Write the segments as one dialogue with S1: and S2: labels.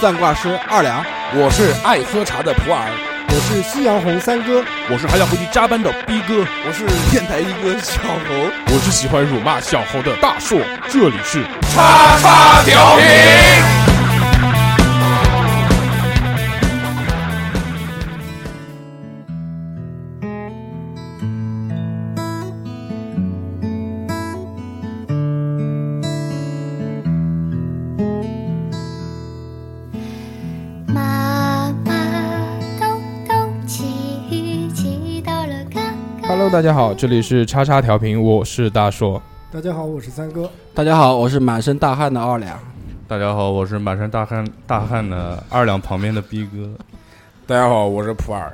S1: 算卦师二两，
S2: 我是爱喝茶的普洱，
S3: 我是夕阳红三哥，
S4: 我是还要回去加班的逼哥，
S5: 我是电台一哥小猴，
S6: 我是喜欢辱骂小猴的大硕。这里是
S7: 叉叉调频。
S8: 妈妈，咚咚鲫鱼骑到了嘎嘎。
S6: Hello，大家好，这里是叉叉调频，我是大硕。
S3: 大家好，我是三哥。
S1: 大家好，我是满身大汗的二两。
S9: 大家好，我是满身大汗大汗的二两旁边的逼哥。
S2: 大家好，我是普洱。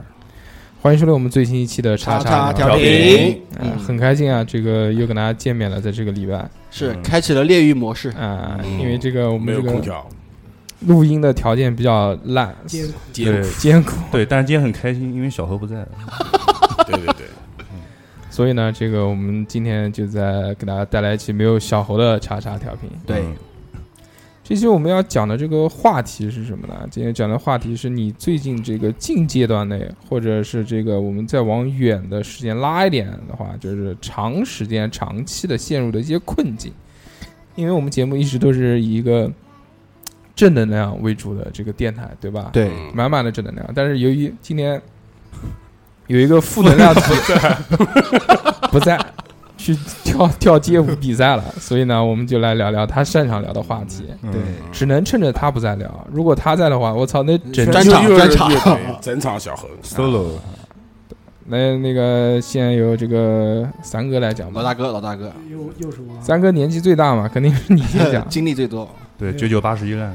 S6: 欢迎收听我们最新一期的叉
S1: 叉
S6: 调
S1: 调频
S6: 嗯、很开心啊，这个又跟大家见面了，在这个礼拜
S1: 是开启了猎狱模式，
S6: 啊、
S2: 嗯
S6: 因为这个我
S2: 没
S6: 们
S2: 有
S6: 这
S2: 空
S6: 个
S2: 调，
S6: 录音的条件比较烂，
S3: 艰
S6: 艰
S9: 艰
S6: 苦艰苦，
S9: 对，但是今天很开心，因为小何不在了。
S2: 对对对，
S6: 所以呢，这个我们今天就在给大家带来一期没有小猴的叉叉调频。
S1: 对
S9: 嗯
S6: 这期我们要讲的这个话题是什么呢？今天讲的话题是你最近这个近阶段内，或者是这个我们再往远的时间拉一点的话，就是长时间、长期的陷入的一些困境。因为我们节目一直都是以一个正能量为主的这个电台，对吧？，
S1: 对，
S2: 嗯
S6: 满满的正能量。但是由于今天有一个负能量组 不在，去跳跳街舞比赛了，所以呢，我们就来聊聊他擅长聊的话题。
S1: 对
S2: 嗯
S6: 只能趁着他不在聊。如果他在的话，我操，那整
S1: 专场专场
S2: 乐队整场小猴，啊
S9: ，solo
S6: 那那个先由这个三哥来讲
S1: 老
S6: 吧。
S1: 大哥，老大哥，
S3: 又又是我，啊
S6: 三哥年纪最大嘛，肯定是你 先讲。
S1: 经历最多，
S9: 对九九八十一烂，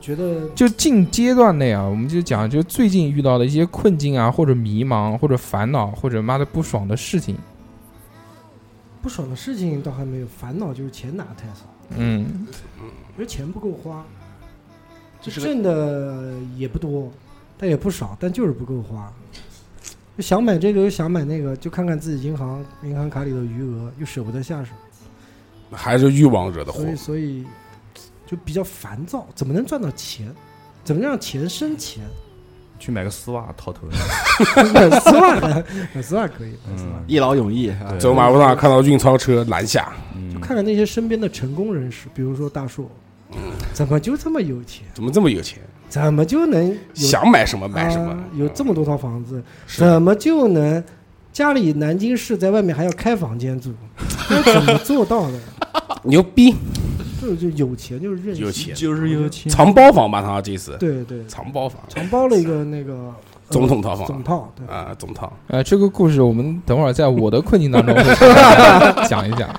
S3: 觉得
S6: 就近阶段内啊，我们就讲就最近遇到的一些困境啊，或者迷茫，或者烦恼，或者妈的不爽的事情。
S3: 不爽的事情倒还没有，烦恼就是钱拿得太少，
S6: 嗯，
S3: 因为钱不够花，
S1: 这
S3: 就是
S1: 个
S3: 挣的也不多，但也不少，但就是不够花。就想买这个，又想买那个，就看看自己银行银行卡里的余额，又舍不得下手，
S2: 还是欲望惹的祸
S3: 所。以所以就比较烦躁。怎么能赚到钱？怎么让钱生钱？
S9: 去买个丝袜套头上。
S3: 买丝袜的，买丝袜可以，买丝袜。
S9: 嗯
S1: 一劳永逸啊
S9: 对
S2: 走马路上看到运钞车拦下，
S9: 嗯，
S3: 看看那些身边的成功人士，比如说大树，怎么就这么有钱？
S2: 怎么这么有钱？
S3: 怎么就能有
S2: 想买什么买什么嗯
S3: 啊，有这么多套房子，
S2: 是
S3: 怎么就能家里南京市在外面还要开房间住？那怎么做到的？
S2: 牛逼，
S3: 就是就有钱就是任性，
S2: 有钱，
S9: 就是有钱。
S2: 藏包房吧？他这次
S3: 对对，
S2: 藏包房
S3: 承包了一个那个呃
S2: 总统套房
S3: 总套对。
S2: 啊，总套
S6: 呃，这个故事我们等会儿在我的困境当中会讲一讲。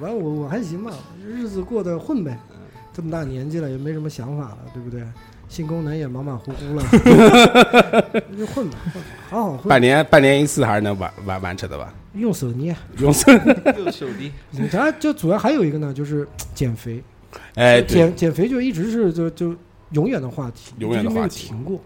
S3: 完了我我还行吧，日子过得混呗，
S2: 嗯
S3: 这么大年纪了也没什么想法了，对不对？性功能也马马虎 虎了，就混吧，混吧好好
S2: 半
S3: 混，
S2: 年半年一次还是能完完完成的吧？
S3: 用手捏。
S2: 用手
S5: 右手低，
S3: 警察就主要还有一个呢，就是减肥。
S2: 哎，对，
S3: 减减肥就一直是就就永远的话题，
S2: 永远的
S3: 就没有
S2: 话题
S3: 停过。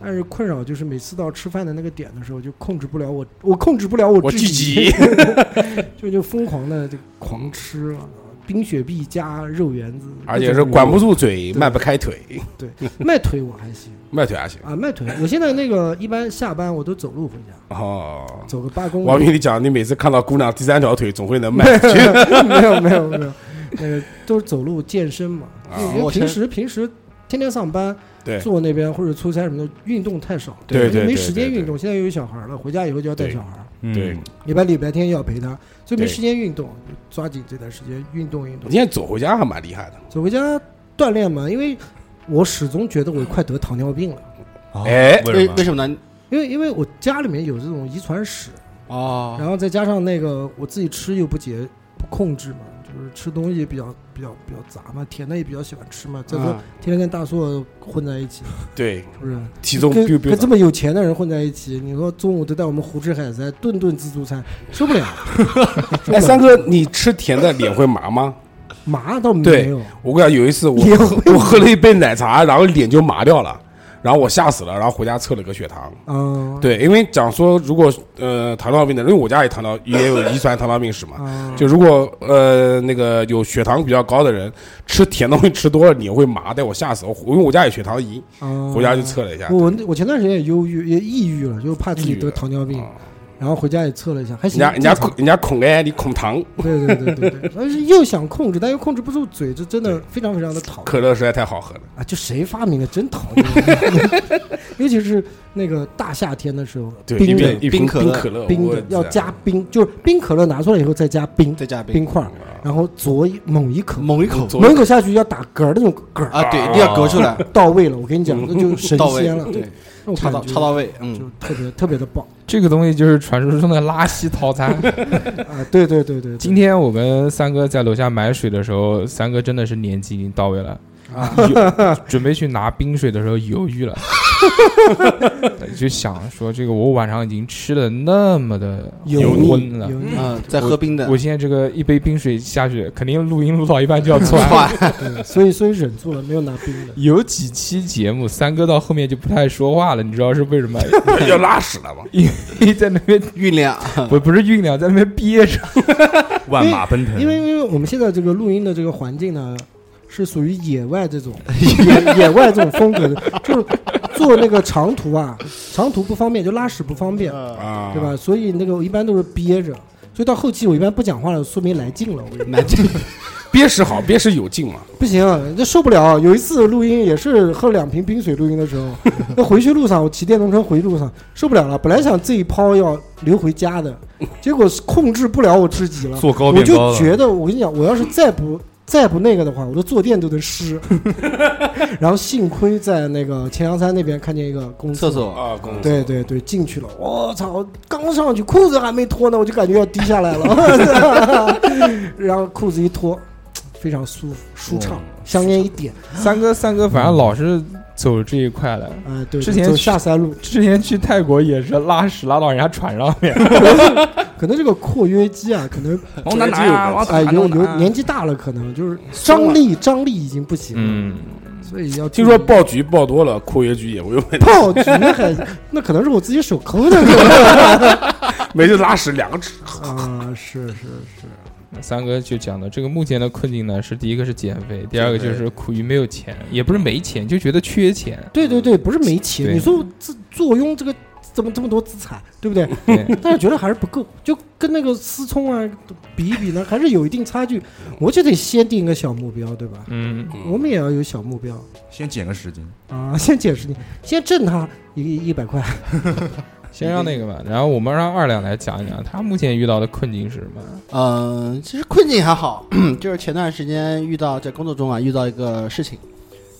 S3: 但是困扰就是每次到吃饭的那个点的时候，就控制不了我， 我控制不了我
S2: 我
S3: 自
S2: 自己
S3: 己， 就就疯狂的就狂吃了，冰雪碧加肉圆子，
S2: 而且是管不住嘴，
S3: 对
S2: 迈不开腿，
S3: 迈腿我还行
S2: 迈腿还行。
S3: 啊，迈腿。我现在那个一般下班我都走路回家，
S2: 哦，
S3: 走个八公
S2: 王
S3: 里。
S2: 云，你讲，你每次看到姑娘第三条腿，总会能迈
S3: 没。有 没有没有没有，那个都是走路健身嘛，
S2: 啊
S3: 因为因
S1: 我
S3: 为平
S1: 天
S3: 时平时天天上班，
S2: 对
S3: 坐那边或者出差什么的，运动太少，
S2: 对对对
S3: 没时
S2: 对
S3: 间
S2: 对
S3: 运动。现在有小孩了，回家以后就要带
S2: 对
S3: 小孩，
S9: 嗯
S2: 对，
S3: 礼拜礼拜天要陪他，所以
S2: 对
S3: 没时间运动，就抓紧这段时间运动运
S2: 我
S3: 动。
S2: 今天走回家还蛮厉害的。
S3: 走回家锻炼嘛，因为我始终觉得我快得糖尿病了，
S9: 啊
S2: 哎
S1: 为
S9: 为什么
S1: 为？什么呢？
S3: 因为因为我家里面有这种遗传史，
S1: 哦，
S3: 然后再加上那个我自己吃又不节不控制嘛，就是吃东西比较比较比较杂嘛，甜的也比较喜欢吃
S2: 嗯
S3: 嘛，再说
S1: 啊
S3: 天天跟大硕混在一起，
S2: 对，
S3: 是不是？
S2: 体重
S3: 跟
S2: 丢
S3: 跟
S2: 丢
S3: 这么有钱的人混在一起，你说中午都带我们胡吃海塞，顿顿自助餐，受不了，
S2: 哎，三哥，你吃甜的脸会麻吗？
S3: 麻倒没
S2: 对
S3: 有，
S2: 我跟你讲，有一次我
S3: 也会
S2: 我喝了一杯奶茶，然后脸就麻掉了。然后我吓死了，然后回家测了个血糖。
S3: 嗯，
S2: 对，因为讲说如果呃糖尿病的，因为我家也糖尿也有遗传糖尿病史嘛，
S1: 嗯
S3: 啊，
S2: 就如果呃那个有血糖比较高的人吃甜东西吃多了，你会麻的，啊我吓死我，因为我家有血糖仪，
S3: 啊
S2: 回家去。测了一下，
S3: 我我我前段时间也忧郁，也抑郁了，就怕自己
S2: 抑郁
S3: 得
S2: 了
S3: 糖尿病
S2: 啊，
S3: 然后回家也测了一下，还
S2: 人
S3: 行。
S2: 家人家
S3: 正常
S2: 恐人家恐哎，你恐糖，
S3: 对对对对对， 但是又想控制，但又控制不住嘴，这真的非常非常的讨厌。
S2: 可乐实在太好喝了，
S3: 啊，就谁发明的真讨厌， 尤其是那个大夏天的时候，
S2: 对，
S3: 冰
S2: 一
S3: 的
S2: 瓶一瓶
S1: 冰可乐
S2: 可乐，
S3: 冰
S2: 我啊
S3: 的要
S2: 天
S3: 加冰，就是冰可乐拿出来以后再加冰
S1: 再加
S3: 冰
S1: 冰
S3: 块儿，然后嘬一猛一口，
S1: 猛一口
S3: 猛一口下去要打嗝儿的那种嗝儿，
S1: 啊，对，一定要隔出来，
S3: 到位了，我跟你讲，那 就神
S1: 到位
S3: 仙了，，
S1: 对，
S3: 那种
S1: 插到
S3: 感觉
S1: 插到位，
S3: 就
S1: 嗯，
S3: 特别特别的棒
S6: 这个东西就是传说中的拉稀套餐。
S3: 啊！对对对对，对
S6: 今天我跟三哥在楼下买水的时候，三哥真的是年纪已经到位了，
S3: 啊
S6: 有准备去拿冰水的时候犹豫了，就想说这个我晚上已经吃的那么的
S3: 油腻
S6: 荤了，
S3: 油腻，
S1: 嗯，在喝冰的
S6: 我，现在这个一杯冰水下去，肯定录音录到一半就要窜。
S3: 对所以所以忍住了，没有拿冰的。
S6: 有几期节目，三哥到后面就不太说话了，你知道是为 什么？
S2: 要拉屎了嘛，
S6: 因为在那边
S1: 酝酿，
S6: 不不是酝酿，在那边憋着。
S9: 万马奔腾，
S3: 因为因为我们现在这个录音的这个环境呢，是属于野外这种野野外这种风格的，就是做那个长途啊，长途不方便，就拉屎不方便，
S2: 啊，
S3: 对？吧？所以那个我一般都是憋着，所以到后期我一般不讲话了，说明来劲了，我跟你
S1: 南京
S2: 憋屎好，憋屎有劲嘛，
S3: 不行、这受不了。有一次录音也是喝了两瓶冰水录音的 时候，那回去路上我骑电动车回路上受不了了，本来想这一泡要留回家的，结果是控制不了我自己了。
S9: 坐高
S3: 我
S9: 变
S3: 就
S9: 高了，
S3: 觉得，我跟你讲，我要是再不再不那个的话，我的坐垫都得湿。 然后幸亏在那个钱粮山那边看见一个公
S1: 厕
S3: 厕，
S1: 所，
S2: 啊，公
S3: 对对对，进去了，我、操，刚上去裤子还没脱呢，我就感觉要滴下来 了，然后裤子一脱，非常舒服哦舒畅，香烟一点，
S6: 三哥三哥，反正老是走这一块了。
S3: 啊、对，
S6: 之前
S3: 走下山路，
S6: 之前去泰国也是拉屎拉到人家船上面，
S3: 可能这个括约肌啊，可能
S5: 往哪拿啊？往
S3: 哎、
S5: 哪拿？
S3: 有
S5: 往哪拿
S3: 有年纪大了，可能就是张力张力已经不行了，
S6: 嗯，
S3: 所以要
S2: 听
S3: 注
S2: 说
S3: 意
S2: 爆菊爆多了，括约肌也会有问题，
S3: 炮局那 还那可能是我自己手抠的 可能
S2: 每次拉屎两个指，
S3: 啊，是是是，
S6: 三哥就讲的这个目前的困境呢，是第一个是减肥，第二个就是苦于没有钱，也不是没钱，就觉得缺钱。
S3: 对对对，不是没钱，
S6: 对
S3: 你说我这坐拥这个怎么这么多资产，对不对？
S6: 对，
S3: 但是觉得还是不够，就跟那个思聪啊比一比呢，还是有一定差距。我就得先定一个小目标，对吧？
S6: 嗯，
S3: 我们也要有小目标
S9: 先减个十斤，
S3: 啊，先解释你，先挣他一一百块，啊
S6: 先让那个吧，然后我们让二两来讲一讲他目前遇到的困境是什么。
S1: 嗯，其实困境还好， 就是前段时间遇到在工作中啊遇到一个事情。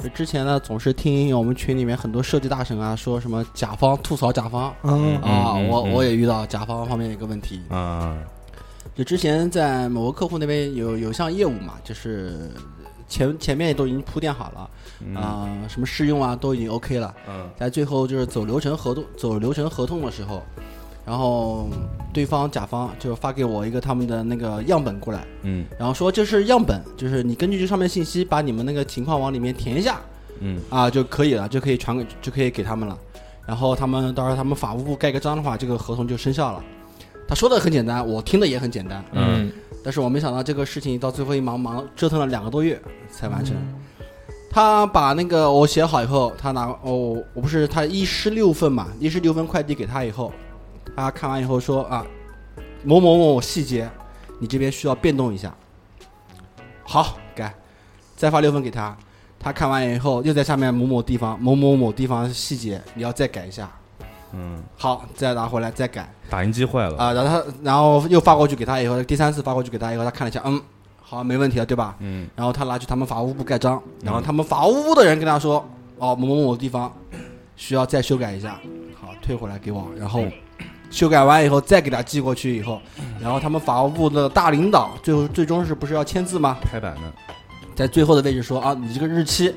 S1: 就之前呢，总是听我们群里面很多设计大神啊说什么甲方吐槽甲方
S3: 啊
S1: 啊，
S9: 嗯嗯
S1: 我
S9: 嗯
S1: 我也遇到甲方方面的一个问题，
S9: 啊，
S1: 就之前在某个客户那边有有项业务嘛，就是前前面都已经铺垫好了啊、什么试用啊都已经 OK 了，
S9: 嗯，
S1: 在最后就是走流程合同走流程合同的时候，然后对方甲方就发给我一个他们的那个样本过来，
S9: 嗯
S1: 然后说这是样本，就是你根据这上面信息把你们那个情况往里面填一下
S9: 嗯
S1: 啊就可以了，就可以传给就可以给他们了。然后他们到时候他们法务部盖个章的话，这个合同就生效了。他说的很简单，我听的也很简单，
S6: 嗯，
S1: 但是我没想到这个事情到最后一忙忙折腾了两个多月才完成。他把那个我写好以后，他拿哦，我不是他一十六份嘛，一十六份快递给他以后，他看完以后说啊，某某某细节，你这边需要变动一下。好，改，再发六份给他，他看完以后又在下面某某地方某某某地方细节你要再改一下。
S9: 嗯，
S1: 好，再拿回来再改。
S9: 打印机坏了，
S1: 啊，然后他然后又发过去给他以后，第三次发过去给他以后，他看了一下，嗯，好，没问题了，对吧？
S9: 嗯
S1: 然后他拿去他们法务部盖章，然后他们法务部的人跟他说，哦，某某某地方需要再修改一下，好，退回来给我，然后修改完以后再给他寄过去以后，然后他们法务部的大领导最后最终是不是要签字吗？
S9: 拍板的，
S1: 在最后的位置说啊，你这个日期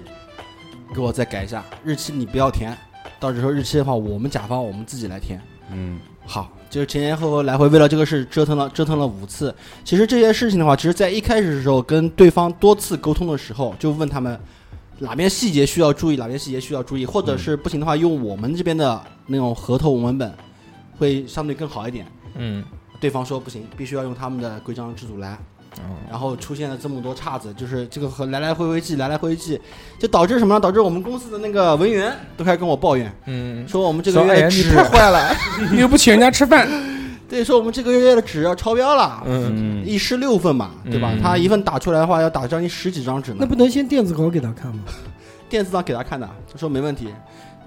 S1: 给我再改一下，日期你不要填，到时候日期的话，我们甲方我们自己来填。
S9: 嗯
S1: 好，就是前前后后来回为了这个事折腾了折腾了五次。其实这些事情的话，其实在一开始的时候跟对方多次沟通的时候，就问他们哪边细节需要注意，哪边细节需要注意，或者是不行的话，用我们这边的那种合同文本，会相对更好一点。
S6: 嗯，
S1: 对方说不行，必须要用他们的规章制度来。然后出现了这么多岔子，就是这个和来来回回记，来来回回记，就导致什么呢？导致我们公司的那个文员都开始跟我抱怨，
S6: 嗯，
S1: 说我们这个
S6: 说哎
S1: 月
S6: 呀
S1: 的
S6: 你
S1: 纸
S6: 太
S1: 坏了，
S2: 你又不请人家吃饭，
S1: 对，说我们这个月的纸要超标了，
S6: 嗯，
S9: 嗯，
S1: 一师六份嘛，对吧？
S6: 嗯
S1: 他一份打出来的话，要打将近十几张纸呢。
S3: 那不能先电子稿给他看吗？
S1: 电子档给他看的，他说没问题。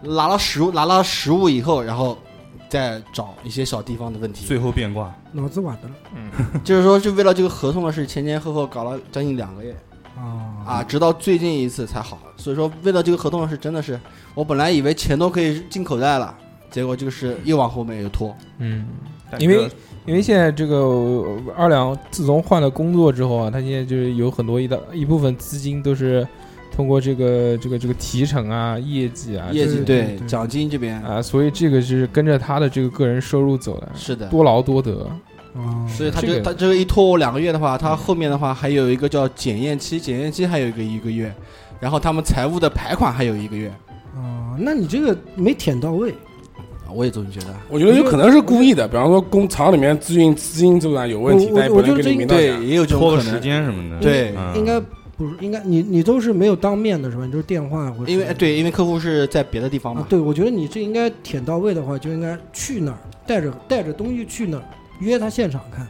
S1: 拿了实物，拿了实物以后，然后再找一些小地方的问题，
S9: 最后变卦，
S3: 脑子瓦的了
S1: 就是说，就为了这个合同的事，前前后后搞了将近两个月
S3: 啊！
S1: 啊，直到最近一次才好。所以说，为了这个合同的事，真的是我本来以为钱都可以进口袋了，结果就是又往后面又拖。
S6: 嗯，因为因为现在这个呃二两自从换了工作之后啊，他现在就是有很多一的一部分资金都是通过这个这个这个提成啊、业绩啊
S1: 业绩对
S3: 对对对
S1: 奖金这边
S6: 啊，所以这个是跟着他的这个个人收入走的，
S1: 是的，
S6: 多劳多得。
S3: 啊
S1: 所以他
S6: 这
S1: 这
S6: 个
S1: 他这个一拖我两个月的话，他后面的话还有一个叫检验期，检验期还有一个一个月，然后他们财务的排款还有一个月，
S3: 啊，那你这个没舔到位，
S1: 啊我也总觉得
S2: 我觉得有可能是故意的，比方说工厂里面资金资金周转有问题，
S3: 我
S2: 但也不
S3: 我觉
S2: 能给
S3: 得这
S2: 你明道
S1: 对
S2: 讲。
S1: 也有这种
S9: 拖个
S1: 可
S9: 时
S1: 能，
S9: 间什么的，
S1: 对
S9: 嗯
S3: 应该不是应该你你都是没有当面的是吧？你就是电话或者
S1: 因
S9: 哎
S1: 为对因为客户是在别的地方
S3: 啊
S1: 嘛，，
S3: 对，我觉得你这应该舔到位的话，就应该去那儿带着带着东西去那儿约他现场看，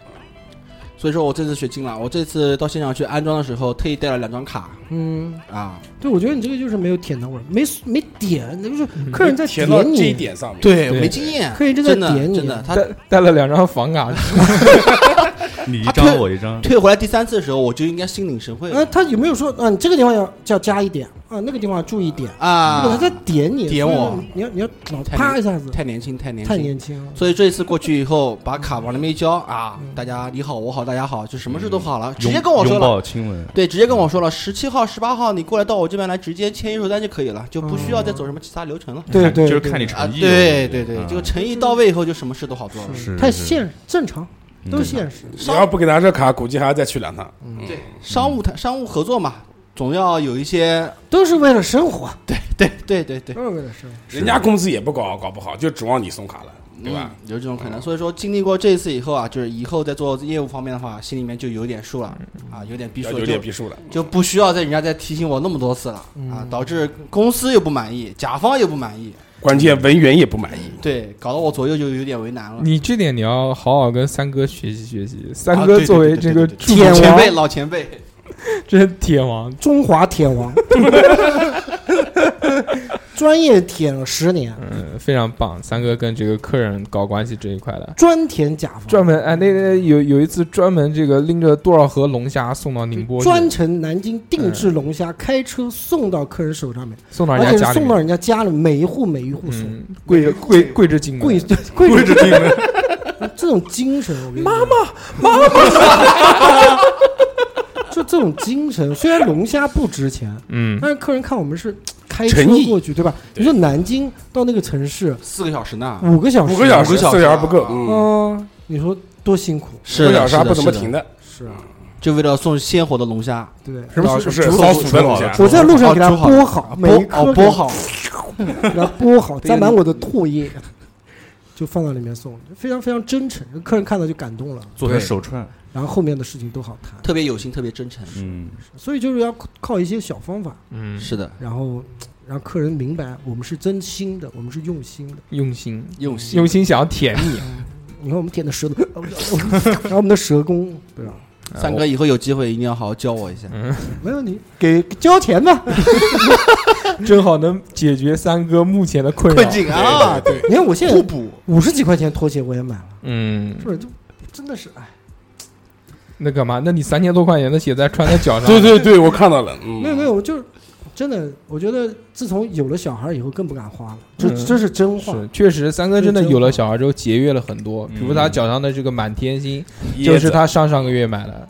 S1: 所以说我这次学精了，我这次到现场去安装的时候特意带了两张卡
S3: 嗯。
S1: 啊，
S3: 对，我觉得你这个就是没有舔到位，没没点，那就是
S6: 嗯
S3: 客人在
S2: 填到
S3: 点
S2: 这
S3: 你，
S2: 一点上面，
S1: 对
S6: 对
S1: 我没经验，
S3: 客人正在
S1: 真的
S3: 点你，啊
S1: 真的，他
S6: 带带了两张房啊 卡，
S9: 你一
S1: 他
S9: 张
S1: 退
S9: 我一张，
S1: 退回来第三次的时候，我就应该心领神会
S3: 啊，他有没有说啊，你这个地方要要加一点啊，那个地方要注意点？如果
S1: 啊
S3: 他，在点你，
S1: 点
S3: 所以
S1: 我
S3: 你你要你要老
S1: 太
S3: 啪
S1: 年
S3: 一下子，
S1: 太年轻太年
S3: 太
S1: 轻。
S3: 年轻了。
S1: 所以这一次过去以后，把卡往那边一交啊
S3: 嗯，
S1: 大家你好，我好，大家好，就什么事都好了，直
S9: 拥
S1: 接跟我说
S9: 拥
S1: 了，
S9: 抱亲吻，
S1: 对，直接跟我说了，十七号、十八号你过来到我这边来，直接签一手单就可以了，就不需要再走什么其他流程了。
S3: 对
S9: 看
S3: 对，
S9: 就是
S3: 对
S9: 看你
S1: 啊，
S9: 诚意了，
S1: 对对对，
S9: 嗯
S1: 这个诚意到位以后，就什么事都好做了。
S9: 是
S3: 太
S9: 是
S3: 现实，正常，
S9: 嗯
S3: 都是现实。
S2: 你要不给他这卡，估计还要再去两趟。
S1: 对，商务谈商务合作嘛，总要有一些，
S3: 都是为了生活，
S1: 对对对对，
S3: 都是为了生活。
S2: 人家工资也不高，搞不好就指望你送卡了，对吧？
S1: 嗯？有这种可能。所以说，经历过这一次以后啊，就是以后在做业务方面的话，心里面就有点数了啊，有点逼数
S2: 要
S1: 了，
S2: 有
S1: 就
S2: 点逼数了。
S1: 就不需要再人家再提醒我那么多次了啊，导致公司又不满意，甲方又不满意，
S2: 关键文员也不满 意，
S1: 对，搞得我左右就有点为难了。
S6: 你这点你要好好跟三哥学习学习。三
S1: 啊
S6: 哥
S1: 对
S6: 作
S1: 对
S6: 为
S1: 对
S6: 这
S1: 对
S6: 个
S1: 对
S6: 驻
S3: 天
S1: 老
S6: 足
S1: 前
S3: 王
S1: 辈，老前辈，
S6: 真是铁王，
S3: 中华铁王，专业舔了十年，
S6: 嗯，非常棒。三哥跟这个客人搞关系这一块的，
S3: 专舔甲方，
S6: 专门哎，那个有有一次专门这个拎着多少盒龙虾送到宁波去，
S3: 专程南京定制龙虾，开车送到客人手上面，
S6: 送到
S3: 而
S6: 人家
S3: 且
S6: 家
S3: 是
S6: 里
S3: 送到
S6: 面，
S3: 人家家里，每一户每一户送，
S6: 嗯，跪着跪跪着进门，
S3: 跪 着跪着进门，这种精神，我跟你妈妈 妈妈，就这种精神，虽然龙虾不值钱，
S6: 嗯，
S3: 但是客人看我们是开车
S2: 诚意
S3: 过去，对吧？你说南京到那个城市
S1: 四个小时呢，
S3: 五个小时，
S2: 五个小
S1: 啊
S2: 时，
S1: 五个小时
S2: 四个小时不够，嗯，
S3: 嗯，你说多辛苦？
S2: 五
S1: 是
S2: 个
S1: 的
S2: 小时还
S1: 是的
S2: 不怎么
S1: 是的
S2: 停的。
S3: 是啊，
S1: 就为了送鲜活的龙虾，
S3: 对。
S2: 什么不是
S9: 煮
S2: 烧
S9: 煮
S2: 熟的
S9: 煮
S2: 龙
S9: 好
S2: 虾
S9: 了？
S3: 我在路上给它
S1: 哦煮好
S3: 剥好，每一
S1: 剥
S3: 颗
S1: 哦剥好，
S3: 然后剥好，沾满我的唾液，就放到里面送，非常非常真诚，客人看到就感动了，
S9: 做成手串，
S3: 然后后面的事情都好谈，
S1: 特别有心，特别真诚。
S9: 嗯，
S3: 所以就是要靠一些小方法，
S6: 嗯
S1: 是的，
S3: 然后让客人明白我们是真心的，我们是用心的。
S6: 用心
S1: 用心
S6: 用心想要舔你。
S3: 你看我们舔的舌头，然后我们的舌功，对吧？
S1: 三哥以后有机会一定要好好教我一下。
S3: 没问题，给交钱吧。
S6: 正好能解决三哥目前的困扰。
S1: 境啊，对，
S3: 你看我现
S1: 互
S3: 在
S1: 补。
S3: 五十几块钱拖鞋我也买了，
S6: 嗯，
S3: 是不是？就真的是哎，
S6: 那干嘛？那你三千多块钱的鞋子还穿在脚 上？
S2: 对对对，我看到了，嗯，
S3: 没有没有，我就是真的，我觉得自从有了小孩以后更不敢花了，这
S6: 嗯
S3: 这是真话。
S6: 是，确实，三哥真的有了小孩之后节约了很多，比如他脚上的这个满天星，
S2: 椰
S6: 就
S2: 子
S6: 是他上上个月买的。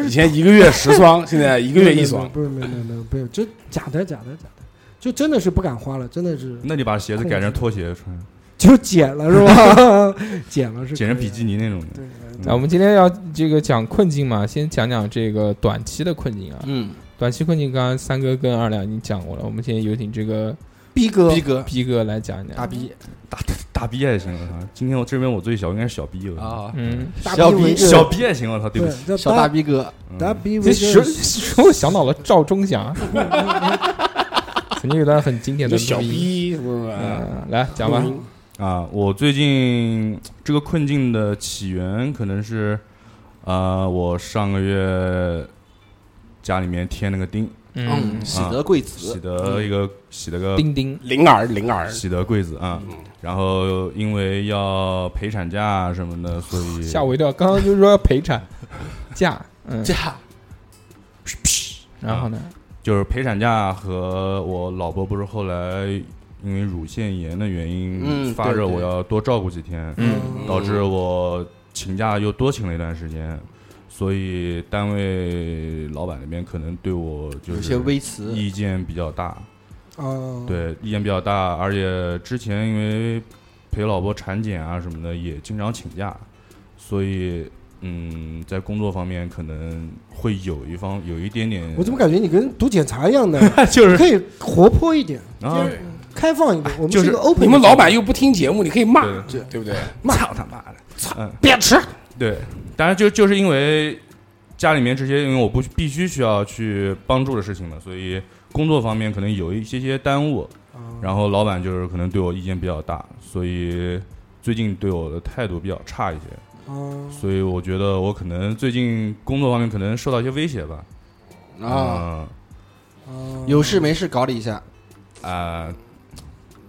S2: 以前一个月 十双，现在一个月一双，
S3: 不是没有没有没有没有，这假的假的假的，就真的是不敢花了，真的是
S9: 那你把鞋子改成拖鞋穿，
S3: 就剪了是吧？剪了是
S9: 剪成比
S3: 基
S9: 基尼那种的，
S3: 对，
S9: 嗯
S6: 那我们今天要这个讲困境嘛，先讲讲这个短期的困境啊。
S1: 嗯，
S6: 短期困境，刚刚三哥跟二两已经讲过了，我们现在有请这个
S3: 逼哥
S1: 逼哥
S6: 逼哥来讲一
S1: 啊大
S6: 讲。
S1: 逼
S9: 大逼也行，我操！今天我这边我最小，应该是小逼我操。
S1: 啊，
S6: 嗯，
S3: 大
S1: 小
S3: 逼
S1: 逼
S3: 为个
S9: 小逼也行，我啊操！对不
S3: 对
S9: 起，
S3: 叫
S1: 小大逼哥，
S9: 嗯
S3: 大逼为
S6: 这时
S3: 个
S6: 时候想到了赵忠祥，曾经有一段很经典
S2: 就
S6: 的
S2: 小
S6: 录音，
S2: 逼，是不是？
S6: 嗯，来讲吧。
S9: 啊，我最近这个困境的起源可能是，呃，我上个月家里面添了个丁，
S6: 嗯
S9: 啊
S1: 嗯，，喜得贵
S9: 洗
S1: 子，
S9: 的一个洗了个
S6: 丁丁，
S2: 灵儿灵儿，
S9: 洗的柜子啊，然后因为要陪产假什么的，所以
S6: 吓我一跳，刚刚就是说要陪产假，嗯，
S1: 这样
S6: 然后呢，
S9: 就是陪产假和呃我老婆不是后来因为乳腺炎的原因
S1: 嗯
S9: 发
S1: 对
S9: 热，
S1: 对
S9: 我要多照顾几天，
S6: 嗯
S9: 导致我请假又多请了一段时间，所以单位老板那边可能对我就
S1: 有
S9: 是
S1: 些微词，
S9: 意见比较大，
S3: 啊，，
S9: 对意见比较大，而且之前因为陪老婆产检啊什么的，也经常请假，所以嗯，在工作方面可能会有一方有一点点，
S3: 我怎么感觉你跟读检查一样的？
S9: 就
S3: 你
S9: 是
S3: 可以活泼一点，
S9: 啊，
S3: 开放一点。我们
S9: 就是
S3: 是一个 open，
S2: 你们老板又不听节目，你可以骂，
S9: 对
S2: 对不对？
S3: 骂
S9: 操他妈的，嗯，
S2: 别吃，
S9: 对，当然就就是因为家里面这些，因为我不必须需要去帮助的事情嘛，所以工作方面可能有一些些耽误，
S3: 哦
S9: 然后老板就是可能对我意见比较大，所以最近对我的态度比较差一些。
S3: 啊，
S9: 所以我觉得我可能最近工作方面可能受到一些威胁吧。
S1: 啊，
S3: 啊
S1: 有事没事搞你一下，
S9: 嗯啊、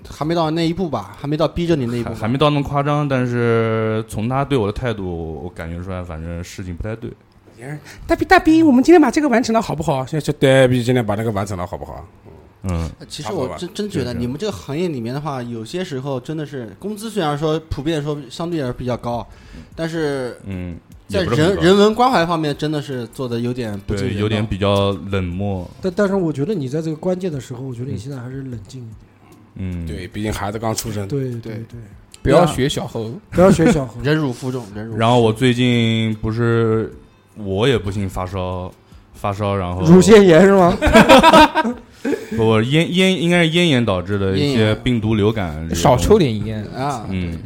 S1: 还没到那一步吧，还没到逼着你那一步
S9: 还
S1: 吧，
S9: 还没到那么夸张，但是从他对我的态度，我感觉出来，反正事情不太对。
S2: 大逼大逼，我们今天把这个完成了好不好？现在这大逼今天把那个完成了好不好？
S9: 嗯，
S1: 其实我真真觉得
S9: 就是
S1: 你们这个行业里面的话，有些时候真的是工资虽然说普遍说相对来说比较高，但是
S9: 嗯，
S1: 在
S9: 也不是很
S1: 人
S9: 高
S1: 人文关怀方面真的是做的有点不啊尽
S9: 对
S1: 人道
S9: 有点比较冷漠。
S3: 但但是我觉得你在这个关键的时候，我觉得你现在还是冷静一点。
S9: 嗯，
S2: 对，毕竟孩子刚出生，
S3: 对对
S1: 对
S3: 对，
S6: 不要学小猴，
S3: 不要学
S1: 。
S3: 小猴
S1: 忍辱负重，忍辱。
S9: 然后我最近不是我也不幸发烧，发烧，然后
S3: 乳腺炎是吗？
S9: 不不咽咽应该是咽炎导致的一
S1: 咽
S9: 些
S1: 炎
S9: 病毒流感，
S6: 少抽。点烟，
S1: 啊，
S9: 嗯，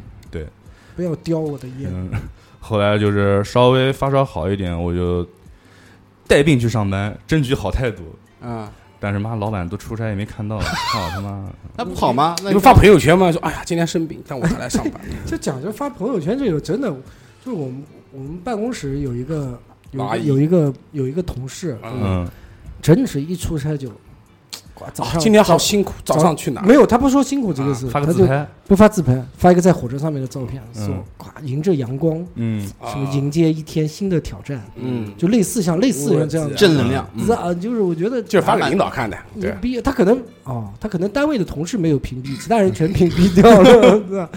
S3: 不要叼我的烟。
S9: 嗯，后来就是稍微发烧好一点，我就带病去上班，争取好态度。
S1: 啊，
S9: 但是妈，老板都出差也没看到，操他妈！
S1: 那不好吗？那
S2: 你们发朋友圈吗？说哎呀，今天生病，但我还来上班。
S3: 就讲这发朋友圈这个，真的就是我们我们办公室有一个有
S2: 老阿
S3: 一个
S2: 姨
S3: 有一个有一个同事，
S2: 嗯，
S9: 嗯，
S3: 真是一出差就哇早上
S2: 啊今天好
S3: 早
S2: 辛苦，早上去哪？
S3: 没有，他不说辛苦这个字，
S9: 发个
S3: 他
S9: 自
S3: 就
S9: 拍，
S3: 不发自拍，发一个在火车上面的照片，
S9: 嗯
S3: 说咵、迎着阳光，
S9: 嗯，
S2: 啊
S3: 什么迎接一天新的挑战，
S1: 嗯，
S3: 就类似像类似人这样子。
S1: 正能量，嗯
S3: 是啊，就是我觉得
S2: 就是发给领导看的，
S3: 牛
S2: 对，
S3: 逼，他可能哦，他可能单位的同事没有屏蔽，其他人全屏蔽掉了，是吧？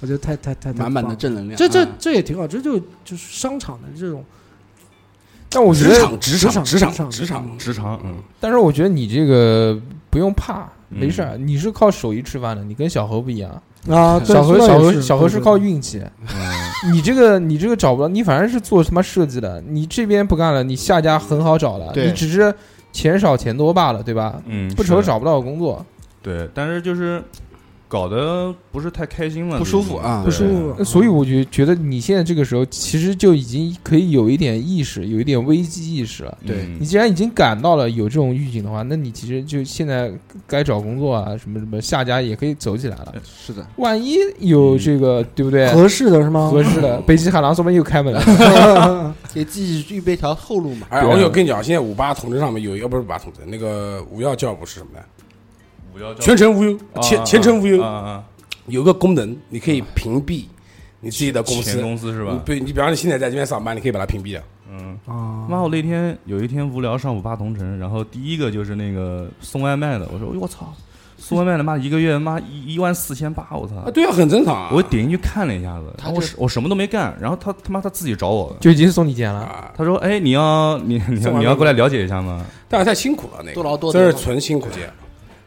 S3: 我觉得太太
S9: 嗯
S3: 太太
S1: 满满的
S3: 棒了
S1: 正能量。
S3: 这这
S1: 啊
S3: 这也挺好，这就就是商场的这种
S6: 但我觉
S2: 职
S6: 得
S2: 场职场
S3: 职
S2: 职
S3: 场
S2: 场职场，
S9: 职场，嗯，
S6: 但是我觉得你这个不用怕，
S9: 嗯
S6: 没事儿，你是靠手艺吃饭的，你跟小何不一样。
S3: 啊，对
S6: 小何
S3: 说到
S6: 小
S3: 也
S6: 何小何
S3: 对
S6: 是
S3: 对
S6: 靠
S3: 对
S6: 运气， 你这个你这个找不到，你反正是做他妈设计的，你这边不干了，你下家很好找了，
S1: 对
S6: 你只是钱少钱多罢了，对吧？
S9: 嗯，
S6: 不
S9: 是的
S6: 愁找不到工作，
S9: 对，但是就是搞得不是太开心了，
S1: 不舒服啊
S3: 不
S9: 对
S3: 舒服，
S6: 所以我就觉得你现在这个时候其实就已经可以有一点意识，有一点危机意识了。
S1: 对
S9: 嗯
S6: 你既然已经感到了有这种预警的话，那你其实就现在该找工作啊，什么什么下家也可以走起来了。
S1: 是的，
S6: 万一有这个，对不对？
S3: 合适的是吗？
S6: 合适的，北极海狼说不定又开门了。
S1: 给自己预备条后路嘛。
S2: 哎，
S6: 对啊
S2: 我有跟你讲，现在五八同志上面有，要不是五八同志，那个无药教辅是什么呢？
S9: 五幺
S2: 全程无忧，前前程无忧，
S9: 啊，
S2: 有个功能，你可以屏蔽你自己的公司嗯
S9: 前。公司是
S2: 你
S9: 吧？
S2: 比你比方说你现在在这边上班，你可以把它屏蔽掉。
S9: 嗯，
S3: 啊，
S9: 妈，我那天有一天无聊上五八同城，然后第一个就是那个送外卖的，我说哎呦我操，送外卖的妈一个月妈一一万四千八，我操！
S2: 啊，对啊，很正常啊。
S9: 我点进去看了一下子，
S1: 他
S9: 然后我
S1: 这
S9: 什我什么都没干，然后他他妈他自己找我了，
S6: 就已经送你钱了。
S2: 啊，
S9: 他说哎你要你 你
S2: 送外
S9: 要
S2: 卖
S9: 你要过来了解一下吗？
S2: 但是太辛苦了，那
S1: 多
S2: 个
S1: 劳多
S2: 真
S1: 得
S2: 是纯辛苦节。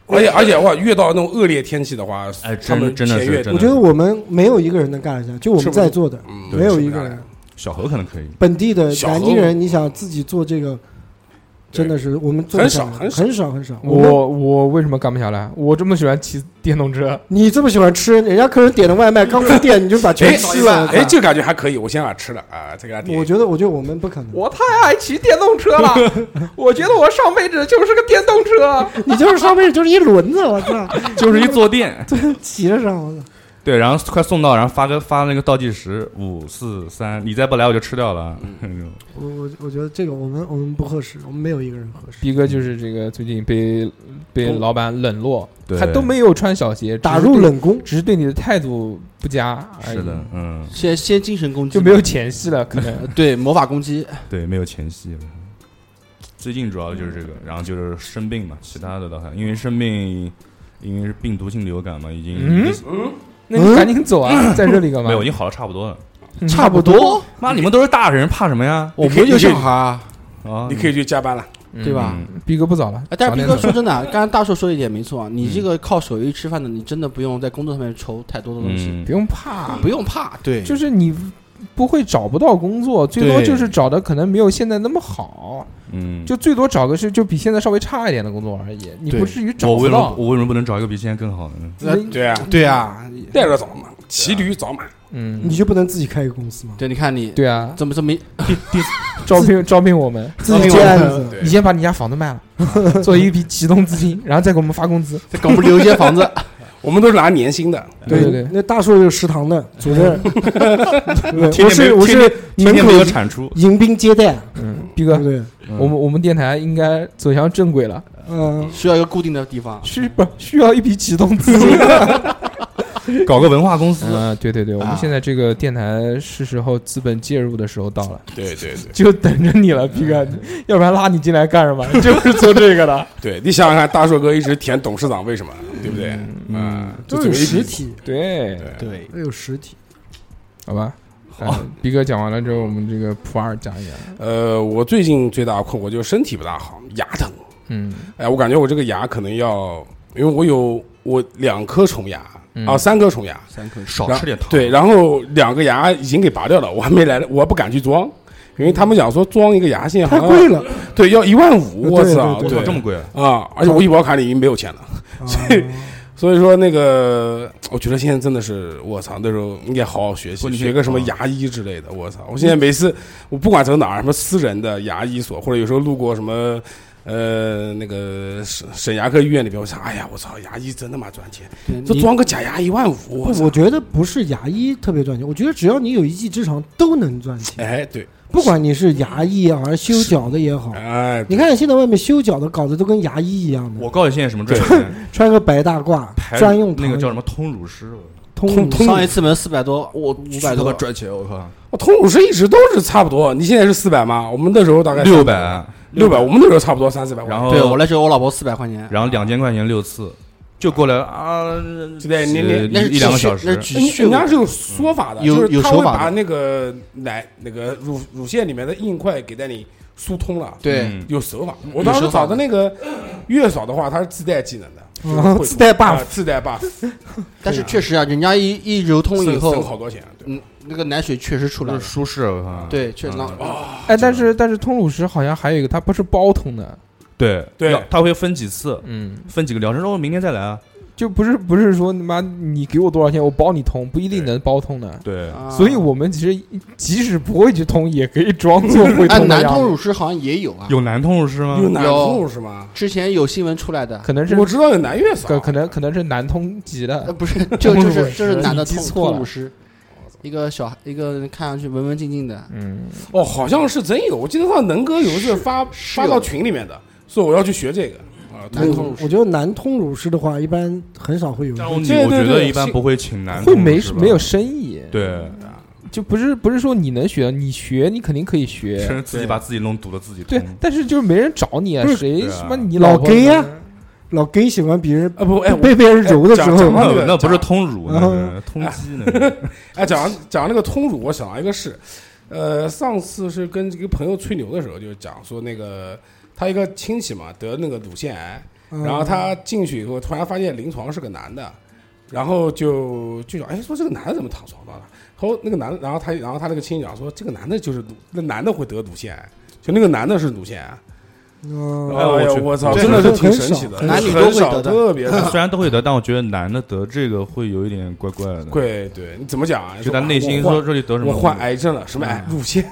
S2: 而且而且哇，越到那种恶劣天气的话，
S9: 哎真
S2: 他们
S9: 真的是
S2: 前越
S9: 真
S3: 我
S9: 的
S3: 觉得我们没有一个人能干得下，就我
S2: 是
S3: 们
S2: 不是
S3: 在座的
S2: 嗯
S3: 没有
S2: 是
S3: 一
S2: 不
S3: 个
S2: 是
S3: 人，
S9: 小何可能可以，
S3: 本地的
S2: 小
S3: 南
S2: 何
S3: 京人，你想自己做这个，真的是我们做
S2: 很
S3: 不
S2: 少
S3: 下来
S2: 很少
S3: 很少很少。我们
S6: 我我为什么干不下来？我这么喜欢骑电动车，
S3: 你这么喜欢吃，人家客人点的外卖刚出店你就把全
S2: 哎
S3: 吃了。啊
S2: 哎，这个感觉还可以，我先把它吃了啊，再给他点。
S3: 我觉得我觉得我们不可能，
S7: 我太爱骑电动车了，我觉得我上辈子就是个电动车。
S3: 你就是上辈子就是一轮子，我操，
S9: 就是一坐垫。
S3: 骑着上，我操，
S9: 对，然后快送到，然后发个发那个倒计时，五四三，你再不来我就吃掉了。
S3: 我我我觉得这个我们我们不合适，我们没有一个人合适。
S6: 逼哥就是这个最近被被老板冷落，
S9: 对，
S6: 还都没有穿小鞋，
S3: 打
S6: 只是对
S3: 入，冷宫，
S6: 只是对你的态度不佳而已，
S9: 是的，嗯，
S1: 先先精神攻击
S6: 就没有前戏了，可能
S1: 呃对魔法攻击，
S9: 对，没有前戏了。最近主要就是这个，然后就是生病嘛，其他的倒还，因为生病，因为是病毒性流感嘛，已经、
S6: 嗯那你赶紧走啊，在这里干嘛？
S9: 没有，已经好了差不多了。
S6: 嗯
S1: 差不多。
S9: 妈，你们都是大人，怕什么呀？
S1: 我
S2: 你可
S1: 们
S2: 以
S1: 有小孩啊，
S9: 啊，
S2: 你可以去加班了，
S1: 对吧？
S9: 嗯
S6: 逼哥不早了，
S1: 哎但是
S6: 早
S1: 斌
S6: 点
S1: 哥
S6: 走
S1: 说真的，刚才大硕说的一点没错啊，你这个靠手艺吃饭的，你真的不用在工作上面愁太多的东西，啊
S9: 嗯
S6: 不，用怕，
S1: 不用怕。对，
S6: 就是你不会找不到工作，最多
S1: 对
S6: 就是找的可能没有现在那么好，
S9: 嗯，
S6: 就最多找个是就比现在稍微差一点的工作而已，你
S1: 对
S6: 不至于找
S9: 我为
S6: 不
S9: 什么
S6: 到。
S9: 我为什么不能找一个比现在更好的呢？
S6: 嗯
S2: 对啊，
S1: 对啊，
S7: 嗯
S2: 带着早嘛，骑驴早马，
S6: 嗯
S3: 你，就不能自己开一个公司吗？
S1: 对，你看你
S6: 对啊，
S1: 怎么这么一
S6: 招聘招聘我们，
S3: 自己接案子，
S6: 你先把你家房子卖了， 作为一笔启动资金，然后再给我们发工资。
S1: 给我们留一些房子，
S2: 我们都是拿年薪的，
S6: 对对对
S3: 那大硕就是食堂的主任，对我
S9: 天天没
S3: 是
S9: 有
S3: 我
S9: 天
S3: 是
S9: 天
S3: 门
S9: 天
S3: 口
S9: 没有产出，
S3: 迎宾接待，
S6: 嗯，啊逼
S3: 对
S6: 哥
S3: 不，对？
S6: 我们我们电台应该走向正轨了，
S3: 嗯，
S1: 需要一个固定的地方。
S6: 需不需要一笔启动资 金？
S9: 搞个文化公司，
S6: 嗯，对对对，我们
S1: 啊
S6: 现在这个电台是时候资本介入的时候到了，嗯
S2: 对对对
S6: 就等着你了，逼哥，要不然拉你进来 干什么？就是做这个的。
S2: 对，你想想看，大硕哥一直填董事长，为什么？对不对？嗯，就
S3: 都
S2: 这
S3: 有
S2: 么一
S3: 实
S2: 笔
S3: 体，
S6: 对，
S1: 对，
S3: 都有实体。
S6: 好吧。好，逼哥讲完了之后，我们这个普洱讲一讲。
S2: 呃，我最近最大的困惑就是身体不大好，牙疼。
S6: 嗯
S2: 哎，我感觉我这个牙可能要，因为我有我两颗虫牙
S6: 嗯
S2: 啊，三颗虫牙，
S1: 三颗
S9: 少
S2: 然
S9: 吃点糖。
S2: 对，然后两个牙已经给拔掉了，我还没来得，我还不敢去装，因为他们讲说装一个牙线好
S3: 太
S2: 像
S3: 贵了，
S2: 对，要一万五，我
S3: 对
S2: 操，
S3: 对
S9: 我操，
S2: 对
S9: 这么贵啊！
S2: 啊！而且我医保卡里已经没有钱了，所以说那个，我觉得现在真的是我操，那时候应该好好学习
S9: 不，你
S2: 学个什么牙医之类的。我操，我现在每次我不管走哪儿，什么私人的牙医所，或者有时候路过什么。呃，那个省省牙科医院里边，我想，哎呀，我操，牙医真他妈赚钱，这
S1: 你
S2: 装个假牙一万五，我
S3: 不
S2: 操
S3: 我！觉得不是牙医特别赚钱，我觉得只要你有一技之长都能赚钱，
S2: 哎，对，
S3: 不管你是牙医啊，还是修脚的也好。
S2: 哎，
S3: 你看现在外面修脚的搞得都跟牙医一样的，
S9: 我告诉你现在什么赚钱，
S3: 穿个白大褂，
S9: 排
S3: 专用
S9: 那个
S3: 糖
S9: 叫什么通乳师，我
S3: 通
S2: 通
S1: 上一次门四百多，我五百多，
S5: 赚钱，我靠！
S2: 我通乳师一直都是差不多，你现在是四百吗？我们那时候大概
S9: 六百，
S2: 六百，我们那时候差不多三四百块。
S9: 然后
S1: 对我那时候我老婆四百块钱，
S9: 哦然后两千块钱六次，就过来啊，
S2: 就在那那
S1: 那是
S9: 一两个
S1: 只是
S9: 小时
S1: 那是只
S2: 人
S1: 是
S2: 哎人家是有说法的，
S1: 有
S2: 就是
S1: 有
S2: 他
S1: 手
S2: 会
S1: 法的
S2: 把那个奶那个乳乳腺里面的硬块给在你疏通了，，
S1: 对，
S9: 嗯
S2: 有手法。我当时
S1: 手法
S2: 找的那个月嫂的话，她是自带技能的，
S3: 哦
S2: 会
S3: 自带 buff
S2: 啊自带 buff，
S1: 但是确实啊，人家一一流通以
S2: 省省好
S1: 后，
S2: 多钱。对，
S1: 嗯，那个奶水确实出来
S9: 就是
S1: 了，
S9: 舒适，啊我靠，
S1: 对，确实
S9: 嗯
S1: 那
S6: 哎，但是但是通乳石好像还有一个，它不是包通的，
S9: 对
S2: 对
S9: 要他会分几次，
S6: 嗯，
S9: 分几个疗程，然后明天再来啊，
S6: 就不是不是说你妈你给我多少钱，我包你通，不一定能包通的。
S9: 对，
S1: 啊
S6: 所以我们其实即使不会去通，也可以装作会
S1: 哎，
S6: 通的
S1: 南
S6: 样
S1: 通
S6: 子。
S1: 乳师好像也有啊，
S9: 嗯有男通乳师吗
S2: 有？男
S1: 有
S2: 通是吗？
S1: 之前有新闻出来的，
S6: 可能是
S2: 我知道有男月嫂
S6: 可，可能可能是南通籍
S1: 呃，
S6: 的，
S1: 不 是，就
S6: 通
S1: 就
S6: 乳
S1: 是
S6: 师
S1: 就是男的
S6: 你记
S1: 通
S6: 错
S1: 通
S6: 了
S1: 乳师，一个小孩，一个看上去文文静静的，
S6: 嗯，
S2: 哦，好像是真有。我记得他能哥有一次发
S1: 是
S2: 发到群里面的，说我要去学这个啊，
S1: 男通乳
S3: 我
S1: 师，
S3: 觉得男通乳师的话，一般很少会有人
S9: 但我
S2: 对
S9: 我觉
S2: 对
S9: 得
S2: 对
S9: 一般
S2: 是
S9: 不会请男
S6: 会
S9: 通乳
S6: 没
S9: 师吧
S6: 没有生意，，
S9: 对，
S6: 就不是不是说你能学，你学你肯定可以
S9: 甚
S6: 学，
S9: 至自己把自己弄堵了自己
S6: 对
S9: 通，
S6: 但是就是没人找你啊
S3: 不，是
S6: 谁
S9: 嗯对啊
S6: 什么你
S3: 老
S6: 婆
S3: gay 呀老 gay 喜欢别人
S2: 啊 不，哎，我
S3: 被别人揉的时
S2: 讲讲
S3: 候，
S2: 到这
S9: 那
S2: 个
S9: 那不是
S2: 讲
S9: 通乳，那是 通鸡呢，
S2: 哎，讲讲那个通乳，我想到一个事，呃，上次是跟一个朋友吹牛的时候，就讲说那个他一个亲戚嘛得那个乳腺癌，
S3: 嗯
S2: 然后他进去以后突然发现临床是个男的，然后就就想哎说这个男的怎么躺床上了？后那个男的，然后他然后他那个亲戚讲说这个男的就是乳那男的会得乳腺癌，就那个男的是乳腺癌，
S3: 嗯，
S9: 哎呦我去
S2: 我操，
S3: 对
S2: 真的是挺
S3: 很
S2: 神
S3: 少
S2: 奇的，
S1: 男女
S2: 很
S1: 都会
S2: 少
S1: 得的
S2: 特别少。
S9: 虽然都会得，但我觉得男的得这个会有一点怪怪的，
S2: 对对，你怎么讲啊？
S9: 就他内心
S2: 我
S9: 说
S2: 患
S9: 这里得什么
S2: 我患
S9: 病
S2: 癌症了，什么癌？乳腺，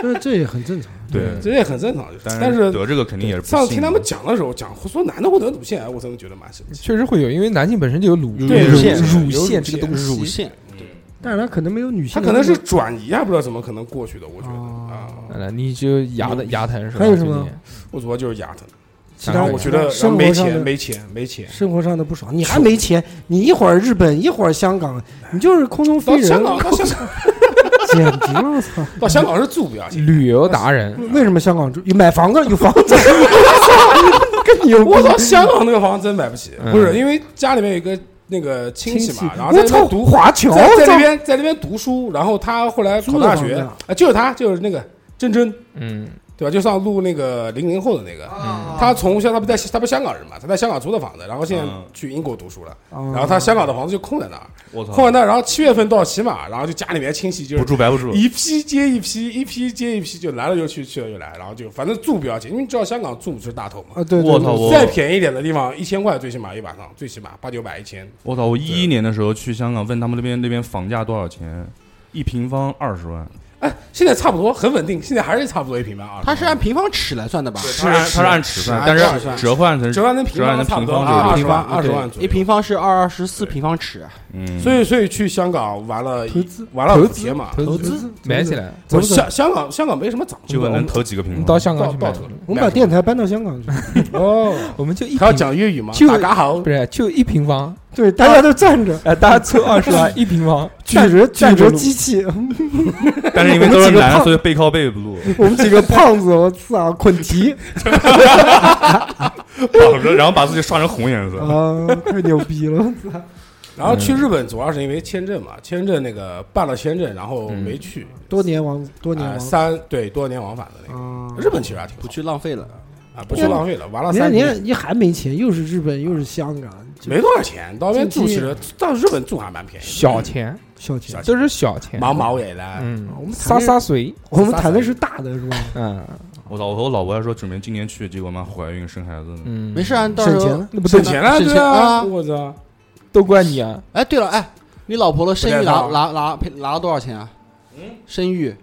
S3: 这这也很正常。
S9: 对，
S2: 这也很正常。就是但
S9: 但
S2: 是
S9: 得这个肯定也是不
S2: 上次
S9: 幸
S2: 听他
S9: 的
S2: 们讲的时候，讲说男的会得乳腺癌，我真的觉得蛮神奇。
S6: 确实会有，因为男性本身就有乳
S2: 对
S6: 乳
S2: 乳腺
S6: 乳
S2: 有乳
S6: 腺这个
S2: 腺
S6: 东西，
S1: 乳腺，啊
S3: 但是他可能没有女性
S2: 他
S3: 的
S2: 可
S3: 那个，
S2: 能是转移啊，不知道怎么可能过去的，我觉得啊
S3: 啊，
S6: 来来，呃你就牙的牙疼是吧？
S3: 还有什么
S6: 最近？
S2: 我主要就是牙疼，
S3: 其
S2: 然
S3: 他
S2: 后哎我觉得然后
S3: 生
S2: 没
S3: 活上
S2: 钱，
S3: 的
S2: 没钱，没钱。
S3: 生活上的不爽。你还没钱，你一会儿日本，一会儿香港，你就是空中飞
S2: 到
S3: 人，
S2: 哦香港，到香港，
S3: 简直了！我操！
S2: 到香港是住不了钱。
S6: 旅游达人，
S3: 为什么香港住有买房子有房 子？跟你有
S2: 我操，香港那个房子真买不起，
S6: 嗯
S2: 不是因为家里面有一个那个亲戚嘛，然后在
S3: 我
S2: 那
S3: 操
S2: 边读
S3: 华侨
S2: 在在那
S3: 操
S2: 边在那边读书，然后他后来考大
S3: 租
S2: 学
S3: 的
S2: 啊
S3: 房，
S2: 就是他就是那个珍珍，
S6: 嗯，
S2: 对吧？就上录那个零零后的那个，他从像他不在他不是香港人嘛，他在香港租的房子，然后现在
S9: 嗯
S2: 去英国读书了，
S3: 哦
S2: 然后他香港的房子就空在那儿，
S9: 我操，
S2: 空在那儿，然后七月份到期嘛，然后就家里面亲戚就
S9: 嗯不
S2: 是
S9: 住白不住，
S2: 一批接一批，一批接一批，就来了就去，去了就来，然后就反正住不要紧，因为你知道香港住是大头嘛，
S3: 啊！对，对
S9: 我操
S3: 对
S9: 我
S2: 再便宜一点的地方一千块最起码一晚上，最起码八九百一千，
S9: 我操！我一一年的时候去香港，问他们那边那边房价多少钱，一平方二十万，
S2: 哎，现在差不多很稳定，现在还是差不多一平方啊。
S1: 它是按平方尺来算的吧？
S9: 他是他是按尺算，但
S2: 按尺
S9: 是
S2: 算
S9: 折换成
S2: 折换成平
S9: 折换
S2: 方
S9: 成
S2: 差不
S9: 平
S2: 多
S9: 方
S2: 啊，
S9: 就是
S1: 平
S2: 20万
S1: 方
S2: 二十万
S1: 对
S2: 左
S1: 一
S2: 右。
S1: 平方是二二十四平方尺，啊
S9: 嗯，
S2: 所以所以去香港玩了
S3: 投资
S2: 玩
S6: 投
S2: 了五
S6: 资
S2: 天嘛，
S6: 投
S3: 投资
S6: 买起来，
S2: 我
S3: 走走
S2: 香香港香港没什么涨，
S9: 就问能投几个平
S6: 你
S9: 方？
S6: 到香港
S2: 到
S6: 去
S2: 到
S6: 买
S2: 头，
S3: 我们把电台搬到香港去。
S2: 哦，
S6: 我们就一
S2: 还要
S6: 平，
S2: 讲粤语吗？
S6: 就嗯
S2: 大家好
S6: 不，是就一平方，
S3: 对，大家都站 着，
S6: 哎， 大家凑二十万一平方，
S3: 举着举
S6: 站着
S3: 着
S6: 录
S3: 机器，
S9: 但是因为
S3: 我
S9: 都
S3: 们
S9: 是
S3: 几个
S9: 男的，
S3: 胖
S9: 所以背靠背 不录，
S3: 我们几个胖子，我操，捆蹄
S9: 绑着，然后把自己刷成红颜
S2: 嗯
S9: 色。
S3: 啊，太牛逼了！
S2: 然后去日本主要是因为签证嘛，签证那个办了签证，然后
S6: 嗯
S2: 没去，
S3: 多年王，多年
S2: 呃
S3: 王
S2: 三对多年往返的那个。
S3: 啊！
S2: 日本其实还挺
S1: 不
S2: 好
S1: 去浪费了。
S2: 啊，不去浪费了，玩了
S3: 你看，
S2: 三
S3: 你
S2: 天
S3: 看，你还没钱，又是日本，又是香港，就
S2: 没多少钱，到那边住
S3: 进
S2: 其
S3: 去
S2: 实到日本住还蛮便宜的，
S6: 小钱
S3: 小钱
S2: 小。
S6: 都是小钱，
S2: 毛毛也来，
S6: 嗯，
S3: 我们
S6: 洒洒水，
S3: 我们谈的是大的，是吧？
S6: 嗯
S9: 我老我和我老婆还说准备今年去，结果妈怀孕生孩子呢。
S6: 嗯，
S1: 没事，啊，到时
S3: 省钱
S1: 候
S3: 了。
S6: 那不都
S2: 省钱了，
S1: 省钱
S2: 对啊，
S1: 啊
S2: 我操，
S6: 都怪你啊？
S1: 哎，对了，哎，你老婆的生
S2: 不
S1: 育
S2: 带
S1: 拿
S2: 套
S1: 拿拿赔拿了啊多少钱啊？生育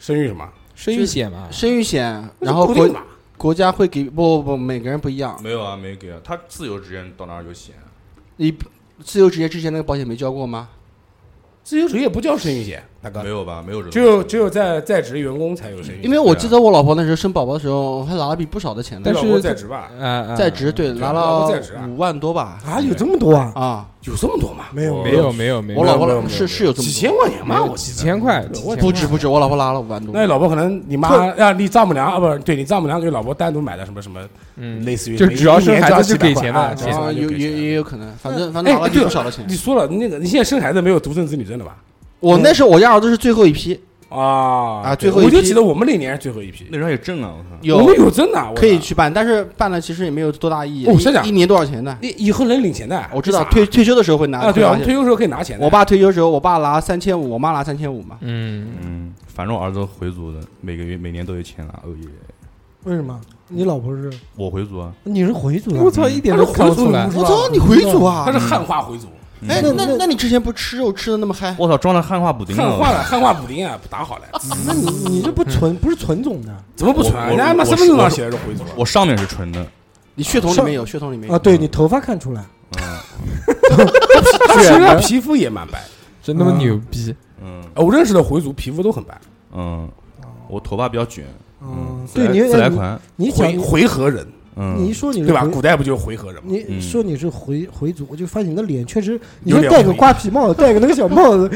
S2: 生育什么？
S6: 生育险嘛，
S1: 生育险，然后
S2: 那是固
S1: 国
S2: 定的
S1: 国家会给不不不，每个人不一样。
S9: 没有啊，没给啊，他自由职业到哪儿有险？
S1: 你自由职业之前那个保险没交过吗？
S2: 自由职业不叫生育险，大哥
S9: 没，有吧，没有这
S2: 只有只有在在职员工才有生育险，
S1: 因为我记得我老婆那时候生宝宝的时候，还拿了笔不少的钱呢
S2: 你
S6: 但，
S2: 老
S6: 是
S2: 婆在职吧？
S6: 啊啊，
S1: 在职对拿了
S2: 我在职啊
S1: 五万多吧
S3: 啊，有这么多啊？
S1: 啊，
S2: 嗯有这么多吗？
S3: 没有，
S6: 没有没有没有，
S1: 我老
S2: 没有没
S1: 婆
S2: 有
S1: 是是有这么
S2: 几
S1: 多
S2: 千块钱
S6: 没
S2: 吧？
S6: 有
S2: 我记
S6: 几
S2: 得
S6: 千块，几千
S1: 不
S6: 块
S1: 止不止，我老婆拿了五万
S2: 那
S1: 多，
S2: 你老婆可能你妈让你丈母娘啊，不是对你丈母娘给老婆单独买的什么什么，
S6: 嗯，
S2: 类似于
S6: 就只要生孩子
S2: 就
S6: 就给钱了
S2: 了，
S6: 这
S2: 啊
S1: 啊，有也也
S2: 有。
S1: 有可能，反正反正拿
S2: 哎，
S1: 了笔
S2: 对
S1: 不少的，
S2: 了
S1: 钱
S2: 你。说了那个，你现在生孩子没有独生子女证的吧？
S1: 我那时候我家儿子是最后一批，
S2: 啊
S1: 啊最
S2: 对
S1: 后一
S2: 我就
S1: 批
S2: 记得我们那年是最后一批
S9: 那，时候还有证啊，我靠。
S1: 有
S2: 我们有证的，啊我
S1: 可以
S2: 操。
S1: 去办，但是办了其实也没有多大意义。
S2: 哦我
S1: 一
S2: 想想
S1: 一年多少钱呢？
S2: 你以后能领钱的，
S1: 我知道
S2: 你傻
S1: 退退休的时候会拿
S2: 啊，对啊，我
S1: 会拿
S2: 们
S1: 钱
S2: 退休时候可以拿钱的。
S1: 我爸退休时候，我爸拿三千五，我妈拿三千五嘛。
S6: 嗯，
S9: 嗯，反正我儿子回族的，每个月每年都有钱拿。哦耶，
S3: 为什么？你老婆是？
S9: 我回族啊，
S3: 你是回族
S6: 我
S3: 的？
S6: 操，一点都看不出来，
S1: 我操，你回族啊
S2: 他？是嗯汉化回族，
S1: 哎，
S3: 那
S1: 那
S3: 那
S1: 那你之前不吃肉吃的那么嗨？
S9: 我操，装了汉化补丁啊
S2: 汉
S9: 了。
S2: 化了，汉化补丁啊，打好了，
S3: 那你你这不纯不是纯种的
S2: 怎么不存啊？
S9: 我
S2: 人家他妈
S9: 我
S2: 身份证
S9: 我
S2: 上写的是回族啊，
S9: 我上面是纯的，
S1: 你血统里面有，血统里面
S3: 啊？
S1: 有。
S3: 对你头发看出来，
S2: 他 身
S6: 卷
S2: 上
S6: 的
S2: 皮肤也蛮白，
S6: 真他妈牛逼，
S9: 嗯
S2: 呃我认识的回族皮肤都很白，
S9: 嗯，我头发比较卷，嗯
S3: 嗯，，对你
S9: 自来
S3: 哎你
S9: 款，
S3: 你
S2: 回
S3: 讲
S2: 回纥人
S9: 嗯，
S3: 你一说你是
S2: 对吧？
S3: 回
S2: 古代不就是回纥人吗？
S3: 你说你是回回族，我就发现你的脸确实，你
S2: 有
S3: 就
S2: 点
S3: 戴个
S2: 回
S3: 瓜皮帽，戴个那个小帽子，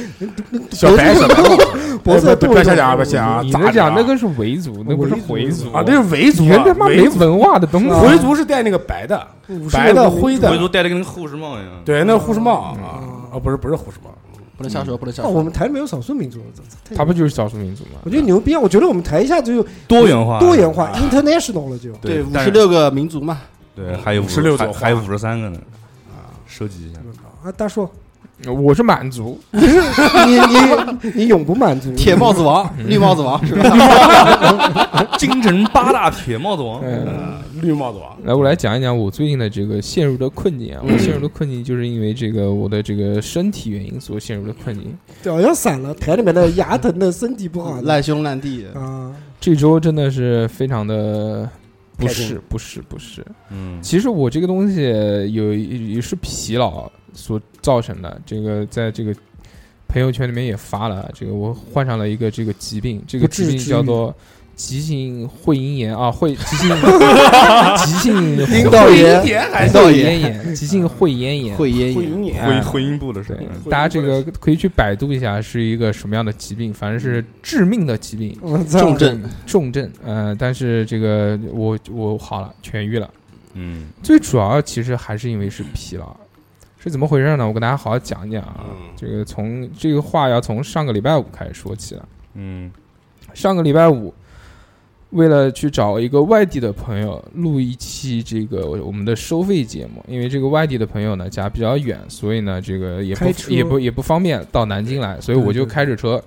S2: 小白小白，
S3: 脖子
S2: 哎不不
S3: 动
S2: 要
S3: 一
S2: 瞎
S3: 动
S2: 讲啊，不要瞎 讲啊，
S6: 你
S2: 咋
S6: 这
S2: 的啊
S6: 讲那个是维族，那不是回族
S2: 啊，那是维族
S6: 你
S2: 啊
S6: 这他，妈
S2: 维
S6: 没
S2: 族
S6: 文化的东西，啊
S2: 回族是戴那个白的
S3: 五，十
S2: 白
S3: 个
S2: 的
S3: 维
S2: 灰
S3: 族
S2: 的
S9: 回，族戴的跟那个护士帽一样。
S2: 对，那护士帽
S6: 嗯
S2: 啊，哦，不是不是护士帽，
S1: 不能瞎说，不能瞎
S3: 哦，
S1: 说。
S3: 我们台里面有少数民族，这这
S6: 他
S3: 太
S6: 不就是少数民族吗
S3: 我？觉得牛逼啊！我觉得我们台一下就
S9: 多元化，
S3: 多元化，international 了就。
S1: 对，五
S9: 但
S1: 十
S9: 是
S1: 六个民族嘛，
S9: 对，还有
S2: 56
S9: 还
S2: 朵花
S9: 还有五十三个呢，收集一下。
S3: 啊，大叔，
S6: 我是满族，
S3: 你你你永不满足，
S1: 铁帽子王、绿帽子王是吧？
S9: 京城八大铁帽子王，
S6: 嗯，
S2: 绿帽子王，
S6: 来我来讲一讲我最近的这个陷入的困境啊，我陷入的困境就是因为这个我的这个身体原因所陷入的困境。
S3: 脚要散了，台里面的牙疼的，身体不好的
S1: 烂兄烂弟，
S3: 啊，
S6: 这周真的是非常的不
S2: 开心
S6: 适，不适，不适。
S9: 嗯，
S6: 其实我这个东西有也是疲劳所造成的，这个在这个朋友圈里面也发了，这个我患上了一个这个疾病，这个
S3: 不治
S6: 疾病
S3: 之
S6: 叫
S3: 愈
S6: 做急性会阴炎啊，会急性 急性
S1: 丁道爷，丁道
S6: 会
S1: 爷，
S6: 咽炎，急性会咽炎。
S1: 会阴
S2: 会
S1: 影，
S2: 阴眼，
S9: 回回音部的是
S6: 对
S9: 吧，
S6: 大家这个可以去百度一下是一个什么样的疾病，反正是致命的疾病，
S3: 我操，
S1: 重症，
S6: 重症。呃，但是这个我我好了，痊愈了。
S9: 嗯
S6: 最主要其实还是因为是疲劳，是怎么回事呢？我跟大家好好讲一讲啊。
S2: 嗯
S6: 这个从这个话要从上个礼拜五开始说起了。
S9: 嗯
S6: 上个礼拜五，为了去找一个外地的朋友录一期这个我们的收费节目，因为这个外地的朋友呢家比较远，所以呢这个也
S3: 开
S6: 不
S3: 车
S6: 也不也不方便到南京来，所以我就
S3: 对对
S6: 开着车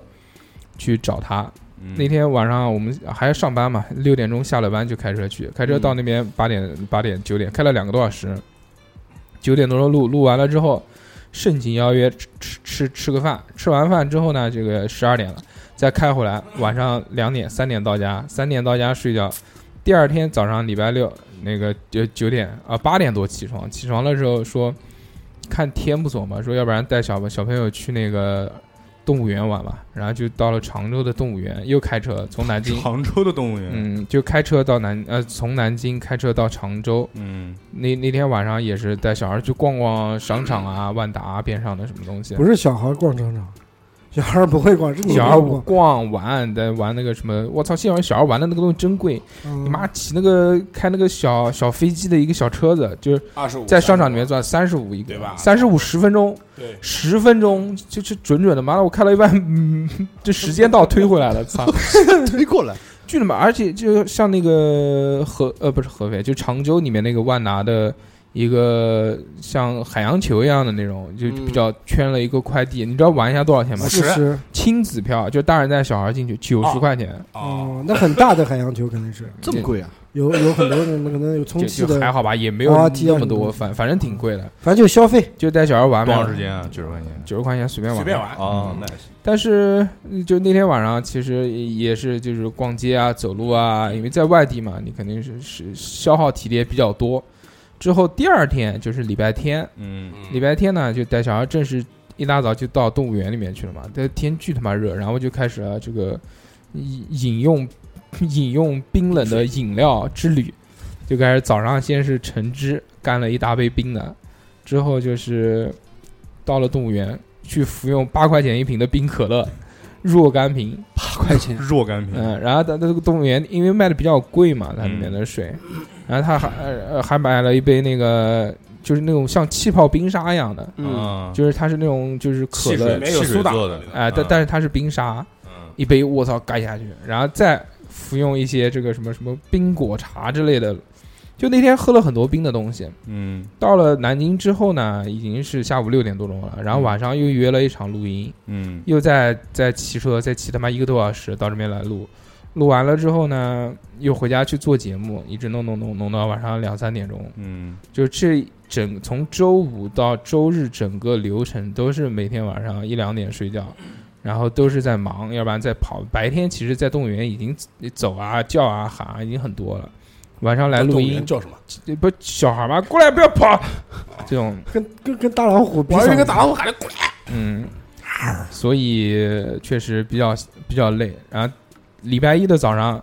S6: 去找他。
S9: 嗯，
S6: 那天晚上我们啊还要上班嘛，六点钟下了班就开车去，开车到那边八点八点九点，开了两个多小时，九点多钟录录完了之后，盛情邀约吃吃吃吃个饭，吃完饭之后呢，这个十二点了，再开回来，晚上两点三点到家，三点到家睡觉，第二天早上礼拜六那个九九点啊八点多起床，起床的时候说看天不错嘛，说要不然带小小朋友去那个动物园玩吧，然后就到了常州的动物园，又开车从南京，
S9: 常州的动物园，
S6: 嗯，就开车到南呃从南京开车到常州，
S9: 嗯
S6: 那那天晚上也是带小孩去逛逛商场啊、万达啊边上的什么东西
S3: 不，是小孩逛商场，小孩不会逛，是你
S6: 小孩
S3: 逛啊不
S6: 逛玩，在玩那个什么，我操，现在小孩玩的那个东西真贵，
S3: 逛，
S6: 你妈骑那个开那个小小飞机的一个小车子，就是
S2: 二十五
S6: 在商场里面转三十五一个，
S2: 对吧
S6: 三十五十分钟，
S2: 对，
S6: 十分钟就是准准的，妈的，我开了一半， 嗯，这时间到推回来了，操！
S1: 推过来，
S6: 巨他妈！而且就像那个合呃不是合肥，就常州里面那个万达的一个像海洋球一样的那种，就
S1: 嗯
S6: 比较圈了一个快递，你知道玩一下多少钱吗？
S3: 四十，
S6: 亲子票，就大人带小孩进去，九十
S2: 哦
S6: 块钱，
S2: 哦，
S3: 哦，那很大的海洋球肯定是
S1: 这么贵啊？
S3: 有有很多人可能有充
S6: 就
S3: 气
S6: 就
S3: 的
S6: 还，好吧，也没有
S3: 滑梯
S6: 那
S3: 啊
S6: 么
S3: 什么
S6: 多，
S3: 的
S6: 反反正挺贵的，
S3: 反正就消费，
S6: 就带小孩玩
S9: 多长
S6: 嘛
S9: 时，间啊？九十块钱
S6: 九十块钱随便
S2: 随
S6: 玩，
S2: 便玩，嗯
S9: 哦，那也行，
S6: 但嗯是嗯就那天晚上，其实也是就是逛街啊、走路啊，因为在外地嘛，你肯定是是消耗体力也比较多。之后第二天就是礼拜天，
S9: 嗯
S6: 礼拜天呢就带小孩正式一大早就到动物园里面去了嘛，但天巨他妈热，然后就开始了这个饮饮用 饮用冰冷的饮料之旅，就开始早上先是橙汁干了一大杯冰的，之后就是到了动物园去服用八块钱一瓶的冰可乐。 若干瓶，
S1: 八块钱，
S9: 若干瓶，
S6: 嗯，然后它那个动物园因为卖的比较贵嘛，它里面的水，然后他还呃还买了一杯那个就是那种像气泡冰沙一样的，
S1: 嗯，
S9: 啊，
S6: 就是它是那种就是可
S2: 汽水
S6: 乐
S2: 里，面有
S9: 汽水
S2: 苏打
S9: 做的
S6: 哎、但
S9: 嗯
S6: 但是它是冰沙，
S9: 嗯
S6: 一杯我操干下去，然后再服用一些这个什么什么冰果茶之类的，就那天喝了很多冰的东西。
S9: 嗯
S6: 到了南京之后呢，已经是下午六点多钟了，然后晚上又约了一场录音，
S9: 嗯
S6: 又在在骑车，再骑他妈一个多小时到这边来录。录完了之后呢，又回家去做节目，一直弄弄弄弄到晚上两三点钟，
S9: 嗯
S6: 就这整从周五到周日整个流程都是每天晚上一两点睡觉，
S2: 嗯
S6: 然后都是在忙，要不然在跑。白天其实，在动物园已经走啊、叫啊、喊啊已经很多了，晚上来录
S2: 动物
S6: 音
S2: 园，叫什么？
S6: 不小孩嘛，过来不要跑， 这种
S3: 跟跟跟大老虎比
S2: 我还
S3: 上
S2: 有一个大老虎喊的，
S6: 嗯，所以确实比较比较累。然后礼拜一的早上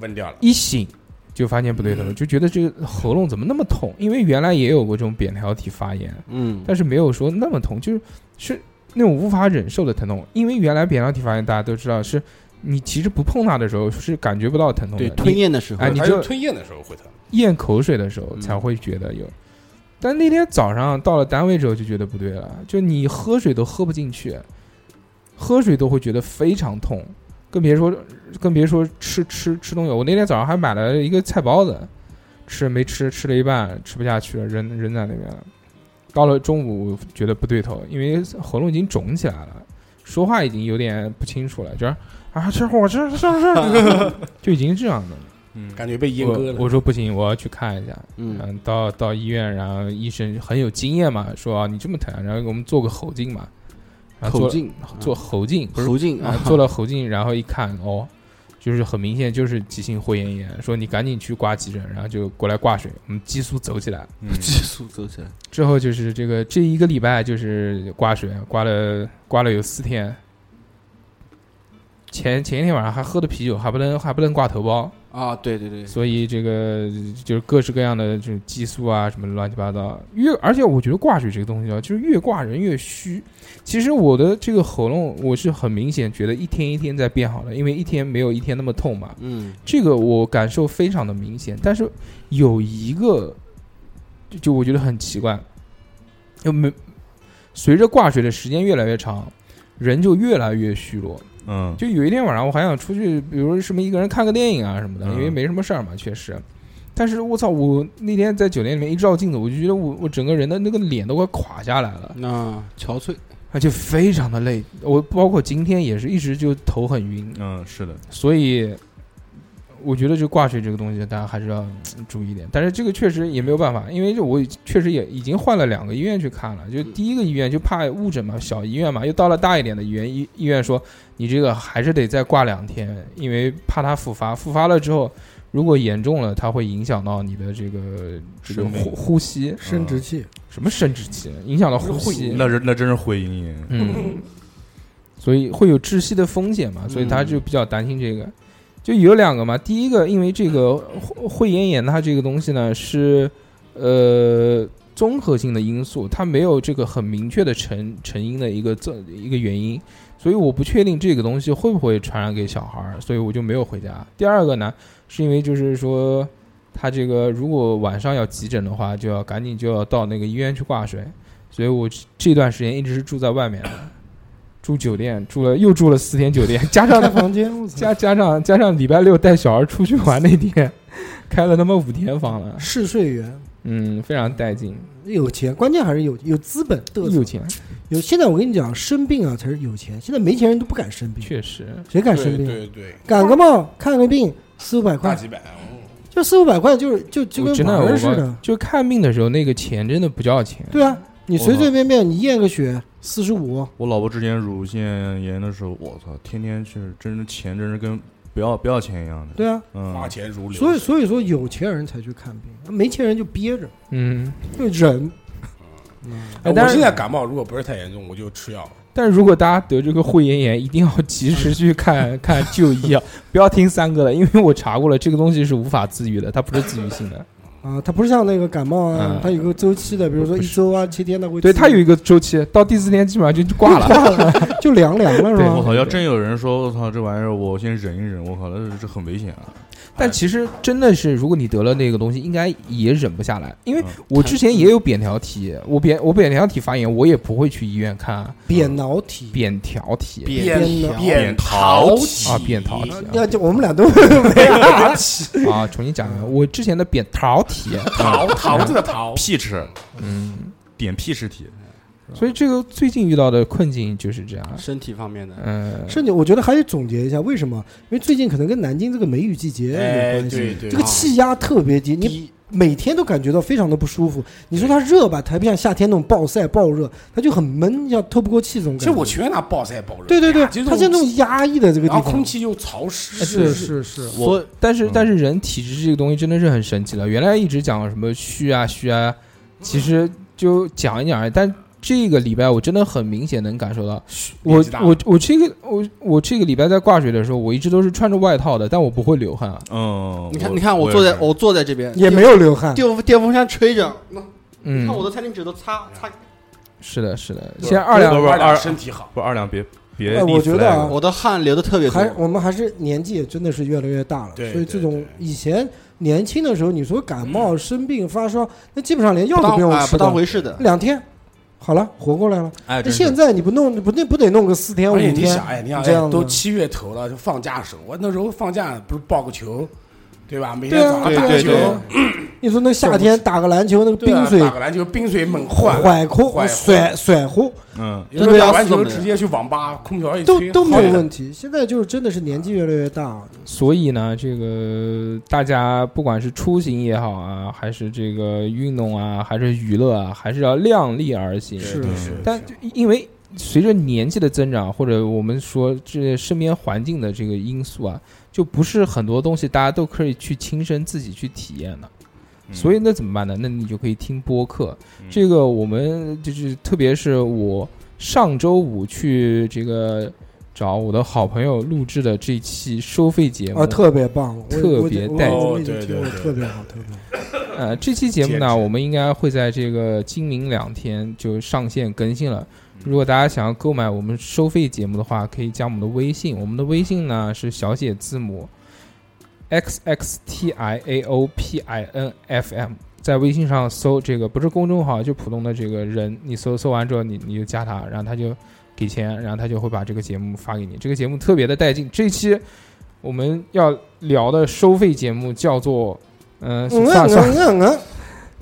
S2: 问掉了，
S6: 一醒就发现不对
S2: 嗯
S6: 头，就觉得这个喉咙怎么那么痛，因为原来也有过这种扁桃体发炎。
S1: 嗯，
S6: 但是没有说那么痛，就是是那种无法忍受的疼痛。因为原来扁桃体发炎，大家都知道是你其实不碰它的时候是感觉不到疼痛的，
S1: 对，吞
S6: 你
S1: 咽的时候
S6: 哎，你
S2: 还
S6: 就
S2: 有吞咽的时候会疼，
S6: 咽口水的时候
S1: 嗯
S6: 才会觉得有。但那天早上到了单位之后就觉得不对了，就你喝水都喝不进去，喝水都会觉得非常痛，更别说更别说吃吃吃东西。我那天早上还买了一个菜包子，吃没吃吃了一半吃不下去了，扔扔在那边了。到了中午觉得不对头，因为喉咙已经肿起来了，说话已经有点不清楚了，就是啊，这我这这这就已经这样的。
S9: 嗯，
S2: 感觉被阉割
S6: 我
S2: 了。
S6: 我说不行，我要去看一下。
S1: 嗯
S6: 嗯，到到医院，然后医生很有经验嘛，说啊你这么疼，然后给我们做个喉镜嘛，然后做
S1: 口径啊
S6: 做喉镜，不是
S1: 口径
S6: 啊， 做了喉镜，然后一看哦，就是很明显就是急性肺炎炎，说你赶紧去挂急诊，然后就过来挂水，我们激素走起来。
S9: 嗯
S1: 激素走起来，
S6: 之后就是这个这一个礼拜就是挂水，挂了挂了有四天。前前一天晚上还喝的啤酒，还不能还不能挂头孢，
S1: 啊，对对对，
S6: 所以这个就是各式各样的这种激素啊，什么乱七八糟。越而且我觉得挂水这个东西啊，就是越挂人越虚。其实我的这个喉咙，我是很明显觉得一天一天在变好了，因为一天没有一天那么痛嘛。
S1: 嗯
S6: 这个我感受非常的明显，但是有一个，就就我觉得很奇怪，就没随着挂水的时间越来越长，人就越来越虚弱。
S9: 嗯
S6: 就有一天晚上，我还想出去，比如说什么一个人看个电影啊什么的，
S9: 嗯
S6: 因为没什么事儿嘛，确实。但是我操，我那天在酒店里面一照镜子，我就觉得我我整个人的那个脸都快垮下来了，
S1: 那憔悴，
S6: 而且非常的累。我包括今天也是一直就头很晕，
S9: 嗯，是的，
S6: 所以我觉得就挂水这个东西，大家还是要嗯注意一点。但是这个确实也没有办法，因为就我确实也已经换了两个医院去看了，
S9: 嗯
S6: 就第一个医院就怕误诊嘛，小医院嘛，又到了大一点的医院，医医院说你这个还是得再挂两天，因为怕它复发，复发了之后。如果严重了，它会影响到你的这个这个
S9: 生命
S6: 呼呼吸，
S3: 生殖器，
S6: 什么生殖器，影响到呼吸，
S9: 那人那真是会阴影。
S6: 嗯，所以会有窒息的风险嘛，所以他就比较担心这个。就有两个嘛，第一个因为这个会会咽炎它这个东西呢是呃综合性的因素，它没有这个很明确的成成因的一个这一个原因，所以我不确定这个东西会不会传染给小孩儿，所以我就没有回家。第二个呢，是因为就是说。他这个如果晚上要急诊的话，就要赶紧就要到那个医院去挂水，所以我这这段时间一直是住在外面的，住酒店，住了又住了四天酒店，加上
S3: 开房间， 我操
S6: 加加上加上礼拜六带小孩出去玩那天，开了他妈五天房了，
S3: 试睡员
S6: 嗯，非常带劲，
S3: 有钱，关键还是有有资本，嘚瑟
S6: 有钱，
S3: 有。现在我跟你讲，生病啊才是有钱，现在没钱人都不敢生病，
S6: 确实，
S3: 谁敢
S2: 对
S3: 生病？
S2: 对对，
S3: 感个冒看个病四五百
S2: 大
S3: 块，
S2: 几百，
S3: 就四五百块就是就就
S6: 我
S3: 跟
S6: 真
S3: 玩
S6: 我
S3: 儿似的。
S6: 就看病的时候那个钱真的不叫钱，
S3: 对啊，你随随便便你验个血四十五，
S9: 我老婆之前乳腺炎的时候，我操，天天是真是钱，真是跟不要不要钱一样的。
S3: 对啊，
S9: 嗯，
S2: 花钱如流。
S3: 所以所以说有钱人才去看病，没钱人就憋着，
S6: 嗯，
S3: 就忍。
S2: 哎
S6: 哎但
S2: 我
S6: 是
S2: 现在感冒如果不是太严重，我就吃药。
S6: 但是如果大家得这个会咽炎，一定要及时去看看就医啊，不要听三哥的，因为我查过了，这个东西是无法自愈的，它不是自愈性的，
S3: 啊，它不是像那个感冒啊
S6: 嗯，
S3: 它有个周期的，比如说
S6: 不
S3: 一
S6: 是
S3: 周啊、七天的会自
S6: 对，
S3: 己。
S6: 它有一个周期，到第四天基本上就挂了。
S3: 就凉凉了是
S6: 对
S9: 我
S3: 吧？
S9: 操！要真有人说我操这玩意儿，我先忍一忍，我靠，那这很危险啊！
S6: 但其实真的是，如果你得了那个东西，应该也忍不下来。因为
S9: 嗯
S6: 我之前也有扁桃体，我扁我扁桃体发炎，我也不会去医院看啊
S3: 扁桃体，
S6: 扁桃体
S3: 扁
S9: 扁
S2: 桃
S6: 啊，扁桃体
S3: 要就我 们俩都
S6: 啊啊，重新讲一遍，我之前的扁桃体，
S2: 桃 桃子的桃，
S9: 屁吃，
S6: 嗯，
S9: 点屁吃体，
S6: 所以这个最近遇到的困境就是这样，
S1: 身体方面的，
S6: 嗯，
S3: 甚至我觉得还得总结一下为什么？因为最近可能跟南京这个梅雨季节有
S2: 哎，
S3: 关系。
S2: 对对
S3: 这，个气压特别低，你
S1: 低
S3: 每天都感觉到非常的不舒服。你说它热吧，它还不像夏天那种暴晒暴热，它就很闷，要透不过气这种感
S2: 其
S3: 觉。
S2: 实我哎全让它暴晒暴热。
S3: 对对对，
S2: 就
S3: 它像那种压抑的这个地
S2: 然后
S3: 方，哎
S2: 空气又潮湿，
S6: 是
S3: 是是，
S1: 所以
S6: 但是
S9: 嗯
S6: 但是人体质这个东西真的是很神奇的，原来一直讲什么虚啊虚啊，其实就讲一讲而已，但。这个礼拜我真的很明显能感受到，我
S2: 年纪大了
S6: 我我这个我我这个礼拜在挂水的时候，我一直都是穿着外套的，但我不会流汗啊。
S9: 嗯，
S1: 你看你看我坐在我坐在这边
S3: 也没有流汗。
S1: 电风电风扇吹着，那你
S6: 嗯
S1: 看，我的餐巾纸都擦擦，
S6: 是的，是的。现在二两
S9: 不是
S2: 二
S9: 二
S2: 两身体好，
S9: 不是二两别别
S3: 哎
S9: 立 flag 了，
S3: 我觉得啊
S1: 我的汗流的特别多
S3: 还，我们还是年纪也真的是越来越大了，
S2: 对
S3: 所以
S2: 对
S3: 这种
S2: 对
S3: 以前年轻的时候，你说感冒、生病、发烧，那基本上连药
S1: 不
S3: 都
S1: 当
S3: 用
S2: 哎
S1: 啊
S3: 吃
S1: 不
S3: 的，
S1: 当回事的，
S3: 两天好了，活过来了。
S9: 哎，
S3: 那
S9: 真是
S3: 现在你不弄，不那不得弄个四天五
S2: 而且
S3: 天？
S2: 你想，哎，你想，
S3: 这
S2: 哎
S3: 样子
S2: 都七月头了，就放假的时候，我那时候放假不是报个球，对吧？每天
S3: 对啊
S2: 早上
S9: 对
S2: 打
S9: 对
S2: 球，
S9: 对
S3: 你说那夏天打个篮球，那个
S2: 对啊
S3: 冰水
S2: 打个篮球，冰水猛换，缓
S3: 缓和甩甩和
S9: 嗯，
S2: 有时候打完
S1: 真的要
S2: 球
S1: 死的
S2: 直接去网吧，空调一
S3: 都
S2: 吹，
S3: 都没有
S2: 好
S3: 问题。现在就是真的是年纪越来越大，
S6: 所以呢，这个大家不管是出行也好啊，还是这个运动啊，还是娱乐啊，还是要量力而行。
S3: 是
S9: 对
S2: 是
S6: 但就因为随着年纪的增长，或者我们说这身边环境的这个因素啊，就不是很多东西大家都可以去亲身自己去体验的。
S9: 嗯
S6: 所以那怎么办呢？那你就可以听播客。这个我们就是，特别是我上周五去这个找我的好朋友录制的这期收费节目
S3: 啊，特别棒，我
S6: 特别带
S2: 劲
S3: 我我我已经
S2: 哦对
S3: 听过
S2: 对对
S3: 特别好，特别好。
S6: 呃，这期节目
S2: 简直
S6: 呢，我们应该会在这个今明两天就上线更新了。如果大家想要购买我们收费节目的话，可以加我们的微信，我们的微信呢是小写字母 x x t i a o p i n f m，在微信上搜这个不是公众号，就普通的这个人，你搜搜完之后你，你就加他，然后他就给钱，然后他就会把这个节目发给你。这个节目特别的带劲，这期我们要聊的收费节目叫做。嗯，
S3: 嗯
S6: 算算
S3: 嗯嗯嗯，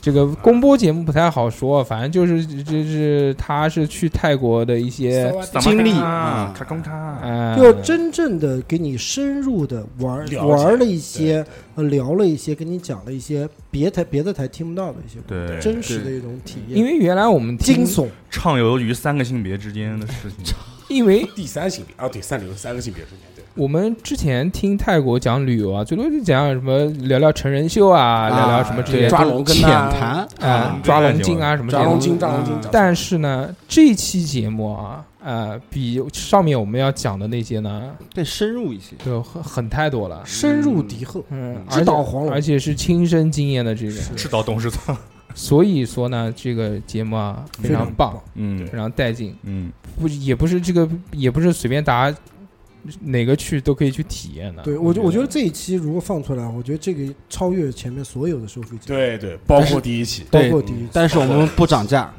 S6: 这个公播节目不太好说，反正就是就是他是去泰国的一些
S1: 经历
S4: 啊
S9: 嗯
S1: 啊，
S4: 卡工叉，
S6: 呃，
S3: 就真正的给你深入的玩
S2: 了解
S3: 玩了一些，呃聊了一些，跟你讲了一些别台别的台听不到的一些
S9: 对
S3: 真实的一种体验，
S6: 因为原来我们听
S3: 惊，悚。
S9: 畅游于三个性别之间的事情，
S6: 因为
S2: 第三性别啊，对，三流三个性别之间，对，
S6: 我们之前听泰国讲旅游啊，最多就讲什么聊聊成人秀啊，聊聊什么这些
S1: 对
S2: 抓龙根
S1: 浅
S2: 呐
S1: 谈
S6: 啊
S9: 嗯，
S6: 抓龙筋啊什么这
S2: 抓
S6: 些
S2: 龙啊
S6: 东西。
S2: 筋，抓龙筋，
S3: 嗯
S2: 抓龙筋
S6: 但是呢，这期节目啊，呃，比上面我们要讲的那些呢，
S1: 更深入一些。
S6: 就很很太多了。
S3: 深入敌后，
S6: 嗯，
S3: 直捣黄龙
S6: 而且是亲身经验的这个，
S9: 赤道董事长，
S6: 所以说呢，这个节目啊非常棒，
S9: 嗯
S6: 非常带劲，
S9: 嗯，
S6: 不也不是这个也不是随便大家哪个去都可以去体验的。
S3: 对我觉我觉得这一期如果放出来，我觉得这个超越前面所有的收费节目，
S2: 对对，包括第一期，
S3: 包
S1: 对
S3: 括第一期。
S1: 但是我们不涨价，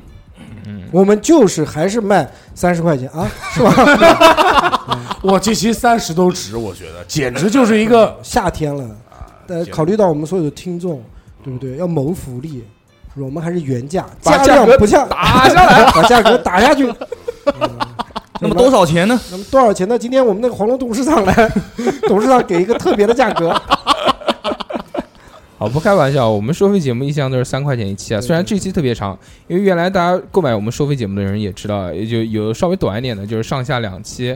S6: 嗯，
S3: 我们就是还是卖三十块钱啊， 是吧？
S2: 哇，这期三十都值，我觉得简直就是一个
S3: 夏天了，呃，
S2: 行
S3: 考虑到我们所有的听众，对不对？要谋福利，是吧我们还是原价，
S4: 把
S3: 价
S4: 价
S3: 量
S4: 格
S3: 不降，打下来，把价格打下去。
S4: 那么多少钱呢？
S3: 那么多少钱呢？今天我们那个黄龙董事长来， 董事长给一个特别的价格，
S6: 好，不开玩笑，我们收费节目一向都是三块钱一期啊。
S3: 对
S6: 虽然这期特别长，因为原来大家购买我们收费节目的人也知道，也就有稍微短一点的，就是上下两期；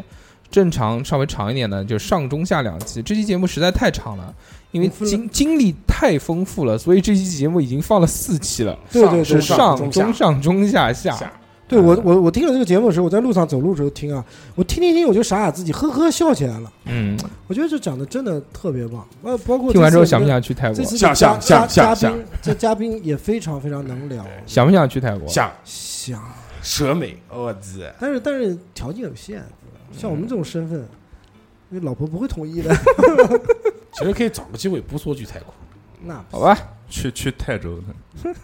S6: 正常稍微长一点的，就是上中下两期。这期节目实在太长了，因为
S3: 丰富了
S6: 经经历太丰富了，所以这期节目已经放了四期了。
S3: 对对
S6: 是
S3: 对，
S6: 上
S2: 中
S6: 中
S2: 下
S6: 上中下下，
S2: 下
S3: 对我我我听了这个节目的时候，我在路上走路的时候听啊，我听听听我就傻傻自己呵呵笑起来了。
S6: 嗯，
S3: 我觉得这讲的真的特别棒，呃，包括
S6: 听完之后
S3: 这次
S6: 想
S3: 我
S6: 不
S3: 们
S6: 想去啊泰
S3: 这
S6: 国？
S3: 次的
S2: 想想
S3: 嘉嘉
S2: 想
S3: 嘉
S2: 想
S3: 宾，这嘉宾也非常非常能聊，
S6: 想不想去泰 国？
S2: 想
S3: 想，
S2: 蛇美，我日，
S3: 但是但是条件有限，像我们这种身份，那老婆不会同意的。
S2: 其实可以找个机会不说去泰国，
S3: 那
S6: 好吧，
S9: 去去泰州的，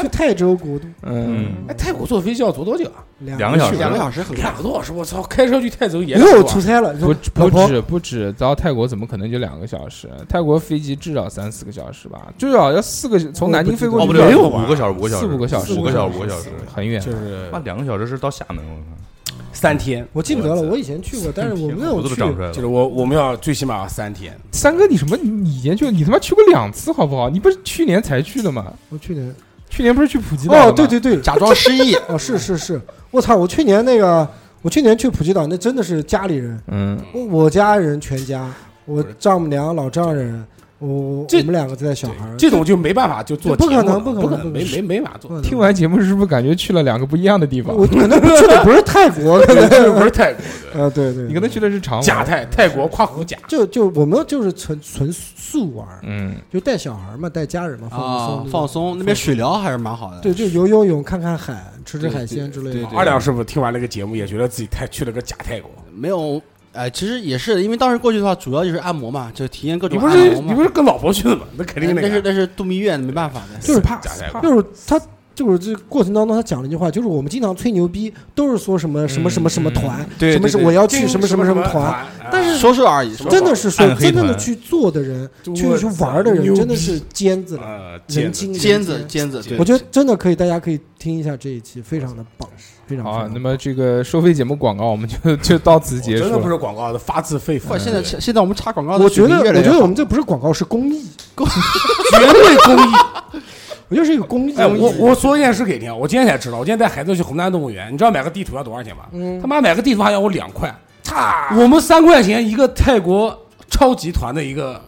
S3: 去泰州国度
S6: 嗯，
S2: 哎，泰国坐飞机要坐多久啊？
S3: 两
S9: 两个小时
S1: 两个小时很快
S2: 两。个多小时，我操，开车去泰州也啊
S3: 又
S2: 我
S3: 出差了，
S6: 不不
S3: 老婆
S6: 止不止，到泰国怎么可能就两个小时？泰国飞机至少三四个小时吧，至少要四个从南京飞过
S9: 哦
S6: 去
S9: 不
S6: 至少
S9: 对，
S2: 没有吧
S9: 五个小时，五个小时，
S6: 四五个小时
S9: 五个小时，五个小时，
S6: 很远
S2: 就。是
S9: 那两个小时是到厦门，我靠，
S2: 三天，
S3: 我记不得了，我以前去过，但是我没
S9: 胡
S3: 有
S9: 子都
S3: 去。
S9: 长出来
S2: 就
S9: 了。
S2: 是我我们要最起码要三天，
S6: 三哥，你什么？你以前去，你他妈去过两次好不好？你不是去年才去的吗？
S3: 我去年
S6: 去年不是去普吉岛了吗
S3: 哦，对，对对，
S1: 假装失忆，
S3: 哦是是是，我操！我去年那个，我去年去普吉岛，那真的是家里人，
S6: 嗯，
S3: 我我家人全家，我丈母娘、老丈人，我我
S2: 这
S3: 我们两个带小孩儿，
S2: 这种就没办法就做
S3: 不可
S2: 节目
S3: 能
S2: 了
S3: 不可
S2: 不
S3: 能
S2: 可
S3: 不可
S2: 没
S3: 能
S2: 没没法做，
S6: 听完节目是不是感觉去了两个不一样的地方
S3: 我？可能去的不是泰国，可能
S2: 这不是泰国的
S3: 啊，对对，
S6: 你跟他去的是长玩
S2: 假泰泰国跨国假，
S3: 就就我们就是纯纯素玩儿，
S6: 嗯，
S3: 就带小孩儿嘛，带家人嘛，
S1: 啊
S3: 放，
S1: 放
S3: 松
S1: 松，那边水疗还是蛮好的。
S3: 那种，对，就游游泳、看看海、吃吃海鲜之类
S1: 对
S3: 的
S1: 对。
S2: 二两师傅听完那个节目也觉得自己太去了个假泰国，
S1: 没有，哎，其实也是，因为当时过去的话，主要就是按摩嘛，就体验各
S2: 你
S1: 种
S2: 不
S1: 按
S2: 是
S1: 摩嘛。
S2: 你不是跟老婆去的吗？那肯定
S1: 那
S2: 那
S1: 是
S2: 个
S1: 那
S2: 啊
S1: 是度蜜月，没办法的。
S3: 就是
S2: 假泰国
S3: 就是他就是这过程当中，他讲了一句话，就是我们经常吹牛逼，都是说什么什么什么什么团，
S5: 对
S3: 什么
S5: 对
S3: 是
S5: 对
S3: 我要去什么什么什么团，
S2: 团，哎
S3: 但是
S1: 说说而已，说说
S3: 真的是说
S9: 暗黑
S3: 真正的
S9: 团
S3: 去做的人，
S2: 就
S3: 去
S2: 我
S3: 去玩的人，
S2: 牛
S3: 真的
S2: 逼
S3: 是尖子了，
S2: 呃，
S3: 人
S2: 尖子
S3: 精
S1: 尖
S3: 人
S1: 子尖子，对
S3: 嗯我觉得真的可以，大家可以听一下这一期，非常的棒，非常
S6: 好
S3: 棒。
S6: 啊，那么这个收费节目广告我们就就到此
S2: 我
S6: 结
S2: 哦真的
S6: 束
S2: 不
S6: 了。
S2: 是广告的，发自肺
S1: 哇，
S2: 腑。
S1: 现在现在我们插广告的
S3: 我觉
S1: 水
S3: 得，
S1: 平越来
S3: 我
S1: 越
S3: 觉得
S1: 好
S3: 我们这不是广告，是公益，
S2: 绝对公益。
S3: 我觉得是一个公益。
S2: 哎，我我说一件事给你听，我今天才知道，我今天带孩子去湖南动物园，你知道买个地图要多少钱吗？
S3: 嗯
S2: 他妈买个地图还要我两 块，
S3: 差
S2: 我们三块钱一个泰国超级团的一个，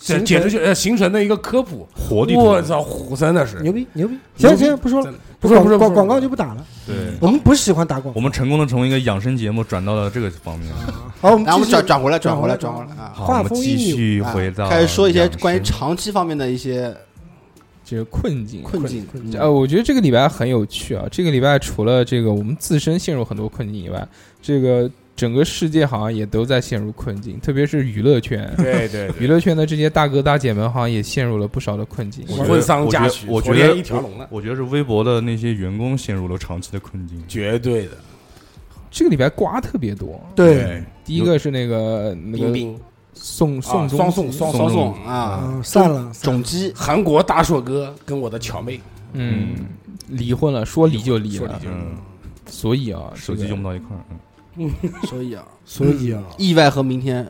S2: 这
S3: 行
S2: 简直
S3: 程
S2: 就是呃行程的一个科普。
S9: 活地
S2: 我
S9: 图，
S2: 操，虎真的是
S3: 牛逼牛逼！行行，不说了
S2: 真，的
S3: 不
S2: 不说不说
S3: 广
S2: 不说，
S3: 广告就不打了。
S9: 对，
S3: 我们不喜欢打广告。
S9: 我们成功的从一个养生节目转到了这个方面。
S3: 好，我们
S1: 然后我们
S3: 继续
S1: 转转回来，转回来，
S3: 转
S1: 转回
S3: 回来
S1: 来啊！
S9: 好，
S3: 画
S9: 我们
S3: 风
S9: 继
S3: 一扭
S9: 续
S1: 啊
S9: 回到
S1: 开始说一些
S9: 养生
S1: 关于长期方面的一些
S6: 这个困境，
S1: 困境。嗯
S6: 呃，我觉得这个礼拜很有趣啊。这个礼拜除了这个我们自身陷入很多困境以外，这个整个世界好像也都在陷入困境，特别是娱乐圈
S2: 对对对，
S6: 娱乐圈的这些大哥大姐们好像也陷入了不少的困境。
S9: 我觉得
S2: 婚丧嫁娶，
S9: 我觉
S2: 昨
S9: 得
S2: 天一条龙的，
S9: 我觉得是微博的那些员工陷入了长期的困境。
S2: 绝对的。
S6: 这个礼拜瓜特别多，
S3: 对，，
S6: 第一个是那个那
S2: 冰
S6: 个
S2: 冰
S6: 宋
S2: 啊
S6: 宋仲
S2: 双
S6: 基
S2: 宋双双
S9: 宋仲
S2: 宋，
S9: 基
S1: 啊，
S3: 嗯，散了，散了
S1: 种 鸡
S2: 韩国大硕哥跟我的乔妹，
S6: 嗯，离婚了，说离就离
S2: 说离
S6: 了
S2: 就，
S9: 嗯，
S6: 所以啊，
S9: 手机
S6: 这个
S9: 用不到一块儿。嗯
S1: 所以啊，
S3: 所以
S2: 嗯
S3: 啊，
S1: 意外和明天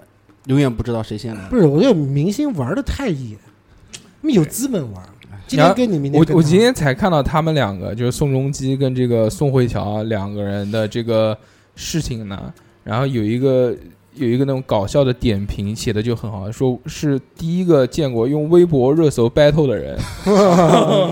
S1: 永远不知道谁先来。
S3: 不是，我觉得明星玩的太野，他们有资本玩。今
S6: 然
S3: 天
S6: 后
S3: 跟你，明天
S6: 我
S3: 跟
S6: 我
S3: 他
S6: 今天才看到他们两个，就是宋仲基跟这个宋慧乔两个人的这个事情呢，然后有一个有一个那种搞笑的点评写的就很好，说是第一个见过用微博热搜 battle 的人，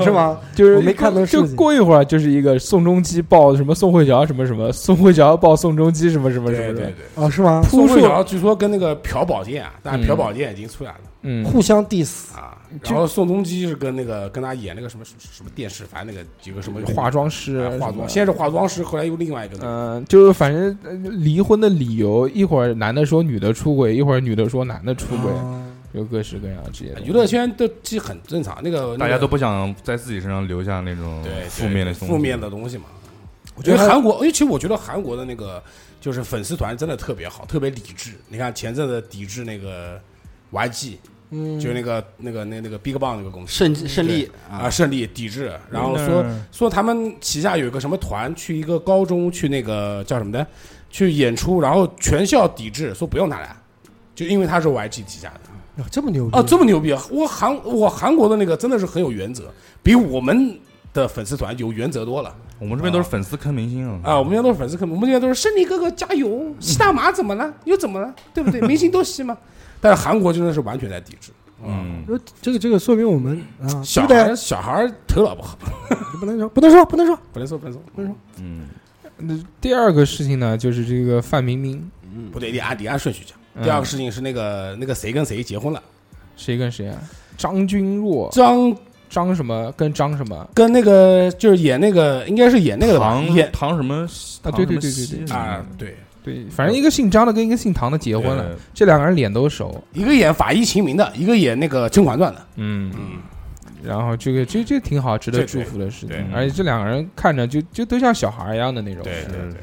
S3: 是吗？
S6: 就是
S3: 我没看到
S6: 就
S3: 事情
S6: 过一会儿就是一个宋仲基抱什么宋慧乔什么什么，宋慧乔抱宋仲基什么什么
S2: 对
S6: 什么
S2: 对
S6: 的
S2: 对，。
S3: 啊，是吗？
S2: 宋
S6: 扑
S2: 慧
S6: 朔
S2: 乔据说跟那个朴宝剑啊，
S9: 嗯
S2: 但朴宝剑已经出来了。
S6: 嗯，
S3: 互相 diss，
S2: 啊，然后宋仲基是跟那个跟他演那个什么什么电视，反正那个几个什么
S6: 化妆师
S2: 啊化
S6: 什么
S2: 妆，先是化妆师，后来又另外一个那个，
S6: 嗯，就是反正呃离婚的理由，一会儿男的说女的出轨，一会儿女的说男的出轨，
S3: 哦
S6: 有各式各样这些东西
S2: 娱乐圈都其实很正常，那个
S9: 大家都不想在自己身上留下那种
S2: 对对
S9: 负面的东西
S2: 负面的东西嘛。我
S3: 觉
S2: 觉
S3: 得
S2: 得韩国，因为其实我觉得韩国的那个就是粉丝团真的特别好，特别理智。你看前阵子抵制那个 YG，
S3: 嗯，
S2: 就那个那个那那个 BigBang 那个公司
S1: 胜胜利
S2: 啊，
S1: 啊，
S2: 胜利抵制，然后说
S4: 嗯
S2: 说他们旗下有一个什么团，去一个高中去那个叫什么的，去演出，然后全校抵制，说不用他来，就因为他是 YG 旗下的。
S3: 啊这么牛逼
S2: 啊，这么牛逼啊！我韩我韩国的那个真的是很有原则，比我们的粉丝团有原则多了
S9: 我们这边都是粉丝坑明星
S2: 啊！我们现在都是粉丝坑，我们现在都是胜利哥哥加油，吸大麻怎么了？又怎么了？对 不对？明星都吸嘛。但是韩国真的是完全在抵制，
S9: 嗯，
S3: 呃这个这个说明我们啊，
S2: 小
S3: 对
S2: 孩
S3: 不
S2: 儿小孩儿头脑不好，
S3: 对？不能说，不能说，不能说，
S2: 不能说不能说不能说，
S9: 嗯，
S6: 那第二个事情呢，就是这个范冰冰，
S2: 不对，你按你按顺序讲。
S6: 嗯
S2: 第二个事情是那个那个谁跟谁结婚了，
S6: 谁跟谁啊？张君若、
S2: 张
S6: 张什么跟张什么
S2: 跟那个就是演那个应该是演那个的吧，
S9: 唐
S2: 演
S9: 唐什么
S6: 啊？
S9: 唐
S6: 对对
S9: 什么
S6: 对对对
S9: 西
S2: 啊对，
S6: 对，反正一个姓张的跟一个姓唐的结婚了
S9: 对，
S6: 这两个人脸都熟，
S2: 一个演法医秦明的，一个演那个《甄嬛传》的，
S6: 嗯然后这个这这挺好，值得
S2: 这
S6: 祝福的事
S2: 对
S6: 情，而且这两个人看着就就都像小孩一样的那种，
S2: 对对
S9: 是是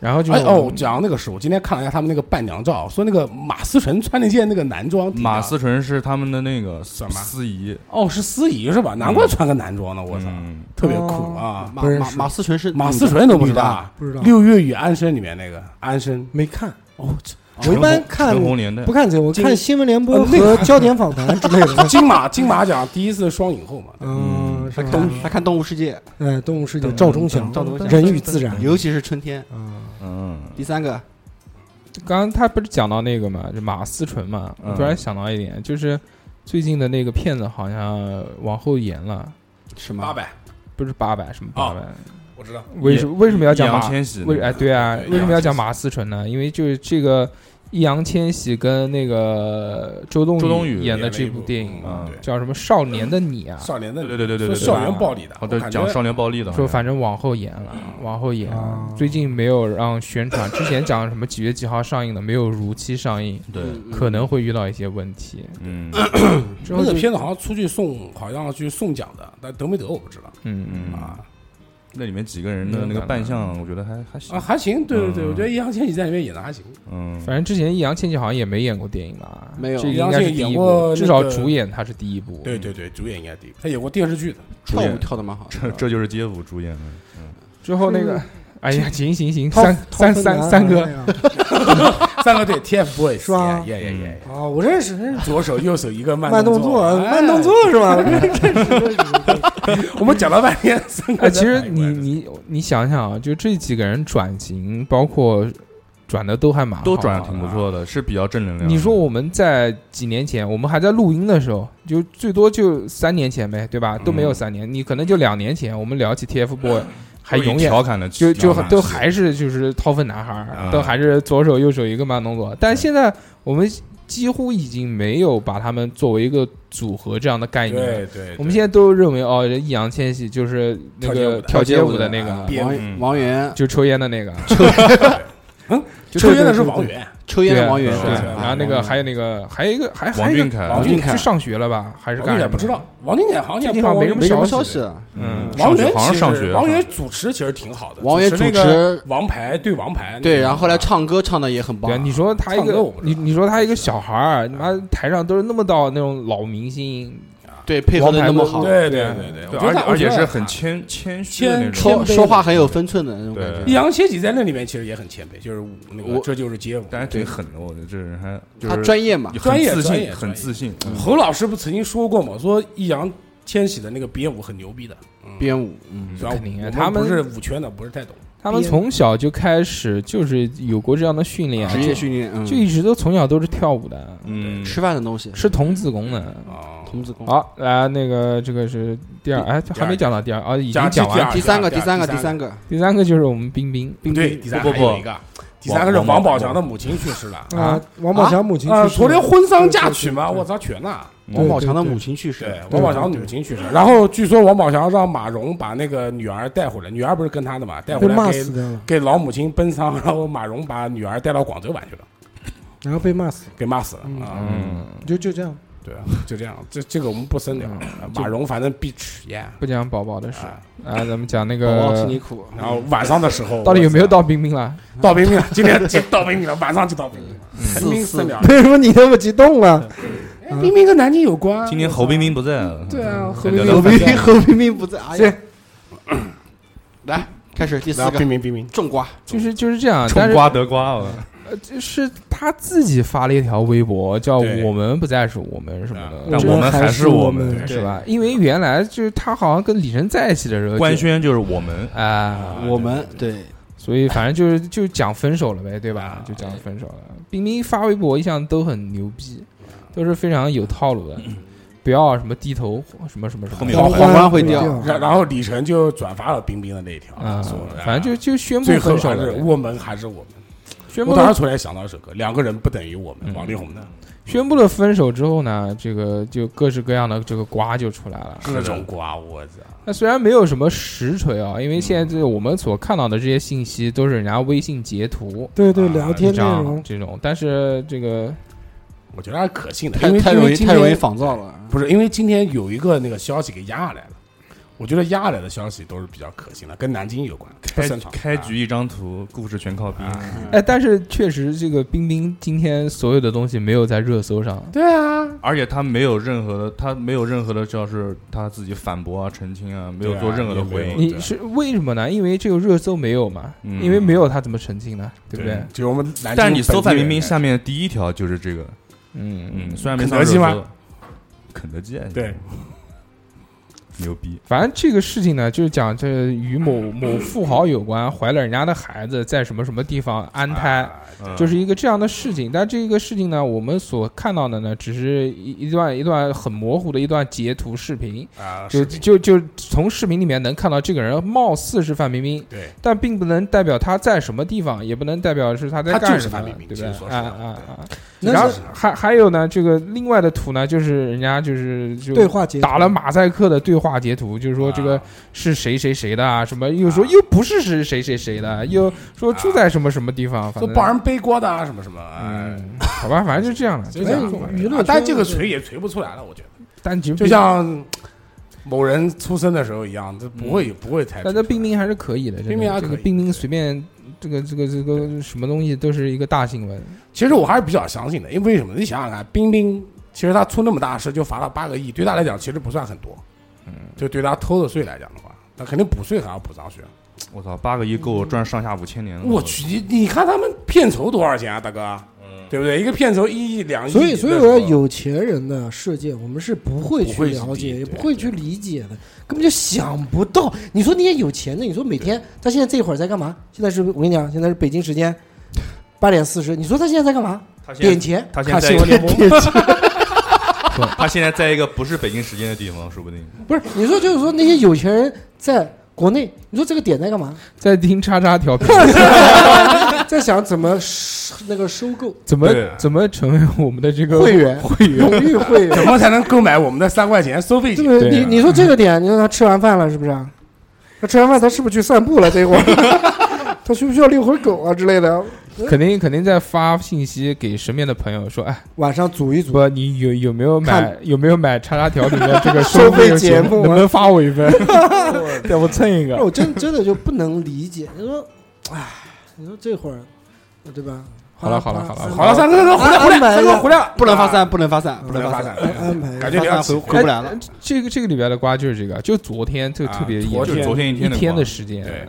S6: 然后就
S2: 哎
S6: 是我
S2: 哦
S6: 们，
S2: 讲到那个事，我今天看了一下他们那个伴娘照，说那个马思纯穿了一件那个男装挺大的，
S9: 马思纯是他们的那个
S2: 什么
S9: 司仪，
S2: 哦是司仪是吧？难怪穿个男装呢，我操，
S9: 嗯，
S2: 特别酷
S3: 哦
S2: 啊！
S1: 马
S3: 不认
S1: 马
S3: 识
S1: 马思纯是
S2: 马
S1: 女的
S2: 思纯都不知
S1: 女的
S2: 道
S1: 啊
S2: 啊，
S3: 不知道
S2: 《六月与安生》里面那个安生
S3: 没看。
S2: 哦，
S3: 我一般
S9: 陈红
S3: 看
S9: 陈红年代
S3: 不，看这个，我看新闻联播
S2: 呃那个
S3: 和焦点访谈 之类的。
S2: 金马金马奖第一次双影后嘛，
S3: 嗯，是吧？
S1: 动他看《动物世界
S3: 哎，动物世界，赵忠祥，
S1: 赵忠祥
S3: 人与自然》，。
S1: 尤其是春天。
S3: 啊，
S9: 嗯，
S1: 第三个，
S6: 刚刚他不是讲到那个嘛，就马思纯嘛，
S9: 嗯
S6: 我突然想到一点，就是最近的那个片子好像往后延了，
S1: 什
S2: 八
S1: 么？
S2: 百，
S6: 不是八百什么八百，
S2: 哦我知道，
S6: 为什么为什么要讲
S9: 易烊
S6: 马？
S9: 千玺？
S6: 为哎对啊，
S2: 对
S6: 为什么
S2: 易烊
S6: 要
S2: 千
S6: 讲马思纯呢？因为就是这个易烊千玺跟那个周冬
S9: 周冬
S6: 演
S9: 雨
S6: 的
S2: 演了
S6: 这
S2: 一
S6: 部
S2: 部
S6: 电影
S9: 嗯
S6: 啊
S2: 对，
S6: 叫什么《少年的你》啊，
S2: 少年的
S9: 对对对对对哦
S2: 说
S9: 对，
S2: 校园暴力的，
S9: 好
S2: 我
S9: 的，
S2: 感觉
S9: 讲少年暴力的，
S6: 说反正往后延了，往后延
S4: 啊。
S6: 最近没有让宣传，之前讲什么几月几号上映的，没有如期上映，
S9: 对，
S6: 可能会遇到一些问题。
S9: 嗯
S6: 之后
S2: 那个
S6: 就
S2: 片子好像出去送，好像去送奖的，但得没得我不知道
S6: 嗯嗯，
S2: 啊
S9: 那里面几个人的那个扮相，我觉得还还行
S2: 啊，，还行，对对对，
S9: 嗯
S2: 我觉得易烊千玺在里面演的还行，
S9: 嗯，
S6: 反正之前易烊千玺好像也没演过电影吧？
S1: 没有
S6: 这个应该是
S2: 易烊千玺
S6: 第一
S2: 演过
S6: 部，
S2: 那
S6: 至少
S2: 个
S6: 主演他是第一部。
S2: 对对对，主演应该第一，他演过电视剧的，
S1: 跳
S9: 演
S1: 舞跳的蛮好的。
S9: 这这就是街舞主演的，
S6: 之后那个，哎呀，行行行，
S3: 掏
S6: 三三三三
S3: 个
S6: 哥，
S2: 三个对 TFBOYS
S3: 是吧
S2: 耶耶耶，
S3: 啊，我认识认识，
S2: 左手右手一个慢
S3: 慢动作哎
S2: 作，啊
S3: 慢动作是吧？
S2: 哎。我们讲了半天， 三个
S6: 哎，其实
S2: 在哪一
S6: 你
S2: 关
S6: 你你想想啊，就这几个人转型，包括转的都还蛮好
S9: 都转的
S6: 的
S9: 挺不错的，是比较正能量的。
S6: 你说我们在几年前，我们还在录音的时候，就最多就三年前呗，对吧？都
S9: 嗯
S6: 没有三年，你可能就两年前，我们聊起 TFBOY，还
S9: 有
S6: 永远
S9: 调侃的，
S6: 就就
S9: 调侃
S6: 都还是就是掏粪男孩儿，
S9: 啊
S6: 都还是左手右手一个慢动作。但现在我们几乎已经没有把他们作为一个组合这样的概念了。
S2: 对对，
S6: 哎我们现在都认为哦，易烊千玺就是那个跳
S2: 跳
S6: 街
S2: 街
S6: 舞
S2: 舞
S6: 的
S2: 的
S6: 那个
S2: 啊，
S1: 王
S2: 王
S9: 嗯
S1: 王源，
S6: 就抽烟的那个，
S2: 在抽烟的是王源，
S1: 抽烟
S6: 对
S1: 的王源，
S2: 是
S6: 对
S2: 是
S6: 然后那个还有那个还有一个还还
S9: 王
S6: 有一
S9: 俊
S6: 个
S9: 凯，
S2: 王俊凯
S6: 去上学了吧？还是
S2: 王俊
S6: 干
S2: 凯
S6: 什么？
S2: 不知。道，王俊凯好像
S6: 最近
S2: 也不知道
S6: 好像没什么
S1: 没什么消
S2: 消息
S1: 息了。
S6: 嗯
S9: 嗯，
S2: 王
S9: 上
S2: 源
S9: 学好像
S2: 其实
S9: 上学，
S2: 王源主持其实挺好的，
S1: 王源
S2: 主
S1: 主
S2: 持那个
S1: 持，
S2: 王牌对王牌，
S1: 对，然后后来唱歌唱的也很棒
S6: 对，。你说他一
S2: 唱歌
S6: 个
S2: 我，不知
S6: 你
S2: 道
S6: 你说他一个小孩儿，你妈台上都是那么到那种老明星，
S1: 对，配合的那么好，
S2: 对对对对，我
S9: 对，
S2: 觉得
S9: 啊而且
S2: 他
S9: 而且是
S2: 我
S9: 很
S2: 觉得
S9: 谦谦虚的那
S2: 谦谦
S9: 种，
S1: 说说话很有分寸的那种感
S2: 易
S1: 觉。
S9: 对
S2: 烊千玺在那里面其实也很前辈，就是舞那个
S1: 我
S2: 这就是街舞。
S9: 但是挺狠的，我觉得这人还就
S1: 他
S9: 是
S1: 专业嘛，
S9: 很
S2: 专业
S9: 自
S2: 专业
S9: 信，很自信。嗯
S2: 侯老师不曾经说过吗？说易烊千玺的那个编舞很牛逼的，
S1: 编舞，嗯，
S2: 虽然
S6: 肯定啊
S2: 我
S6: 他们
S2: 不是舞圈的，不是太懂。
S6: 他们从小就开始就是有过这样的训练，
S1: 职业训练，
S6: 就
S1: 嗯
S6: 就，一直都从小都是跳舞的，
S9: 嗯，
S1: 吃饭的东西，
S6: 是童子功的。
S2: 哦，
S1: 童子功。
S6: 好，来那个这个是第二，哎，这还没讲到第二啊，已经讲完了。
S1: 第三个，第三个，
S2: 第
S1: 第三个，
S6: 第三个就是我们冰冰，
S2: 不对，第三个
S9: 不
S2: 还
S9: 不
S2: 有一个，第三个是王宝强的母亲去世了。
S3: 啊，王宝强母亲
S2: 啊，
S3: 去世
S2: 昨天
S3: 了
S2: 婚丧嫁娶嘛，我操，全了。
S1: 王宝强的
S3: 对对
S1: 母亲去世
S2: 对，，王宝强母亲去世，然后据说王宝强让马蓉把那个女儿带回来，女儿不是跟他的嘛，带
S3: 被
S2: 回来
S3: 骂
S2: 给
S3: 死掉了，
S2: 给老母亲奔丧，然后马蓉把女儿带到广州玩去了，
S3: 然后被骂死，
S2: 给骂死了
S3: 嗯
S2: 啊。
S9: 嗯，
S3: 就就这样。
S2: 对啊，就这样，这这个我们不深聊。马蓉反正必吃烟
S6: 不讲宝宝的事
S2: 啊，
S6: 啊，咱们讲那
S1: 宝宝辛
S6: 个
S1: 你苦。
S2: 然后晚上的时候
S6: 到底有没有到冰冰了？
S2: 到冰冰了？今天就到冰冰了，晚上就到冰冰了。陈冰私聊，
S3: 为什么你那么激动啊？
S2: 哎冰冰跟南京有关。
S9: 今天侯冰冰不在了，
S3: 嗯
S2: 对啊，侯
S9: 再聊
S2: 冰
S1: 何
S2: 冰
S9: 聊
S1: 冰冰，
S2: 反正
S1: 何冰冰不在，哎呀， 来开始第四
S2: 然后
S1: 个
S2: 冰冰冰冰，
S1: 种瓜，
S6: 就是就是这样，但
S9: 冲
S6: 是呃
S9: 瓜得瓜了。
S6: 是他自己发了一条微博，叫“
S2: 对
S6: 我们不再是我们”什么的，
S9: 但
S3: 这
S9: 我们还
S3: 还
S9: 是
S3: 是
S9: 我
S3: 我
S9: 们
S3: 们
S9: 对
S6: 是吧？因为原来就是他好像跟李晨在一起的时候就，
S9: 呃官宣就是我们，
S6: 啊，
S1: 我们对
S6: 所以反正就是 就讲分手了呗，对吧？就讲分手了。冰冰发微博一向都很牛逼，都是非常有套路的，不要什么低头什么什么什么。
S9: 后面
S1: 皇
S3: 皇
S1: 冠会
S3: 掉
S1: 掉，
S2: 然然后李晨就转发了冰冰的那一条
S6: 啊，，
S2: 说了
S6: 反正就就宣布
S2: 最后
S6: 分手
S2: 还
S6: 了
S2: 是
S6: 呗，
S2: 我们还是我们。
S6: 宣布
S2: 我
S6: 了
S2: 当时突然想到一首歌，《两个人不等于我们》，王力宏的
S6: 宣布了分手之后呢，这个就各式各样的这个瓜就出来了。
S2: 各种瓜，啊我操！
S6: 那虽然没有什么实锤啊，因为现在这我们所看到的这些信息都是人家微信截图、
S3: 对对，
S2: 啊
S3: 聊
S6: 一
S3: 天内
S6: 张
S3: 容，
S6: 这种，但是这个
S2: 我觉得还是可信的，因
S1: 太太
S2: 为因
S1: 容
S2: 为
S1: 易
S2: 今
S1: 太容易
S2: 天
S1: 仿造了。啊
S2: 不是因为今天有一个那个消息给压下来了，我觉得压下来的消息都是比较可信的，跟南京有关，不啊
S9: 开
S2: 正常
S9: 开局一张图，故事全靠
S2: 嗯
S9: 逼。
S2: 啊
S6: 哎，但是确实这个冰冰今天所有的东西没有在热搜上，
S2: 对啊，
S9: 而且他没有任何的，他没有任何的，就是他自己反驳啊、澄清啊，没有
S2: 对啊
S9: 做任何的回
S2: 也没
S9: 应。
S2: 有
S6: 你是为什么呢？因为这个热搜没有嘛，
S9: 嗯
S6: 因为没有他怎么澄清呢？对不对？
S2: 啊就我们南京，
S9: 但是你搜范冰冰下，面第一条就是这个，
S6: 嗯
S9: 嗯，虽然没
S2: 肯
S9: 上
S2: 德基
S9: 热
S2: 吗
S9: 搜？肯德基啊
S2: 对，
S9: 牛逼，
S6: 反正这个事情呢，就是讲这与某某富豪有关，怀了人家的孩子，在什么什么地方安胎，
S2: 啊
S9: 嗯
S6: 就是一个这样的事情。但这个事情呢，我们所看到的呢，只是一一段一段很模糊的一段截图视频，
S2: 啊，
S6: 就是就就从视频里面能看到这个人貌似是范冰冰，
S2: 对，
S6: 但并不能代表他在什么地方，也不能代表是他在
S2: 他就
S6: 干
S2: 是
S6: 什么
S2: 范冰，冰
S6: 对不
S2: 其
S6: 对
S2: 实？说实
S6: 啊
S2: 话
S6: 啊啊！
S3: 那
S6: 然后
S3: 是
S6: 还还有呢，这个另外的图呢，就是人家就是就
S3: 对话结束
S6: 打了马赛克的对话截图，就是说这个是谁谁谁的啊，什么又说
S2: 啊
S6: 又不是是谁谁谁的，又说住在什么什么地方，反
S2: 就
S6: 正
S2: 帮人背锅的啊，什么什么，哎，
S6: 嗯，好吧，反正就这样了，
S2: 就
S6: 就
S2: 这
S6: 这样
S2: 样
S6: 了。
S2: 哎娱乐，但这个锤也锤不出来了，我觉得，
S6: 但其实
S2: 就像某人出生的时候一样，这不会不会太
S6: 但这冰冰还是可以的，真的
S2: 冰冰还
S6: 这个
S2: 可以
S6: 冰冰随便这个这个这个什么东西都是一个大新闻，
S2: 其实我还是比较相信的，因为什么？你想想看，冰冰其实他出那么大事就罚了八个亿，对他来讲其实不算很多，嗯，就对他偷的税来讲的话，他肯定补税还要补上去。
S9: 我操，八个亿够我赚上下五千年了。
S2: 我去，你你看他们片酬多少钱啊，大哥？对不对？一个片酬一亿两亿，
S3: 所以，所以说有钱人的世界，我们是不会
S2: 不
S3: 去
S2: 会去
S3: 了解，
S2: 理
S3: 也
S2: 对
S3: 不会去理解的，根本就想不到。你说那些有钱的，你说每天他现在这会儿在干嘛？现在是我跟你讲，现在是北京时间八点四十。你说他现在在干嘛？
S9: 他现
S3: 点
S9: 在
S3: 钱，
S9: 他现
S2: 看
S9: 在
S2: 新闻联 播，
S9: 他现在在一个不是北京时间的地方，说不定
S3: 不是？你说就是说那些有钱人在国内，你说这个点在干嘛？
S6: 在听叉叉调频，
S3: 在想怎么收那个收购
S6: 怎么
S2: 对
S6: 怎么成为我们的这个
S3: 会员
S6: 会员
S3: 荣誉会员
S2: 怎。么才能购买我们的三块钱收费
S3: 对
S2: 险？
S3: 不对？
S6: 对啊
S3: 你你说这个点，你说他吃完饭了是不是啊？他吃完饭，他是不是去散步了？这会儿，他需不需要遛会儿狗啊之类的？
S6: 肯定肯定在发信息给身边的朋友说，哎，
S3: 晚上组一组，
S6: 不，你有有没有买
S3: 嗯看
S6: 有没有买叉叉条里面这个
S3: 收费
S6: 费
S3: 节目
S6: 目，能不能发我一份？对，我蹭一
S3: 那
S6: 个。
S3: 我真真的就不能理解。你说，唉，你说这会儿，对吧？
S6: 好了好了好了
S2: 好了，三哥，三哥回
S1: 哎
S2: 来，
S3: 安
S2: 回来，
S3: 安排
S2: 三
S3: 一
S2: 哥
S3: 下
S2: 回来了，
S1: 不能发散，不能发散，
S2: 不
S1: 能
S2: 能
S1: 发
S2: 发
S1: 散
S2: 散，，
S3: 安安排一下
S2: 感觉你要
S1: 发散
S2: 起
S1: 回回不来了
S6: 哎。这个这个里边的瓜就是这个，就昨天这个特别
S2: 啊
S6: 严重
S2: 昨
S9: 就是昨天一
S6: 一
S9: 天的
S6: 天的
S9: 光
S6: 时间
S2: 对，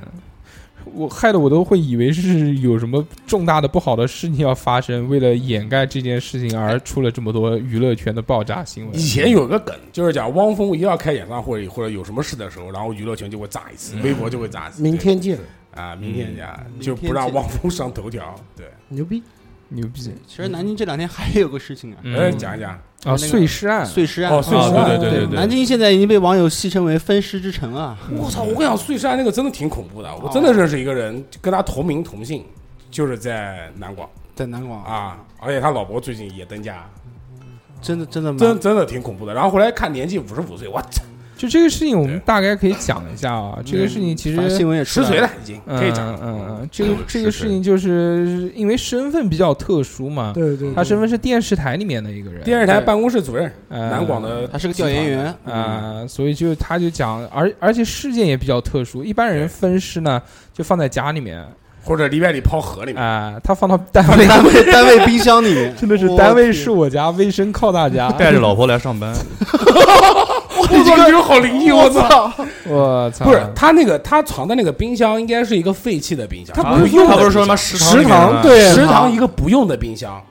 S6: 我害得我都会以为是有什么重大的不好的事情要发生，为了掩盖这件事情而出了这么多娱乐圈的爆炸新闻。
S2: 以前有个梗，就是讲汪峰一要开演唱会或者有什么事的时候，然后娱乐圈就会炸一次，微博就会炸一次。
S3: 明天见，
S2: 啊，明天呀，
S1: 嗯
S2: 就不让汪峰上头条。对，
S3: 牛逼！
S6: 牛逼
S1: 其实南京这两天还有个事情啊，
S6: 嗯
S2: 哎，讲一讲
S6: 啊！碎尸案，
S1: 碎尸案
S2: 哦，碎尸
S9: 啊
S2: 案，
S9: 对对对对
S1: 南京现在已经被网友戏称为“分尸之城”啊，
S2: 我操！我跟你讲，碎尸案那个真的挺恐怖的。我真的认识一个人，跟他同名同姓，就是在南广
S1: 在南广啊，
S2: 啊，而且他老婆最近也登家，
S1: 真的真的蛮
S2: 真真的挺恐怖的。然后回来看年纪五十五岁，我操，
S6: 就这个事情，我们大概可以讲一下啊。这个事情其
S1: 反正
S6: 实
S1: 新闻也出
S2: 十
S1: 来
S2: 岁了已经，
S6: 嗯
S2: 嗯可以讲了。
S6: 嗯嗯，这个
S9: 嗯
S6: 这个
S9: 是
S6: 事情就是因为身份比较特殊嘛，
S3: 对对，
S6: 他身份是电视台里面的一个人，
S2: 电视台办公室主任，
S6: 呃
S2: 南广的，
S1: 嗯他是个调研员，
S2: 嗯
S6: 啊、所以就他就讲，而而且事件也比较特殊，一般人分尸呢就放在家里面啊、
S2: 或者里外里抛河 里面。
S6: 他放到单 位，
S1: 单位单位冰箱里面，
S6: 真的是
S1: 我
S6: 单位是我家，卫生靠 大家，
S9: 带着老婆来上班，
S2: 我操，你说好灵异，我操！
S6: 我操，
S2: 不是他那个，他藏的那个冰箱应该是一个废弃的冰箱，
S3: 他
S9: 啊
S3: 不用
S9: 他
S3: 的
S9: 不是说什么食堂
S3: 食
S9: 里面的
S3: 堂对啊
S2: 食堂一个不用的冰箱。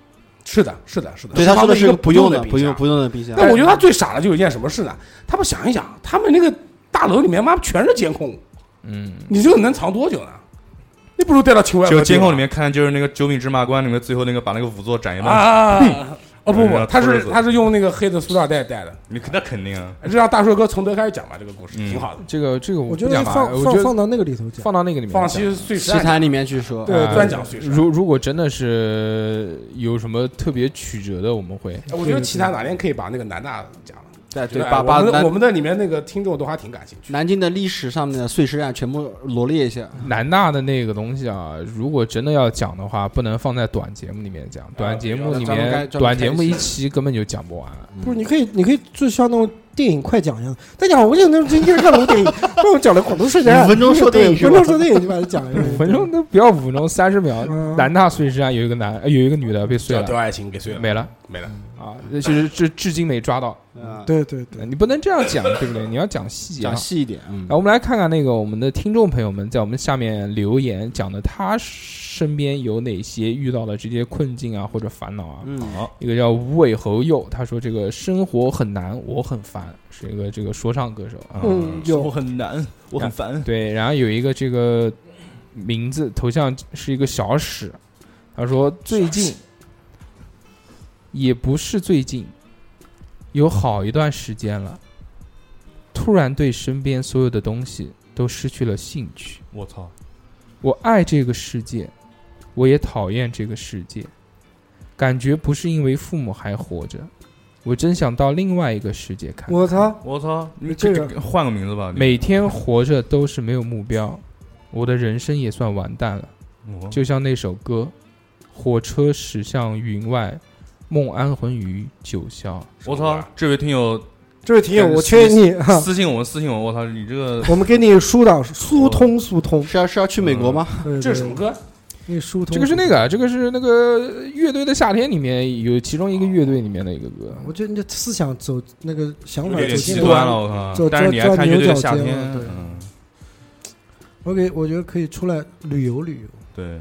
S2: 是的，是的，是的。
S1: 对
S2: 食
S1: 他
S2: 堂
S1: 说
S2: 的
S1: 的
S2: 一
S1: 是
S2: 个
S1: 个不用
S2: 的
S1: 的不用
S2: 用。
S1: 不用的冰箱，
S2: 但我觉得他最傻的就有一件什么事呢？他们想一想，他们那个大楼里面妈全是监控，
S6: 嗯，
S2: 你这个能藏多久呢？你不如带到球外
S9: 就监控里面看就是那个《九品芝麻官》里面最后那个把那个仵作斩一半，
S2: 啊。哦不不，他
S9: 然后偷着
S2: 是
S9: 走
S2: 他是用那个黑的塑料袋带的，
S9: 你那肯定啊，
S2: 这让大帅哥从头开始讲吧，这个故事
S9: 嗯
S2: 挺好的。
S6: 这个这个
S3: 我
S6: 我
S3: 觉
S6: 不
S3: 得
S6: 讲吧，
S3: 放
S6: 我
S3: 放
S6: 觉得
S3: 放到那个里头讲，
S6: 放到那个里面
S2: 放
S6: 讲
S2: 弃碎
S1: 奇
S2: 尸案，
S1: 谈里面去说，
S2: 对
S6: 啊
S2: 专讲碎尸案。
S6: 如如果真的是有什么特别曲折的，我们会
S2: 哎我觉得奇谈哪天可以把那个南大讲了。
S1: 对
S2: 觉
S1: 对，
S2: 得哎
S1: 把把
S2: 我们的我
S1: 南
S2: 们的里面那个听众都还挺感兴趣。
S1: 南京的历史上面的碎尸案全部罗列一下，
S3: 嗯
S6: 南大的那个东西啊，如果真的要讲的话，不能放在短节目里面讲，
S2: 啊
S6: 短节目里
S1: 专门
S6: 面
S1: 开
S6: 短节目一期根本就讲不完。
S3: 不是，你可以，你可以就像那种电影快讲一样。大家好，我就能今天看了部电影， 帮我讲了广东睡前
S1: 五分钟说电影
S3: 五
S1: 是吧
S3: 分钟说电影就把它讲一遍。
S6: 五分钟都不要五分钟，三十秒
S3: 嗯。
S6: 南大碎尸案有一个男，呃有一个女的被碎
S2: 叫得
S1: 啊
S6: 了，
S2: 爱情给碎了，
S6: 没了
S2: 没了。
S6: 啊、啊，就是至至今没抓到。
S1: 啊，
S3: 对对对，
S6: 你不能这样讲，对不对？你要讲细节啊
S1: 讲。细一点，嗯
S6: 然后我们来看看那个我们的听众朋友们在我们下面留言讲的他身边有哪些遇到的这些困境啊或者烦恼啊。
S1: 嗯，
S9: 好，
S6: 一个叫无尾猴鼬，他说这个生活很难，我很烦，是一个这个说唱歌手啊。
S3: 嗯，
S4: 我
S3: 有
S4: 很难，我很烦。
S6: 对，然后有一个这个名字头像是一个小史，他说最近也不是最近，有好一段时间了，突然对身边所有的东西都失去了兴趣。
S9: 我操，
S6: 我爱这个世界，我也讨厌这个世界。感觉不是因为父母还活着，我真想到另外一个世界看。
S3: 我操，
S9: 我操，你
S3: 这
S9: 这换个名字吧，你
S6: 每天活着都是没有目标，我的人生也算完蛋了。
S9: 我
S6: 就像那首歌，火车驶向云外，梦安魂于九霄。
S9: 我操，这位听友
S3: 这位听友，
S9: 嗯
S3: 我劝你哈，
S9: 私信我们，私信我，我操，你 这个
S3: 我们给你疏导疏通疏通。
S1: 是要是要去美国吗？
S3: 对
S2: 这是什么？歌？
S3: 对你疏通。
S6: 这个是那个，啊这个是那个乐队的夏天里面有其中一个乐队里面的一个歌。
S3: 我觉得你的思想走那个想法
S9: 有
S3: 走
S9: 点
S3: 进
S9: 极
S3: 了
S9: 端了，。我靠！
S3: 走
S9: 但是你还看乐队的夏
S3: 钻
S9: 天
S3: 牛角尖了，对
S9: 嗯，
S3: 我给我觉得可以出来旅游旅游，
S9: 对，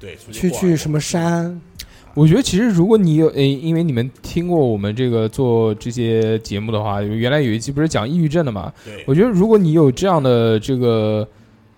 S2: 对，
S9: 啊
S3: 去
S2: 出去
S3: 去什么山，
S6: 我觉得其实如果你有诶，因为你们听过我们这个做这些节目的话，原来有一期不是讲抑郁症的嘛？
S2: 对
S6: 我觉得如果你有这样的这个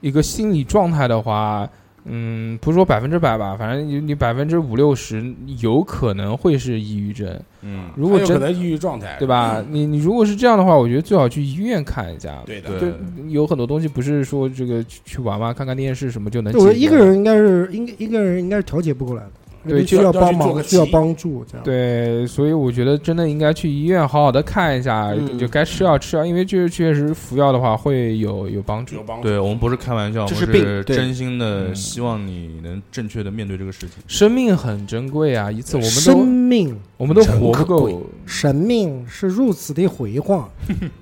S6: 一个心理状态的话，嗯，不是说百分之百吧，反正你你百分之五六十有可能会是抑郁症。
S9: 嗯，
S6: 如果
S2: 还有可
S6: 真
S2: 能抑郁状态，
S6: 对？吧？你你如果是这样的话，我觉得最好去医院看一下。
S2: 对的，
S9: 对
S6: 对，有很多东西不是说这个去去玩玩、看看电视什么就能
S3: 对
S6: 解
S3: 我
S6: 决。
S3: 觉得一个人应该是应该一个人应该是调节不过来的，
S6: 对
S3: 需
S6: 就
S2: 要
S3: 要帮
S2: 去做
S3: 忙
S2: 个
S3: 需要
S2: 棋
S3: 帮助这样。
S6: 对，所以我觉得真的应该去医院好好的看一下，
S1: 嗯
S6: 就该吃药吃药，因为这确实服药的话会有有帮助
S2: 有。帮助。
S9: 对我们不是开玩笑，我
S1: 这
S9: 们
S1: 是病对
S9: 真心的
S6: 嗯
S9: 希望你能正确的面对这个事情。
S6: 生命很珍贵啊，一次我们
S3: 生
S6: 都
S3: 命
S6: 我们都活不够，
S3: 神命是如此的辉煌，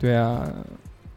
S6: 对啊。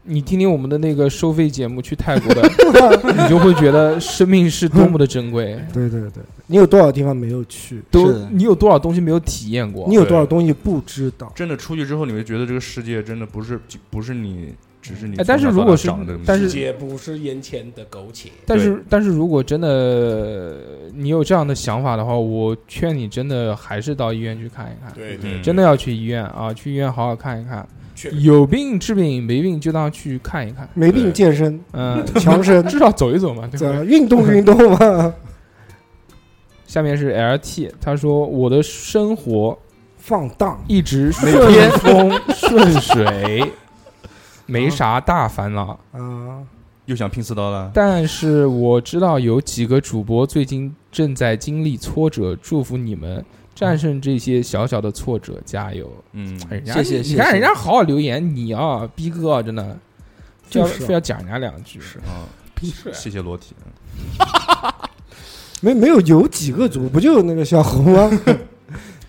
S6: 你听听我们的那个收费节目，去泰国 的，你就会觉得生命是多么的珍贵。
S3: 对对对，你有多少地方没有去？
S6: 都
S1: 是的
S6: 你有多少东西没有体验过？
S3: 你有多少东西不知道？
S9: 真的出去之后，你会觉得这个世界真的不是不是你，只是你
S6: 哎但是
S9: 从小
S6: 如果
S9: 到大
S6: 是
S9: 长的这个
S6: 但
S9: 东
S6: 是
S9: 西
S2: 也不是眼前的苟且，
S6: 但是，但是如果真的呃你有这样的想法的话，我劝你真的还是到医院去看一看，
S2: 对
S9: 嗯
S6: 真的要去医院啊，去医院好好看一看，
S2: 确
S6: 有病治病，没病就当去看一看，
S3: 没病
S9: 对
S3: 健身，
S6: 嗯，，
S3: 强身
S6: 至少走一走嘛， 对不
S3: 怎
S6: 对？
S3: 么运动运动嘛，
S6: 下面是 L T，他说我的生活
S3: 放荡。
S6: 一直顺风顺水，没啥大烦恼，
S3: 啊，
S9: 又想拼刺刀了。
S6: 但是我知道有几个主播最近正在经历挫折，祝福你们战胜这些小小的挫折，加油！
S9: 嗯，
S6: 哎人家
S1: 谢谢谢
S6: 你
S1: 谢
S6: 看人家好好留言，你啊，逼哥啊，真的，非要
S3: 就是啊
S6: 非要讲人家两句，
S9: 啊，谢谢裸体。
S3: 没没有有几个组不就那个小红吗？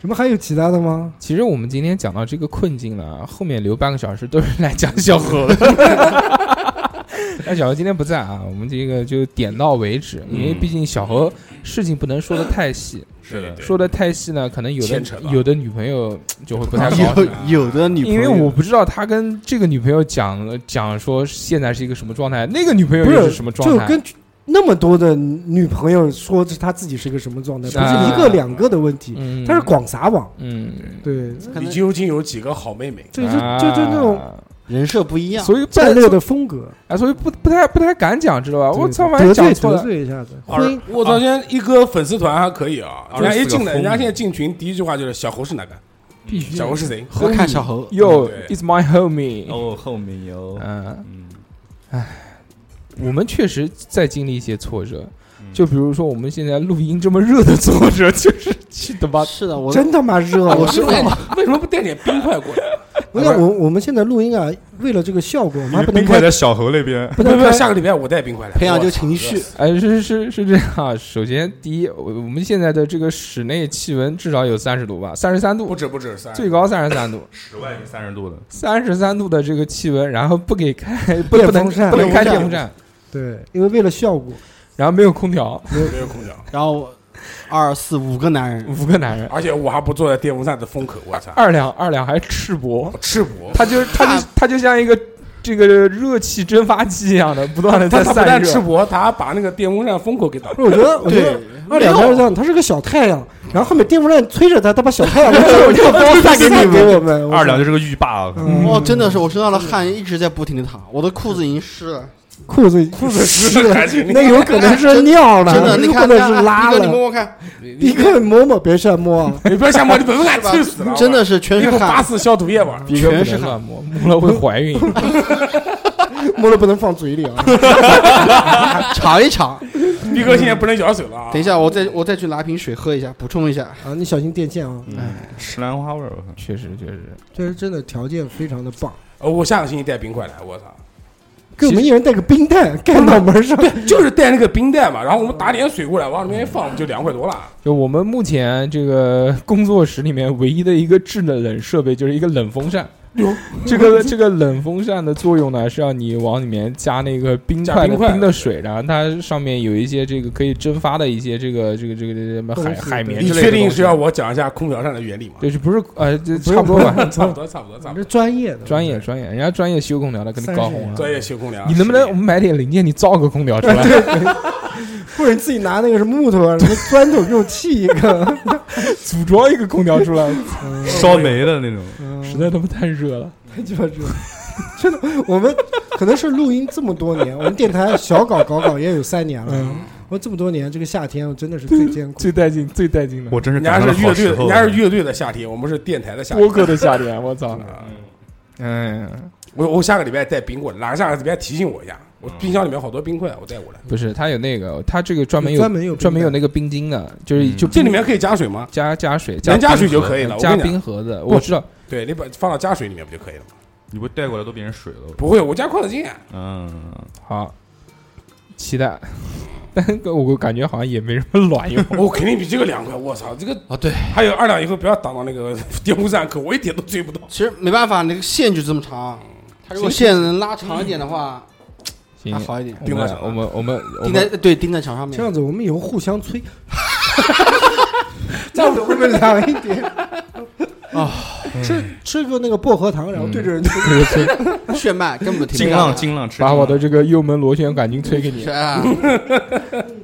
S3: 怎么还有其他的吗？
S6: 其实我们今天讲到这个困境了，后面留半个小时都是来讲小何的。 但小何今天不在啊，我们这个就点到为止，因为毕竟小何事情不能说的太细，
S9: 是的，
S6: 说的太细呢，可能有的
S2: 牵扯到
S6: 有的女朋友就会不太高 兴。
S1: 啊 有有的女朋
S6: 因
S1: 友，
S6: 为我不知道他跟这个女朋友讲了讲说现在是一个什么状态，那个女朋友
S3: 不
S6: 又
S3: 是
S6: 什么状
S3: 就
S6: 态？
S3: 跟那么多的女朋友说她自己是个什么状态，不
S6: 啊
S3: 是一个两个的问题，
S6: 嗯，
S3: 它是广撒网。
S6: 嗯，
S3: 对，
S1: 可
S2: 你
S1: 能
S2: 究竟有几个好妹妹？
S3: 这就就就那种
S6: 啊
S1: 人设不一样，
S6: 所以不
S3: 战略的风格。
S6: 啊，所以不不太不太敢讲，知道
S1: 啊
S6: 吧？
S3: 对
S6: 我
S3: 对
S6: 操，万一
S3: 得
S6: 讲
S3: 罪
S6: 错
S3: 得
S6: 了，
S3: 罪一下子，
S2: 二
S3: 婚姻
S2: 我
S6: 啊
S2: 昨天一哥粉丝团还可以啊，人家一进来，
S9: 24个
S2: 人家现在进群第一句话就是小猴是哪个？
S6: 必须
S2: 小猴是 谁？
S1: 要看小猴，
S6: Yo,
S2: 对
S6: it's my homie。
S9: 哦，后面有
S6: 嗯，
S9: 嗯，
S6: 我们确实在经历一些挫折，
S9: 嗯
S6: 就比如说我们现在录音这么热的挫折，就是去他妈
S1: 嗯是的，我
S3: 真他妈热！啊我
S2: 是为什么不带点冰块过来？
S3: 我想我我们现在录音啊，为了这个效果，我们还哎不能开，
S9: 在小猴那边。
S3: 不
S2: 不
S3: 能
S2: 不，
S3: 开
S2: 下个礼拜我带冰块来
S1: 培养这个情绪。
S6: 哎，是是是这样啊。首先，第一，我我们现在的这个室内气温至少有三十度吧，三十三
S2: 不
S6: 度，
S2: 止不止三，
S6: 最高三十三度，
S9: 室外已经三十度了，
S6: 三十三度的这个气温，然后不给开，不
S3: 电
S6: 不能
S3: 风扇
S6: 不能开电
S3: 电风
S6: 风扇，
S3: 对，因为为了效果，
S6: 然后没有空调，
S2: 没有空调，
S1: 然后二四五个男人，
S6: 五个男人，
S2: 而且我还不坐在电风扇的风口，我操，
S6: 二两二两还赤膊，
S2: 赤膊。
S6: 他就他就他就像一个这个热气蒸发机一样的，不断的
S2: 他
S6: 在
S2: 他不
S6: 散
S2: 但赤
S6: 热。
S2: 膊，他还把那个电风扇风口给挡住。
S3: 不是，我觉得，我觉得二两才是这样，他是个小太阳，然后后面电风扇吹着他，他把小太阳我就光散给你给我们。
S9: 二两就是个浴霸啊，
S3: 嗯
S1: 哦，真的是，我身上的汗一直在不停的淌，我的裤子已经湿了，
S3: 裤子
S2: 裤子湿了还行
S3: 那有可能是尿了，
S1: 真的，你
S3: 有
S1: 看，
S3: 可
S1: 你
S3: 能
S1: 看
S3: 是拉
S1: 逼哥你摸
S3: 了。
S1: 摸看，
S3: 一个摸摸，别瞎摸啊！
S2: 你不要瞎摸，你本风扇气死 了，
S1: 真的是全
S2: 一
S1: 是
S2: 口
S1: 汗
S2: 八，四消毒液吧。
S6: 一个不
S1: 全是
S6: 能
S1: 汗，
S6: 乱摸，摸了会怀孕。
S3: 摸了不能放嘴里 啊！
S1: 尝一尝。
S2: 逼哥现在不能咬手了啊
S1: 等！一下，我再我再去拿瓶水喝一下，补充一下。
S3: 啊，你小心电线啊！
S9: 石兰花味儿，我靠
S6: 确实确实，
S3: 这是真的条件非常的棒，
S2: 呃我下个星期带冰块来，我操，
S3: 给我们一人带个冰袋盖脑门上。
S2: 就是带那个冰袋嘛，然后我们打点水过来，往里面一放就凉快多了。
S6: 就我们目前这个工作室里面唯一的一个制冷设备就是一个冷风扇。这个这个冷风扇的作用呢，是让你往里面加那个冰
S2: 加
S6: 块的
S2: 冰块
S6: 冰的水，然后它上面有一些这个可以蒸发的一些这个这个这个这个什么海
S3: 东西
S6: 海绵
S2: 你
S6: 之类的东西。
S2: 确定是要我讲一下空调扇的原理吗？
S6: 对，是不是呃，这
S3: 不
S6: 差
S3: 用
S6: 不多吧，
S2: 差不多，差不多，差
S3: 反
S2: 不多。
S3: 正专业的
S6: 专业专业，人家专业修空调的，给你搞红
S2: 专
S6: 了。
S2: 业修空调，
S6: 你能不能我们买点零件，你造个空调出来？
S3: 或者你自己拿那个什么木头 啊，什么砖头这种砌一个，
S6: 组装一个空调出来，
S9: 烧煤的那种，
S6: 实在他妈太热了。
S3: 太鸡巴热了！真的，我们可能是录音这么多年，我们电台小搞搞搞也有三年了。我这么多年，这个夏天我真的是最艰苦。
S6: 最带劲，最带劲的，
S9: 我真是
S2: 人家
S9: 赶上了
S2: 是乐
S9: 好
S2: 队
S9: 时
S2: 的，
S9: 候
S2: 人家是乐队的夏天，我们是电台的夏
S6: 播
S2: 天。
S6: 客的夏天，我操！
S2: 啊
S6: 哎，
S2: 我我下个礼拜带冰棍，哪个下个礼拜提醒我一下？我冰箱里面好多冰块，我带过来。
S6: 不是，它有那个，它这个专门有
S3: 专门有
S6: 专门有
S3: 冰
S6: 那个冰晶的，就是
S9: 嗯
S6: 就
S2: 这
S6: 冰
S2: 里面可以加水吗？
S6: 加加水，
S2: 能加水
S6: 冰
S2: 就
S6: 盒
S2: 可以了我
S6: 加
S2: 跟你讲
S6: 冰盒子，
S2: 不
S6: 我知道，
S2: 对你把放到加水里面不就可以了吗？
S9: 你不带过来都变成水了。
S2: 不会，我加矿泉水啊。
S9: 嗯，
S6: 好，期待。但我感觉好像也没什么卵 用，
S2: 我肯定比这个凉快。我操，这个
S1: 啊，对，
S2: 还有二两以后不要挡到那个 电风扇口，我一点都追不到。
S1: 其实没办法，那个线就这么长，它如果线能拉长一点的话，
S6: 行
S1: 还，好一点。
S6: 我们我们我们我
S1: 钉在
S6: 们
S1: 对钉在墙上面
S3: 这，样子，我们以后互相 催，这样子会不会凉一 点？
S1: 啊，
S3: 吃吃个那个薄荷糖，然后对 着人吹，
S1: 血脉根本停不
S9: 金
S1: 下
S9: 浪
S1: 来。
S9: 金浪吃
S6: 把
S9: 金
S6: 我
S9: 浪
S6: 的这个幽门螺旋杆菌推给你
S1: 是，啊，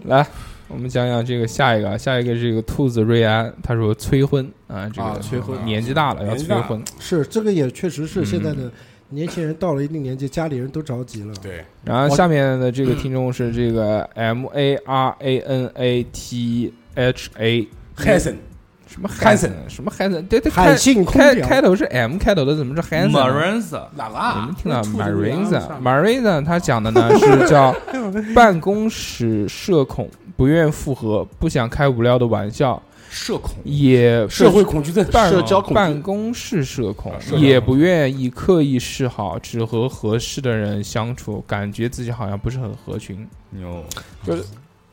S6: 来。我们讲讲这个下一个，啊，下一个是这个兔子瑞安，他说催婚啊，这
S1: 啊
S6: 个
S1: 催婚
S6: 年纪大了要
S2: 年纪
S6: 催
S2: 大
S6: 婚，
S3: 是这个也确实是现在的年轻人到了一定年纪，家里人都着急了。
S2: 对，
S6: 然后
S1: 我
S6: 下面的这
S2: 嗯
S6: 个听众是这个 M A R A N A T H A
S2: 海森
S6: 什么
S2: Hanson
S6: Hanson，什么 Hanson，对对，
S3: 海
S6: 开
S3: 信空
S6: 开
S3: 调
S6: 开头是 M 开头的，怎么是 Hanson？呢
S9: Marinsa
S2: 哪个
S6: 你
S2: 啊
S6: 们？听到
S2: 那兔子
S6: Marisa
S2: 上
S6: Marisa 他讲 的呢是叫办公室社恐，不愿复合，不想开无聊的玩笑，
S9: 社恐，
S6: 也
S2: 社会恐惧症，
S6: 办
S1: 社交恐惧
S6: 办公室社恐
S2: 啊社交，
S6: 也不愿意刻意示好，只和合适的人相处，感觉自己好像不是很合群，
S9: 牛，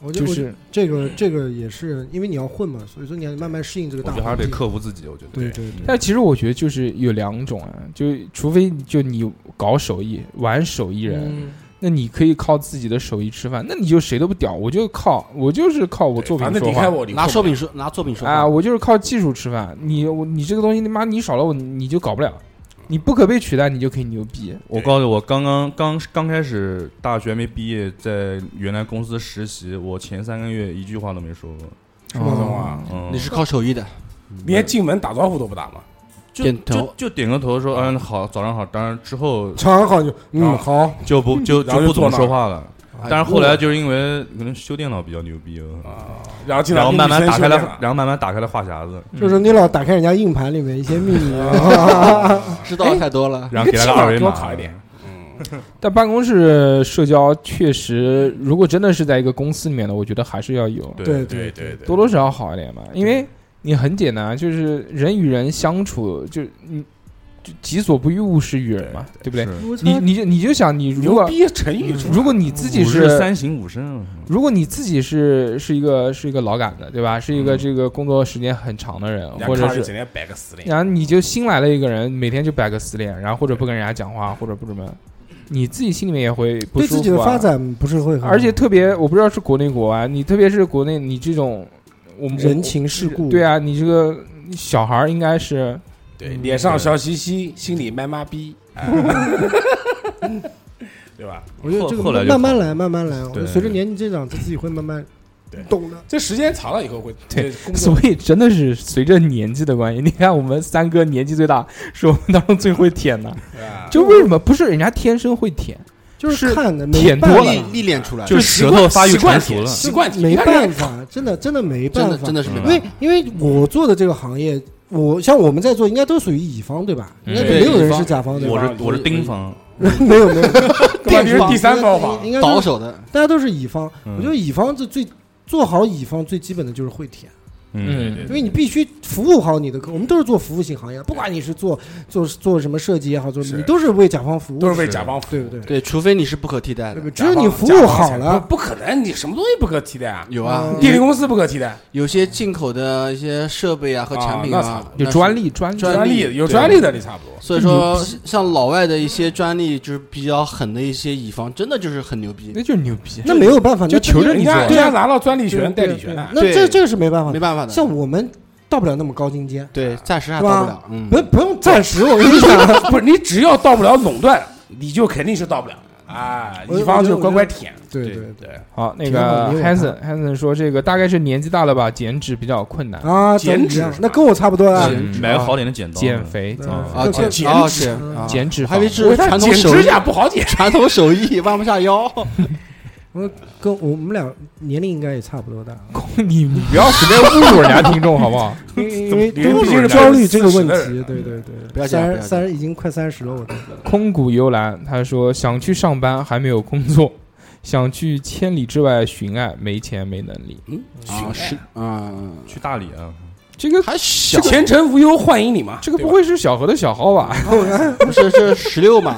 S3: 我就
S6: 就
S3: 我
S6: 是
S3: 这个这个也是因为你要混嘛，所以说你要慢慢适应这个
S9: 我
S3: 大
S9: 觉得还
S3: 环
S9: 是得
S3: 境。
S9: 克服自己，我觉得。
S3: 对对对，
S6: 但其实我觉得就是有两种啊，就除非就你搞手艺玩手艺人，
S2: 嗯
S6: 那你可以靠自己的手艺吃饭，那你就谁都不屌，我就靠我就是靠我作品
S2: 反正
S6: 说
S2: 离
S6: 话
S2: 开。我，
S1: 拿手柄说，拿作品说
S6: 啊，我就是靠技术吃饭。你我你这个东西，你妈你少了我，你就搞不了。你不可被取代，你就可以牛逼。
S9: 我告诉我，刚刚刚刚开始大学没毕业，在原来公司实习，我前三个月一句话都没说过。
S2: 什么东啊？
S9: 嗯，
S1: 你是靠手艺的，
S2: 连进门打招呼都不打吗？
S9: 就
S1: 点头
S9: 就就点个头说，嗯，好，早上好。当然之后
S3: 尝好就
S2: 啊
S3: 嗯好，
S9: 就不就
S2: 然后
S9: 就
S2: 就
S9: 不怎
S2: 坐
S9: 么
S2: 那儿
S9: 说话了。
S1: 哎
S9: 但是嗯后来就是因为可能修电脑比较牛逼，啊
S2: 然后啊进来，
S9: 然后慢慢打开了
S2: 医生，
S9: 然后慢慢打开了话匣子，
S3: 就是你老打开人家硬盘里面一些秘密啊。
S1: 知道的太多了。
S9: 然后给他
S2: 你
S9: 个
S2: 个
S9: 二维
S2: 多
S9: 码，
S2: 考一点。
S6: 但办公室社交确实，如果真的是在一个公司里面的，我觉得还是要有。
S9: 对
S3: 对
S2: 对对对，
S6: 多多少少好一点吧，因为你很简单，就是人与人相处，就你就己所不欲，勿施于人嘛，对不对？
S9: 是
S6: 你你就你就想，你如
S2: 牛
S6: 果
S2: 逼啊成语
S9: 嗯
S2: 出来
S6: 如果你自己
S9: 五啊日
S6: 是
S9: 三省吾身，
S6: 如果你自己是是一个是一个老杆子，对吧？是一个
S9: 嗯
S6: 这个工作时间很长的人，
S2: 人家
S6: 或者
S2: 看着
S6: 是。
S2: 整天摆个死脸，
S6: 然后你就新来了一个人，每天就摆个死脸，然后或者不跟人家讲话，或者不怎么，你自己心里面也会不
S3: 对
S6: 舒服、啊。
S3: 自己的发展不是会很好，
S6: 而且特别，我不知道是国内国外，你特别是国内，你这种我们
S3: 人情世故，
S6: 对啊，你这个小孩儿应该是
S2: 对，脸上笑嘻嘻，心里卖妈逼， 哎对吧？
S3: 我觉得这个
S9: 后后来就
S3: 慢慢来，慢慢来。我觉得
S9: 对
S3: 随着年纪增长，他自己会慢慢
S2: 对
S3: 懂的。
S2: 这时间长了以后会
S6: 对，
S2: 工作
S6: 所以真的是随着年纪的关系，你看我们三哥年纪最大，是我们当中最会舔的。
S2: 啊
S6: 就为什么不是人家天生会舔？
S3: 就是
S6: 是
S3: 看的，没
S6: 舔
S3: 办
S6: 多
S3: 法
S1: 历，历练出来，
S9: 就舌头发育成熟了，
S2: 习惯体
S3: 没
S2: 你看人家
S3: 办法，真的真的没
S1: 真的
S3: 办法
S1: 真。的是没
S9: 嗯
S1: 办
S3: 因
S1: 法
S3: 为。因为我做的这个行业，我像我们在做，应该都属于乙方对吧？应
S9: 嗯
S3: 该
S1: 对
S3: 没有人
S1: 乙方
S3: 是甲方对吧？
S9: 我是我是丁方，
S3: 没有没有，
S2: 对吧你是第三方
S3: 吧
S2: 吧？？
S3: 应该
S1: 倒
S3: 都
S1: 手的，
S3: 大家都是乙方。
S9: 嗯
S3: 我觉得乙方这最做好乙方最基本的就是会舔，
S9: 嗯，对
S3: 因
S9: 对
S3: 为你必须服务好你的客。我们都是做服务型行业，不管你是做做做什么设计也好，做什
S2: 是
S3: 么你都是为甲方服务
S2: 都
S3: 的，
S2: 是为甲方服务
S3: 对不对？
S1: 对，除非你是不可替代的。
S3: 只有你服务好了，
S2: 不不可能，你什么东西不可替代啊？
S1: 有啊，
S3: 嗯
S2: 电力公司不可替代，
S1: 有些进口的一些设备啊和产品
S2: 啊那
S1: 啊
S2: 操，
S6: 有
S1: 那是
S6: 专。利，专利，
S1: 专利
S2: 利有专利的你差不多。
S1: 所以说，像老外的一些专利，就是比较狠的一些乙方，真的就是很牛逼，
S6: 那就是牛逼。
S3: 那没有办法，
S6: 就
S3: 那
S6: 求着
S3: 那
S2: 人
S6: 你做
S2: 家人
S3: 对
S2: 家
S3: 啊，
S2: 拿到专利
S3: 对
S2: 权、代理权啊了，
S3: 对那
S1: 对
S3: 这这个是没办法
S1: 没
S3: 的。
S1: 办法的。
S3: 像我们到不了那么高境界，
S1: 对，暂时还
S3: 是
S1: 到
S3: 吧
S1: 不了，嗯，
S3: 不不用暂时，我跟你讲，
S2: 不是你只要到不了垄断，你就肯定是到不了啊。
S3: 我
S2: 乙方就乖乖舔，
S3: 对对
S2: 对，
S6: 好，那
S3: 挺好
S6: 个
S3: 没有
S6: Hanson Hanson 说，这个大概是年纪大了吧，减脂比较困 难，
S3: 啊，咱们
S2: 减
S3: 一
S2: 脂
S3: 样
S2: 是吧
S3: 那跟我差不多啊。
S9: 嗯买个好点的剪刀，
S6: 减肥，
S3: 嗯
S6: 减
S9: 啊
S1: 啊，
S3: 这
S1: 剪
S2: 剪
S1: 啊
S2: 指
S1: 剪啊
S6: 减脂
S1: 还
S6: 肪
S1: 以为
S2: 我
S1: 是
S2: 看
S1: 传
S2: 剪
S1: 统手
S2: 指
S1: 艺，
S2: 甲不好 剪，
S1: 传统手艺弯不下腰。
S3: 跟我们俩年龄应该也差不 多大，
S6: 你你不要随便侮辱人家听众好不好？
S3: 因为因
S2: 怎么
S3: 为都
S2: 毕竟
S3: 是
S2: 是
S3: 焦虑这个
S2: 40
S3: 问
S2: 的
S3: 题，
S2: 人
S3: 对对对，
S1: 啊不要讲
S3: 三
S1: 不
S3: 十
S1: 要讲
S3: 三十已经快三十了，我都
S6: 空谷幽兰，他说想去上班还没有工作， 想去千里之外寻爱，没钱没能力。
S1: 啊，是啊，
S9: 去大理啊，
S6: 这个
S1: 还小，
S2: 前程无忧幻影你嘛。
S6: 这个
S2: 对吧
S6: 不会是小何的小号吧？
S1: 不是这十六嘛？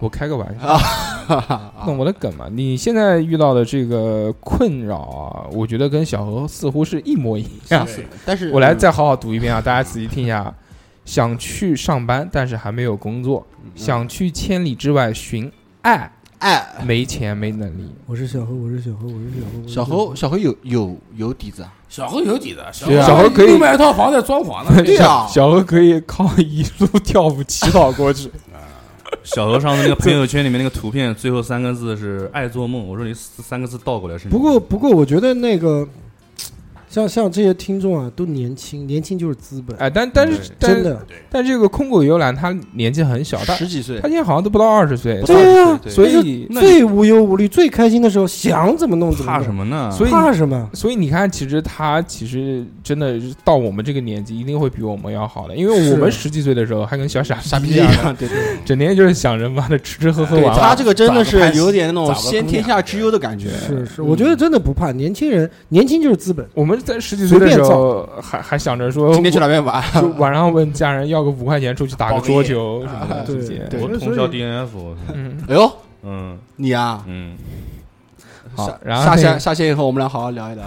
S6: 我开个玩笑， 那我的梗嘛。你现在遇到的这个困扰啊，我觉得跟小何似乎是一模一样。
S1: 但是
S6: 我来再好好读一遍啊，大家仔细听一下啊。想去上班，但是还没有工作；想去千里之外寻爱，
S1: 哎，
S6: 没钱没能力。
S3: 我是小何，我是小何，我是小何，我是
S1: 小
S3: 何
S1: 侯，小侯有有有底子啊，
S2: 小何有底子，小
S6: 对啊小何可以
S2: 又买一套房在装潢呢。
S1: 对啊
S6: 小小何可以靠一路跳舞乞讨过去。
S9: 小何上次那个朋友圈里面那个图片，最后三个字是爱做梦。我说你四三个字倒过来是你。
S3: 不过不过，我觉得那个像像这些听众啊，都年轻，年轻就是资本，
S6: 哎，但但是但
S3: 真的。
S6: 但这个空谷幽兰他年纪很小，他
S1: 十几岁
S6: 他，现在好像都不到二十岁
S1: 不，到
S3: 对呀、
S1: 对
S6: 所
S3: 就
S6: 以
S3: 是最无忧无虑、最开心的时候，想怎么弄怎么
S9: 怕
S3: 弄。
S9: 什么呢？
S6: 所以
S3: 怕什么？
S6: 所以你看，其实他其实真的是到我们这个年纪，一定会比我们要好的，因为我们
S3: 是
S6: 十几岁的时候还跟小 傻
S1: 傻逼
S6: 一
S1: 一
S6: 样，
S1: 样，对对。
S6: 整天就是想着妈的吃吃喝喝
S1: 对
S6: 玩
S1: 他
S6: 玩。
S1: 这个真的是有点那种
S2: 找个姑娘
S1: 先天下之忧的感觉。
S3: 是是，我觉得真的不怕。年轻人，年轻就是资本。
S6: 我们在十几岁的时候还还想着说，
S1: 今天去哪边玩？
S6: 就晚上问家人要个五块钱出去打个桌球什么的
S3: 对
S6: 这些。
S1: 对
S9: 我通宵 DNF，我操
S6: 嗯，
S1: 哎呦，
S9: 嗯
S1: 你啊，
S9: 嗯，
S6: 好
S1: 下，
S6: 然后
S1: 下
S6: 那个
S1: 线下线以后，我们俩好好聊一 聊。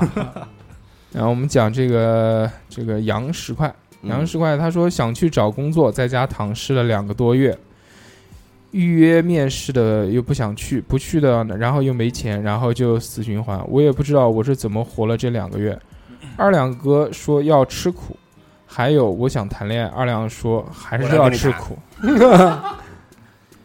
S6: 然后我们讲这个这个杨十块，
S1: 嗯
S6: 杨十块他说想去找工作，在家躺尸了两个多月，预约面试的又不想去，不去的呢然后又没钱，然后就死循环。我也不知道我是怎么活了这两个月。二两哥说要吃苦，还有我想谈恋爱，二两说还是要吃苦。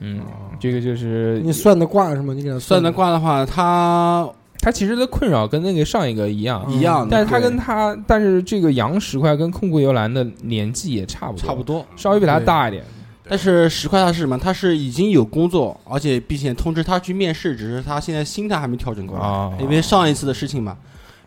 S6: 嗯，这个就是
S3: 你算的卦是吗？你给他
S1: 算的
S3: 的
S1: 卦的话，他
S6: 他其实的困扰跟那个上一个一样，
S1: 一样的，
S6: 但是他
S1: 嗯对
S6: 跟他，但是这个杨石块跟控股游兰的年纪也差不多，
S1: 差不多。
S6: 稍微比他大一点。
S1: 但是十块他是什么？他是已经有工作，而且并且通知他去面试，只是他现在心态还没调整过来，
S6: 哦
S1: 因为上一次的事情嘛。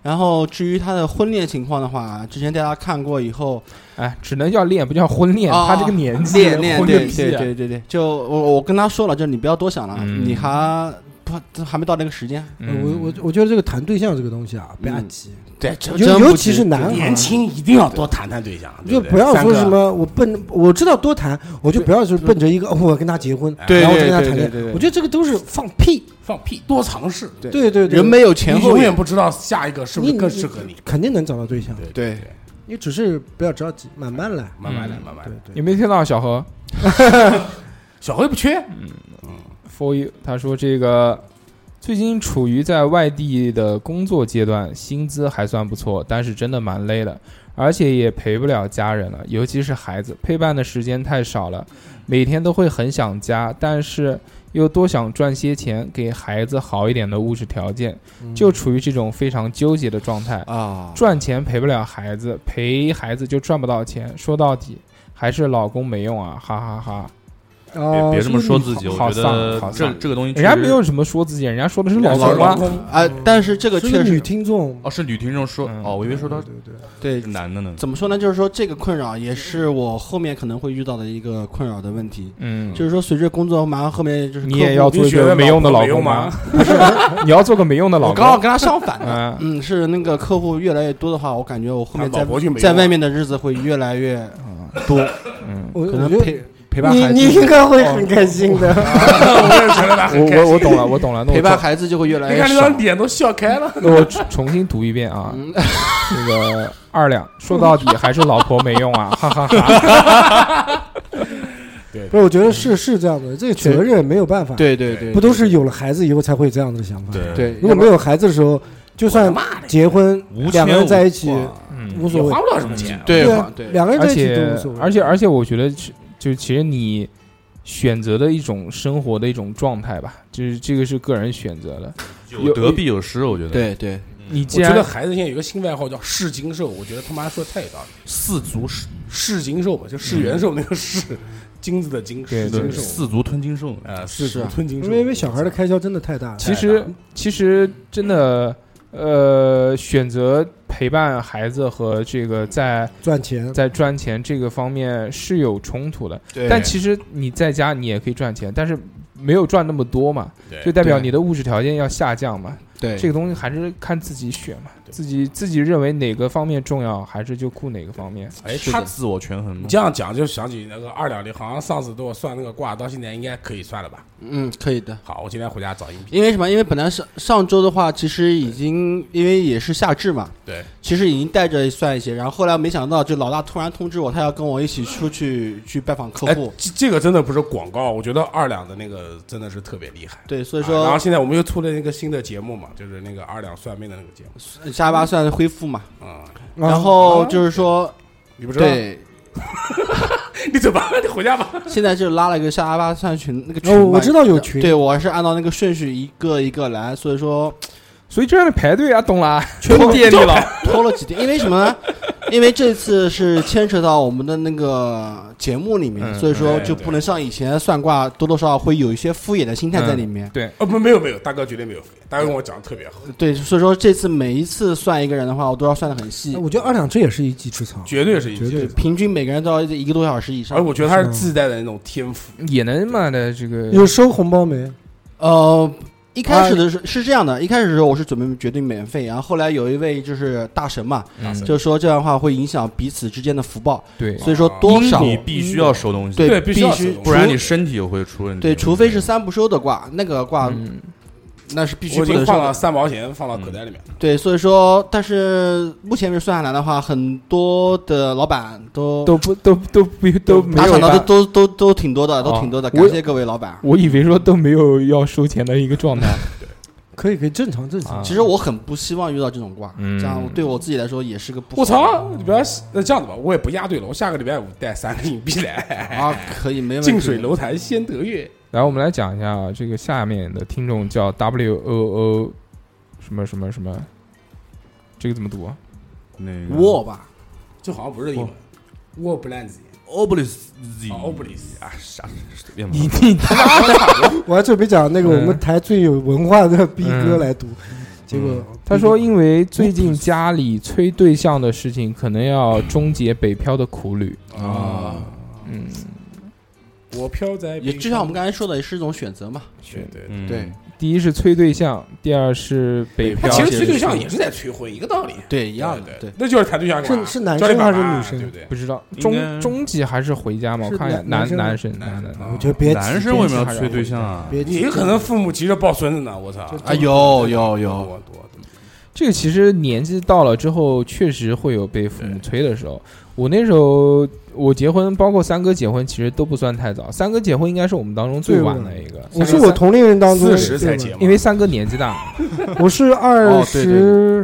S1: 然后至于他的婚恋情况的话，之前大家看过以 后，
S6: 哎，只能叫恋，不叫婚恋。
S1: 啊
S6: 他哎这个年纪，
S1: 练练
S6: 婚
S1: 对
S6: 个
S1: 对
S6: 屁啊！
S1: 对对对，就我我跟他说了，就你不要多想了，
S6: 嗯
S1: 你还不还没到那个时间，
S6: 嗯
S3: 我我我觉得这个谈对象这个东西啊，不要
S1: 嗯
S3: 急，
S2: 对，这
S3: 尤
S1: 真不
S3: 尤其
S1: 急
S3: 是男孩
S2: 年
S3: 儿，
S2: 轻一定要多谈谈对象，对
S3: 就
S2: 对
S3: 不要
S2: 三
S3: 说
S2: 个
S3: 什么我奔，我知道多谈，我就不要就是奔着一个哦我跟他结婚，
S1: 对
S3: 然后我就
S1: 对
S3: 跟他
S1: 对
S3: 谈
S1: 对
S3: 恋
S1: 对
S3: 爱。
S1: 对
S3: 我觉得这个都是放屁，
S2: 放屁，多尝试，
S1: 对
S3: 对对对，
S1: 人没有前
S2: 你
S1: 后
S2: 永
S1: 眼
S2: 远不知道下一个是不是
S3: 你
S2: 更
S3: 你
S2: 适合你。
S3: 肯定能找到对象，
S1: 对，
S3: 你只是不要着急，慢慢来。
S2: 慢慢来，慢慢来
S3: 对。
S6: 有
S3: 对，
S6: 没有听到小何
S2: 小何又不缺，
S6: ？For you，他说这个最近处于在外地的工作阶段，薪资还算不错，但是真的蛮累的，而且也陪不了家人了，尤其是孩子，陪伴的时间太少了，每天都会很想家，但是又多想赚些钱给孩子好一点的物质条件，就处于这种非常纠结的状态。
S1: 啊，
S6: 赚钱陪不了孩子，陪孩子就赚不到钱，说到底还是老公没用啊，哈哈哈
S3: 啊，
S9: 别别这么
S3: 是
S9: 说
S3: 你
S9: 自己，
S6: 好
S9: 我觉
S6: 丧好
S9: 得这
S6: 丧
S9: 这个东西确
S6: 人
S9: 实，
S6: 家没有什么说自己，人家说的是老
S1: 老
S6: 公啊。
S2: 公
S1: 啊，但是这个
S3: 是
S1: 确
S3: 女
S1: 实
S3: 听众，
S9: 哦，是女听众说
S6: 嗯
S9: 哦，我以为说她
S3: 对对对，
S1: 对
S9: 是男的呢。
S1: 怎么说呢？就是说这个困扰也是我后面可能会遇到的一个困扰的问题，
S6: 嗯，
S1: 就是说随着工作忙，后面就是
S6: 你
S1: 客户
S6: 也要做一个没用的老公吗？不 是，你要做个没用的老
S1: 我刚好
S6: 公。
S1: 跟他相 反的，
S6: 嗯，
S1: 嗯，是那个客户越来越多的话，我感觉我后面
S2: 老
S1: 在
S2: 婆去美国
S1: 在外面的日子会越来越多，
S3: 我
S1: 可
S3: 我
S1: 能
S3: 觉得
S1: 陪陪伴孩
S3: 你你
S1: 子
S3: 应，该会很开心的。
S6: 我我我懂了，我懂了。那
S1: 陪
S6: 我
S1: 伴
S6: 重
S1: 孩子就会越来
S3: 哎
S2: 你
S1: 越
S2: 看这
S1: 少
S2: 张。脸都笑开了，
S6: 那我重重新读一遍啊。
S1: 嗯
S6: 那个二两，说到底还是老婆没用啊，哈哈哈。
S3: 不是，我觉得是是这样的，这个责任没有办法，
S1: 对对对，
S3: 不都是有了孩子以后才会有这样的想法？，
S9: 对，
S1: 对？
S3: 如果没有孩子的时候，就算结婚
S9: 无
S3: 两个
S9: 牵
S3: 人
S9: 无
S3: 在一起
S9: 挂
S6: 嗯，
S3: 无所谓
S2: 花，不了什么
S9: 嗯
S2: 钱。
S1: 对
S3: 对
S1: 对
S3: 啊
S1: 对
S3: 两个人
S6: 而
S3: 在一起
S6: 且
S3: 都无所谓。
S6: 而且而且，我觉得是就其实你选择的一种生活的一种状态吧，就是这个是个人选择的。
S9: 有得必有失，我觉得。，
S1: 对对，
S6: 你
S2: 我
S6: 既
S2: 觉得
S6: 然
S2: 孩子现在有个新外号叫“市金兽”，我觉得他妈说的太有道理。
S9: 四足是
S2: 市金兽吧，就市
S3: 嗯
S2: 元兽那个市，金子的金，
S6: 对
S2: 市
S6: 对
S2: 金
S6: 对
S2: 兽，
S9: 四足吞金兽，
S2: 呃，四
S1: 是
S2: 足
S1: 啊
S2: 吞金
S3: 因
S2: 兽。
S3: 为因为小孩的开销真的太大了，
S6: 其实其实真的，呃，选择陪伴孩子和这个在
S3: 赚钱
S6: 在赚钱这个方面是有冲突的。
S1: 对
S6: 但其实你在家你也可以赚钱，但是没有赚那么多嘛，就代表
S1: 对
S6: 你的物质条件要下降嘛。
S1: 对
S6: 这个东西还是看自己选嘛，自己自己认为哪个方面重要，还是就顾哪个方面。
S2: 哎，
S9: 他
S2: 他
S9: 自我权衡
S2: 你
S9: 嘛。
S2: 这样讲就想起那个二两零，好像上次给我算那个卦，到现在应该可以算了吧？
S1: 嗯，可以的。
S2: 好，我今天回家找音频。
S1: 因为什么？因为本来上上周的话，其实已经因为也是夏至嘛，
S2: 对，
S1: 其实已经带着算一些，然后后来没想到，这老大突然通知我，他要跟我一起出
S3: 嗯
S1: 去去拜访客
S2: 哎
S1: 户，，
S2: 这这个真的不是广告，我觉得二两的那个真的是特别厉
S3: 哎
S2: 害。
S1: 对，所以
S2: 啊然后
S1: 说
S2: 现在我们又出了一个新的节目嘛，就是那个二两算命的那个节目
S1: 下巴算恢复嘛，
S2: 啊、
S3: 嗯
S1: 然后
S3: 啊
S1: 就是
S3: 哦
S1: 说，
S2: 你不知道？
S1: 对，
S2: 你走吧，你回家吧。
S1: 现在就拉了一个下巴算群那个群
S3: 哦，
S1: 嘛，
S3: 我知道有群，
S1: 对我是按照那个顺序一个一个来，所以说
S6: 所以这样的排队啊，懂啦，
S1: 全 部
S6: 垫底了。
S1: 拖了几天，因为什么呢？因为这次是牵扯到我们的那个节目里面，
S6: 嗯
S1: 所以说
S2: 对
S1: 就不能像以前算卦多多少少会有一些敷衍的心态在里面。
S6: 对，
S2: 哦，不，没有没有，大哥绝对没有，大哥跟我讲的特别好，
S1: 对，所以说这次每一次算一个人的话，我都要算的很细
S3: 哎，，我觉得二两这也是一技之长，
S2: 绝对是一
S3: 绝
S2: 绝
S3: 对
S1: 平均每个人都要一个多小时以
S2: 而
S1: 上。
S2: 我觉得他是自带的那种天赋，
S6: 也能嘛的这个
S3: 有收红包没？
S1: 呃，一开始的时候是这样的，一开始的时候我是准备决定免费，然后后来有一位就是大神嘛，
S6: 嗯
S1: 就说这样的话会影响彼此之间的福报，
S6: 对
S1: 所以说多少
S9: 你必须要收东西，
S1: 啊对
S2: 必
S1: 必
S2: 须要收
S9: 不然你身体也会出问题。
S1: 对，除非是三不收的卦，那个卦
S6: 嗯
S1: 那是必须
S2: 我已
S1: 不
S2: 经
S1: 能收
S2: 放
S1: 的
S2: 了。三毛钱放到口袋里面，
S1: 对，所以说，但是目前为止算下来的话，很多的老板都
S6: 都不都都不都没
S1: 打
S6: 有
S1: 赏的
S6: 办
S1: 都都都都挺多的，都
S6: 哦
S1: 挺多的，
S6: 我啊
S1: 感谢各位老板。
S6: 我以为说都没有要收钱的一 个状态。
S3: 可以，可以正常正常
S6: 啊。
S1: 其实我很不希望遇到这种卦，
S6: 嗯
S1: 这样对我自己来说也是个不好
S2: 我操！你不要那这样子吧，我也不押对了，我下个礼拜五带三个硬币来。
S1: 啊！可以，没问题。
S2: 近水楼台先得月，
S6: 来，我们来讲一下啊，这个下面的听众叫 W O O 什么什么什么，这个怎么读啊？
S9: 那个
S1: 我吧，
S2: 这好像不是英文。我不烂子，
S9: obelisk
S2: 哦，不理解啊，傻逼！
S9: 随便吧
S6: 你你
S3: 我还准备讲那个
S6: 嗯
S3: 我们台最有文化的逼哥来读，结果
S6: 嗯他说，因为最近家里催对象的事情，可能要终结北漂的苦旅。
S2: 啊，
S6: 嗯，
S2: 我飘在
S1: 也就像我们刚才说的，也是一种选择嘛。
S2: 才对，
S9: 嗯
S1: 对
S6: 第一是催对象，第二是北
S2: 他
S6: 漂。
S2: 其实催对象也是在催婚，一个道理，
S1: 对，一样的。
S2: 对
S1: 对，，
S2: 那就是谈对象干嘛
S3: 是是男
S2: 教你
S3: 生
S2: 干嘛
S3: 还是女生
S2: 对不对？
S6: 不知道
S9: 应该
S6: 终终极还是回家嘛？我
S3: 是
S6: 看一下，男
S3: 男
S6: 男
S3: 男
S6: 生男的，
S2: 啊
S3: 我觉得别急
S9: 男生为什么要催对象啊？
S3: 别
S2: 你
S3: 急，
S2: 有可能父母急着抱孙子呢，我操！
S1: 啊，有有
S2: 多
S1: 有，
S2: 多多
S6: 这个其实年纪到了之后，确实会有被父母催的时候。我那时候我结婚，包括三哥结婚，其实都不算太早。三哥结婚应该是我们当中最晚的一个，
S3: 我是我同龄人当中
S2: 四十才结
S3: 结，
S2: 嘛，
S6: 因为三哥年纪大，
S3: 我是二
S4: 哦对对
S3: 十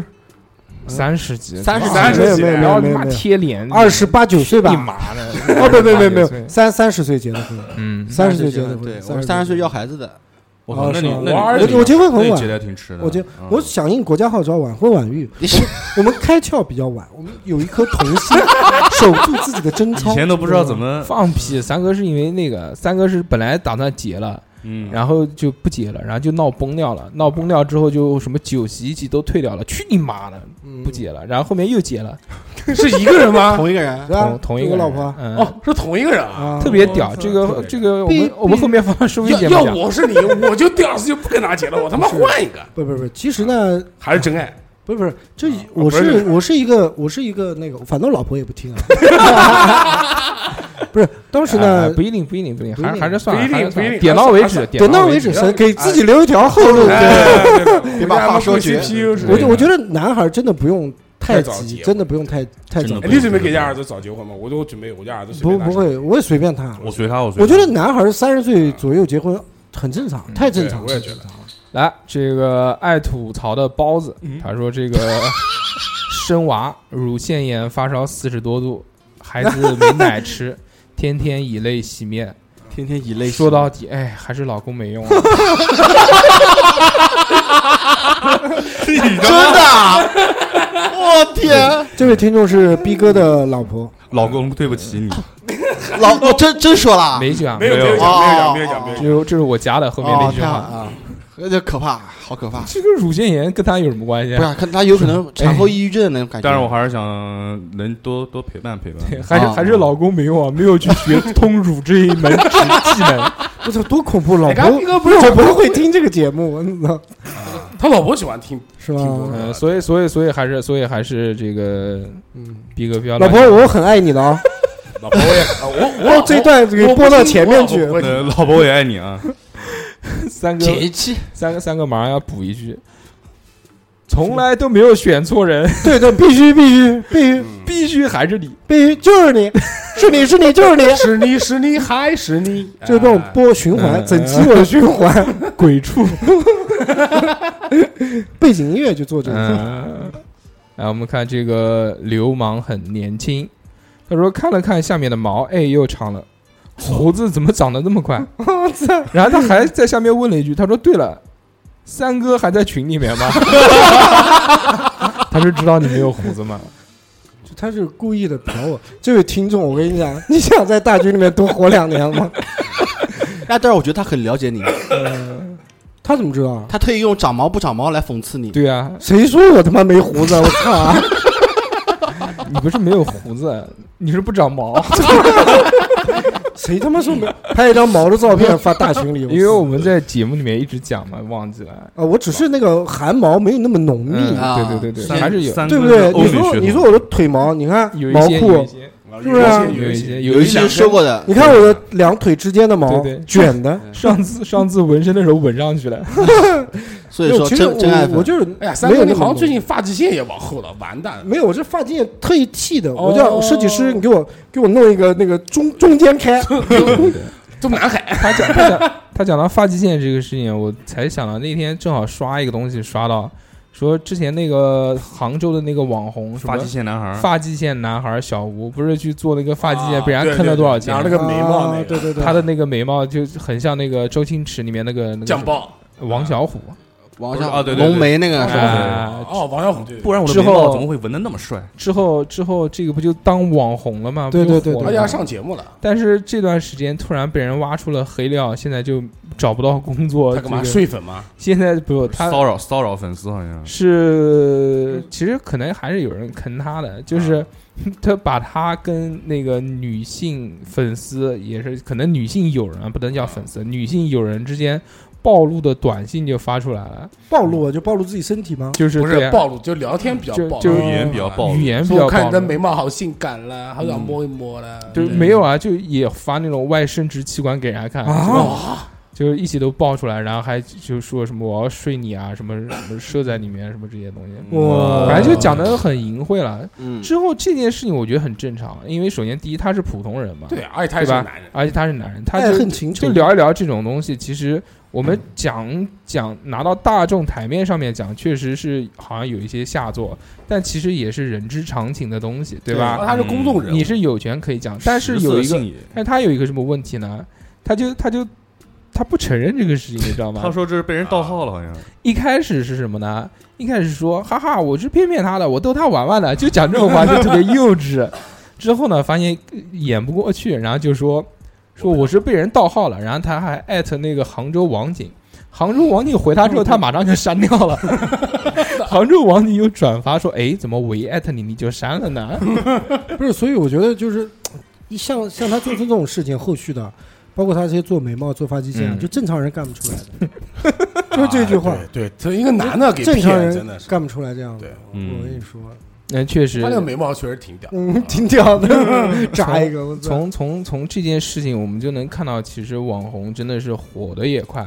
S3: 嗯
S6: 三十几，
S1: 三十
S2: 三
S1: 三
S2: 十
S1: 十，
S2: 几
S3: 没有没有
S6: 然后他
S3: 没有没有
S6: 妈
S3: 没有
S6: 贴脸，
S3: 二十八九岁吧
S6: 你？妈的！
S3: 哦，不不不没有
S6: 28-29，岁
S3: 三三十岁结的婚，
S6: 嗯，
S3: 三十岁结的
S1: 对
S3: 婚，
S1: 我是三十岁要孩子的，
S9: 我靠，
S3: 啊
S9: 那
S3: 是
S9: 你
S3: 吗
S9: 那
S2: 我
S9: 你
S2: 二
S9: 那
S2: 十
S9: 你
S3: 我结婚很
S9: 那你
S3: 晚
S9: 结的挺迟的。
S3: 我结
S9: 嗯
S3: 我响应国家号召，晚婚晚育。我们开窍比较晚，我们有一颗童心， 守住自己的贞操。
S9: 以前都不知道怎么，
S6: 放屁！三哥是因为那个，三哥是本来打算结了，
S9: 嗯，
S6: 然后就不结了，然后就闹崩掉了，闹崩掉之后就什么酒席一起都退掉了，去你妈的，
S3: 嗯
S6: 不结了。然后后面又结了，
S2: 是一个人吗？
S1: 同一个人
S3: 是吧
S6: 同同一
S3: 就
S6: 个
S3: 我
S6: 人
S3: 啊老婆
S6: 嗯，
S2: 哦，是同一个人啊。
S3: 啊，
S6: 特别屌。
S2: 哦
S6: 这
S2: 特
S6: 个
S2: 别
S6: 这个我
S3: 必
S6: 们我们
S3: 必
S6: 后面放到收费
S2: 要
S6: 节
S2: 要
S6: 目讲。
S2: 我是你，我就第二次就不跟他结了，我他妈换一个，
S3: 不不不，其实呢，
S2: 还是真爱。
S3: 不是不是，这
S6: 啊
S2: 不
S3: 我
S2: 是
S3: 是我是一个我是一个那个，反正老婆也不听啊。 不是，当时
S6: 哎
S3: 呢
S6: 不，一定，不一定，不一定，还
S3: 不
S6: 是
S3: 一定
S6: 还是算了，
S2: 不一定
S6: 还是算
S2: 不一
S6: 了，
S2: 定
S6: 点到哦为
S2: 还是
S6: 止，
S3: 点
S6: 到
S3: 到为止，神给自己留一条后路。
S2: 哎对对对
S1: 别把话说绝
S2: 我家妈过 CPU 之类的
S3: 我就我觉得男孩真的不用太
S2: 太早
S3: 急，
S2: 结
S3: 真的不用太太
S9: 真
S3: 早
S9: 的
S2: 哎，
S9: 不
S2: 你准备给家儿子早结婚吗？我都准备，我家儿子随
S3: 不
S2: 便拿
S3: 不会，我也随便他。
S9: 我随他，我随他。
S3: 我觉得男孩三十岁左右结婚很正常，太正常了。
S2: 嗯对我也觉得
S6: 来，这个爱吐槽的包子，他说这个生娃，乳腺炎发烧四十多度，孩子没奶吃，天天以泪洗面。
S1: 天天以泪
S6: 说到底，哎，还是老公没用、啊。
S1: 真的 啊，我天，
S3: 这位听众是逼哥的老婆，
S9: 老公，对不起你，
S3: 哎
S1: 老我真真说了，啊
S6: 没讲，
S2: 没有
S9: 没
S2: 没
S9: 有
S2: 有讲没有讲没有
S1: 哦
S2: 讲没有
S6: 这
S2: 讲，
S6: 是这是我加的后面那
S1: 哦
S6: 句
S1: 天
S6: 话。
S1: 啊，有点可怕，好可怕。
S6: 这个乳腺炎跟他有什么关系
S1: 不
S6: 啊？
S1: 是，看他有可能产后抑郁症那种感觉。
S9: 但是我还是想能多多陪伴陪伴。
S6: 还是
S1: 啊
S6: 还是老公没用啊，没有去学通乳这一门 职技能。
S3: 我操，多恐怖！老
S2: 哎刚刚
S3: 婆
S2: 逼哥不是
S3: 老婆会听这个节目，你知道
S2: 他老婆喜欢听，
S3: 是
S2: 挺多
S3: 吧？
S2: 的
S6: 嗯，所以所以所以还是所以还是这个
S3: 嗯，
S6: 逼哥不要
S3: 老
S6: 乱
S3: 婆，我很爱你的啊！
S2: 老婆我也啊我
S3: 我这段给播到前面去。
S2: 我
S9: 呃，老婆我也爱你 啊！
S6: 三哥
S1: 剪一期，
S6: 三个三个马上要补一句，从来都没有选错人，嗯
S3: 对对，必须必须必须
S6: 必须还是你。
S3: 必须，就是你，是你是你就是 你，
S2: 是你是你还是你，
S3: 就这种
S2: 哎
S3: 播循环，
S6: 嗯
S3: 整期我的循
S2: 嗯
S3: 环，鬼畜，背景音乐就做这 个。
S6: 嗯，来我们看这个流氓很年轻，他说看了看下面的毛，哎，又长了。胡子怎么长得那么 快？
S3: 我操！
S6: 然后他还在下面问了一句，他说：“对了，三哥还在群里面吗？” 他是知道你没有胡子吗？
S3: 就他是故意的嫖我。 这位听众，我跟你讲， 你想在大军里面多活两年吗？
S1: 那但是我觉得他很了解你，
S3: 他怎么知道啊？
S1: 他特意用长毛不长毛来讽刺你。
S6: 对啊，
S3: 谁说我他妈没胡子？我操啊！
S6: 你不是没有胡子，你是不长 毛。
S3: 谁他妈说没？拍一张毛的照片发大群里，
S6: 因为我们在节目里面一直讲嘛，忘记了。
S3: 啊，我只是那个汗毛没有那么浓密，
S6: 嗯，
S1: 啊
S6: 对对对对，
S9: 三
S6: 还是有
S9: 三
S3: 对不
S9: 哥是
S3: 对？你
S9: 欧美血
S3: 说
S9: 统
S3: 你说我的腿毛，你看
S6: 有一
S3: 毛
S6: 些有一
S3: 裤，
S6: 些
S3: 是不是啊
S6: 有一些
S1: 有一期
S6: 些。
S1: 说过的，
S3: 你看我的两腿之间的毛
S6: 对对
S3: 卷的。
S6: 上 次上次纹身的时候纹上去了，
S1: 所以说
S3: 其实
S1: 真真爱
S3: 我我
S1: 粉
S3: 就是
S2: 哎呀，三
S3: 没
S2: 哥
S3: 有
S2: 你
S3: 那
S2: 好
S3: 么
S2: 像
S3: 浓
S2: 最近发际线也往后了，完蛋了。
S3: 没有，我这发际线特意剃的。我
S2: 哦
S3: 叫设计师，你给我给我弄一个那个中中间 开，
S2: 中南海
S6: 他讲他讲他讲到发际线这个事情，我才想到那天正好刷一个东西刷到，说之前那个杭州的那个网红什么
S9: 发际线男孩儿，
S6: 发际线男孩小吴，不是去做那个发际线，被人
S2: 啊
S6: 家坑了多少钱
S2: 对？对对拿那个眉毛那
S3: 啊
S2: 个
S3: 对对对，
S6: 他的那个眉毛就很像那个周星驰里面那个那个
S2: 酱爆
S6: 王小虎，
S1: 王
S9: 不是
S1: 上
S9: 啊对对对
S1: 浓眉那个是吧？
S6: 啊
S2: 哦，哦王小虎对，
S9: 不然我的
S6: 之
S9: 眉毛
S6: 后
S9: 怎么会纹的那么帅？
S6: 之后之后这个不就当网红了吗？
S3: 对
S6: 不就
S3: 对对
S6: 火
S3: 对
S6: 了
S2: 而
S3: 哎
S2: 且
S3: 呀
S2: 还
S6: 吗
S2: 上节目了，
S6: 但是这段时间突然被人挖出了黑料，现在就找不到工作。
S2: 他干嘛
S6: 这个
S2: 睡粉吗？
S6: 现在不，他
S9: 骚扰骚扰粉丝好
S2: 嗯
S9: 像
S6: 是其实可能还是有人坑他的，就是、
S2: 啊
S6: 他把他跟那个女性粉丝，也是可能女性友人啊，不能叫粉丝，女性友人之间暴露的短信就发出来了，
S3: 暴露啊，就暴露自己身体吗？
S6: 就是
S2: 不
S6: 对
S2: 是
S6: 啊
S2: 暴露，就聊天比较
S6: 就
S2: 暴
S6: 就
S2: 露啊
S6: 是，
S9: 语言比较暴
S6: 语
S9: 力，
S6: 言比
S2: 说我
S6: 较
S2: 看嗯
S6: 暴
S2: 你的
S6: 露嗯
S2: 眉。毛好性感啦，好想摸一摸啦，
S6: 啊
S2: 哦
S6: 就是没有啊，就也发那种外生殖器官给人家看，
S3: 啊
S6: 就就是一起都爆出来，然后还就说什么我要睡你啊，什么什么射在里面，什么这些东西，嗯
S3: 哇
S6: 反正就讲的很淫秽了。
S1: 嗯，
S6: 之后这件事情我觉得很正常，因为首先第一他是普通人嘛，
S2: 对，啊而且他也
S6: 对
S2: 是个
S6: 吧
S2: 男人？，
S6: 而且他是男人，他
S3: 爱
S6: 就
S3: 恨情仇
S6: 就，聊一聊这种东西。其实我们讲讲拿到大众台面上面讲，确实是好像有一些下作，但其实也是人之常情的东西，对吧？
S2: 哦他是公众人物，
S6: 你是有权可以讲，但是有一个，但他有一个什么问题呢？他就他就他不承认这个事情，你知道吗？
S9: 他说这是被
S3: 啊
S9: 人盗号了，好像
S6: 一开始是什么呢？一开始说哈哈，我是骗骗他的，我逗他玩玩的，就讲这种话就特别幼稚。之后呢，发现呃演不过去，然后就说说我是被人盗号了，然后他还艾特那个杭州网警，杭州网警回他之后，他马上就删掉了。杭州网警又转发说，哎，怎么我一艾特你你就删了呢？
S3: 不是，所以我觉得就是，一像像他做出这种事情，后续的，包括他这些做眉毛、做发际线啊，
S6: 嗯
S3: 就正常人干不出来的，就是这句话
S2: 啊，对，对他一个男的给
S3: 正
S2: 骗
S3: 常，
S2: 真
S3: 人
S2: 的是，
S3: 干不出来这样的
S2: 对。
S9: 嗯
S3: 我跟你说，
S6: 那确实
S2: 他那，个眉毛确实挺屌，啊
S3: 嗯，挺 屌的，扎一个，我操，
S6: 从从从这件事情我们就能看到，其实网红真的是火的也快。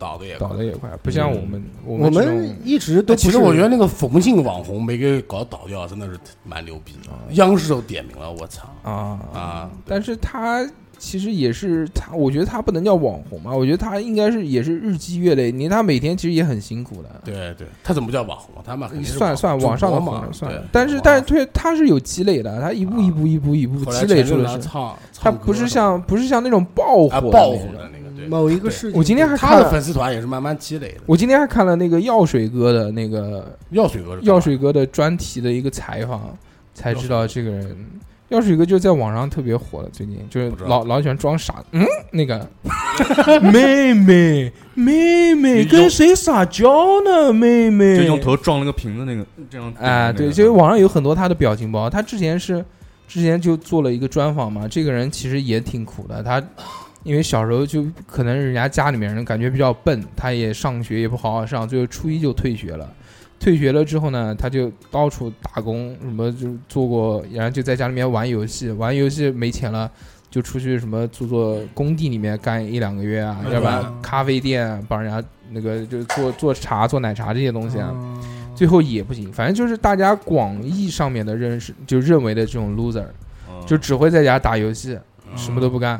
S2: 倒的也快。
S6: 倒的也快，不像我们
S3: 我
S6: 我这
S3: 们
S6: 种
S3: 一直
S2: 但
S3: 都不
S2: 哎其实
S3: 是
S2: 我觉得那个冯姓网红没给搞倒掉，真的是蛮牛逼的，
S6: 嗯
S2: 央视都点名了，我操
S6: 啊
S2: 啊！
S6: 但是他其实也是他，我觉得他不能叫网红嘛，我觉得他应该是也是日积月累，你看他每天其实也很辛苦的。
S2: 对对，他怎么不叫网红？他们肯定是
S6: 算
S2: 网
S6: 算
S2: 主
S6: 网上的
S2: 播嘛
S6: 红，
S2: 对
S6: 算，但是
S2: 网啊
S6: 但是对，他是有积累的，他一步一步一步一步
S2: 后来
S6: 积累
S2: 全
S6: 出
S2: 是
S6: 来
S2: 他
S6: 是，
S2: 唱，
S6: 他
S2: 唱歌
S6: 不是
S2: 的
S6: 像不是像那种爆
S2: 啊
S6: 火的
S2: 爆
S6: 那
S2: 火
S6: 种
S2: 的那个，对，
S3: 某一个事情，
S6: 我今天还
S2: 他
S6: 看
S2: 的
S6: 了，
S2: 粉丝团也是慢慢积累的。
S6: 我今天还看了那个药水哥的那个
S2: 药水哥是干嘛
S6: 药水哥的专题的一个采访，才知道这个人。药水哥就在网上特别火了，最近就是
S2: 不知道
S6: 老老喜欢装傻，嗯，那个妹妹妹妹跟谁撒娇呢？妹
S9: 就
S6: 妹
S9: 用头撞了个瓶子那个，这样
S6: 啊，对，就是网上有很多他的表情包，他之前是之前就做了一个专访嘛，这个人其实也挺苦 的，他因为小时候就可能人家家里面人感觉比较笨，他也上学也不好好上，最后初一就退学了。退学了之后呢，他就到处打工，什么就做过，然后就在家里面玩游戏，玩游戏没钱了，就出去什么做做工地里面干一两个月啊，要不然咖啡店啊帮人家那个就是做做茶、做奶茶这些东西啊，最后也不行。反正就是大家广义上面的认识，就认为的这种 loser，就只会在家打游戏，什么都不干。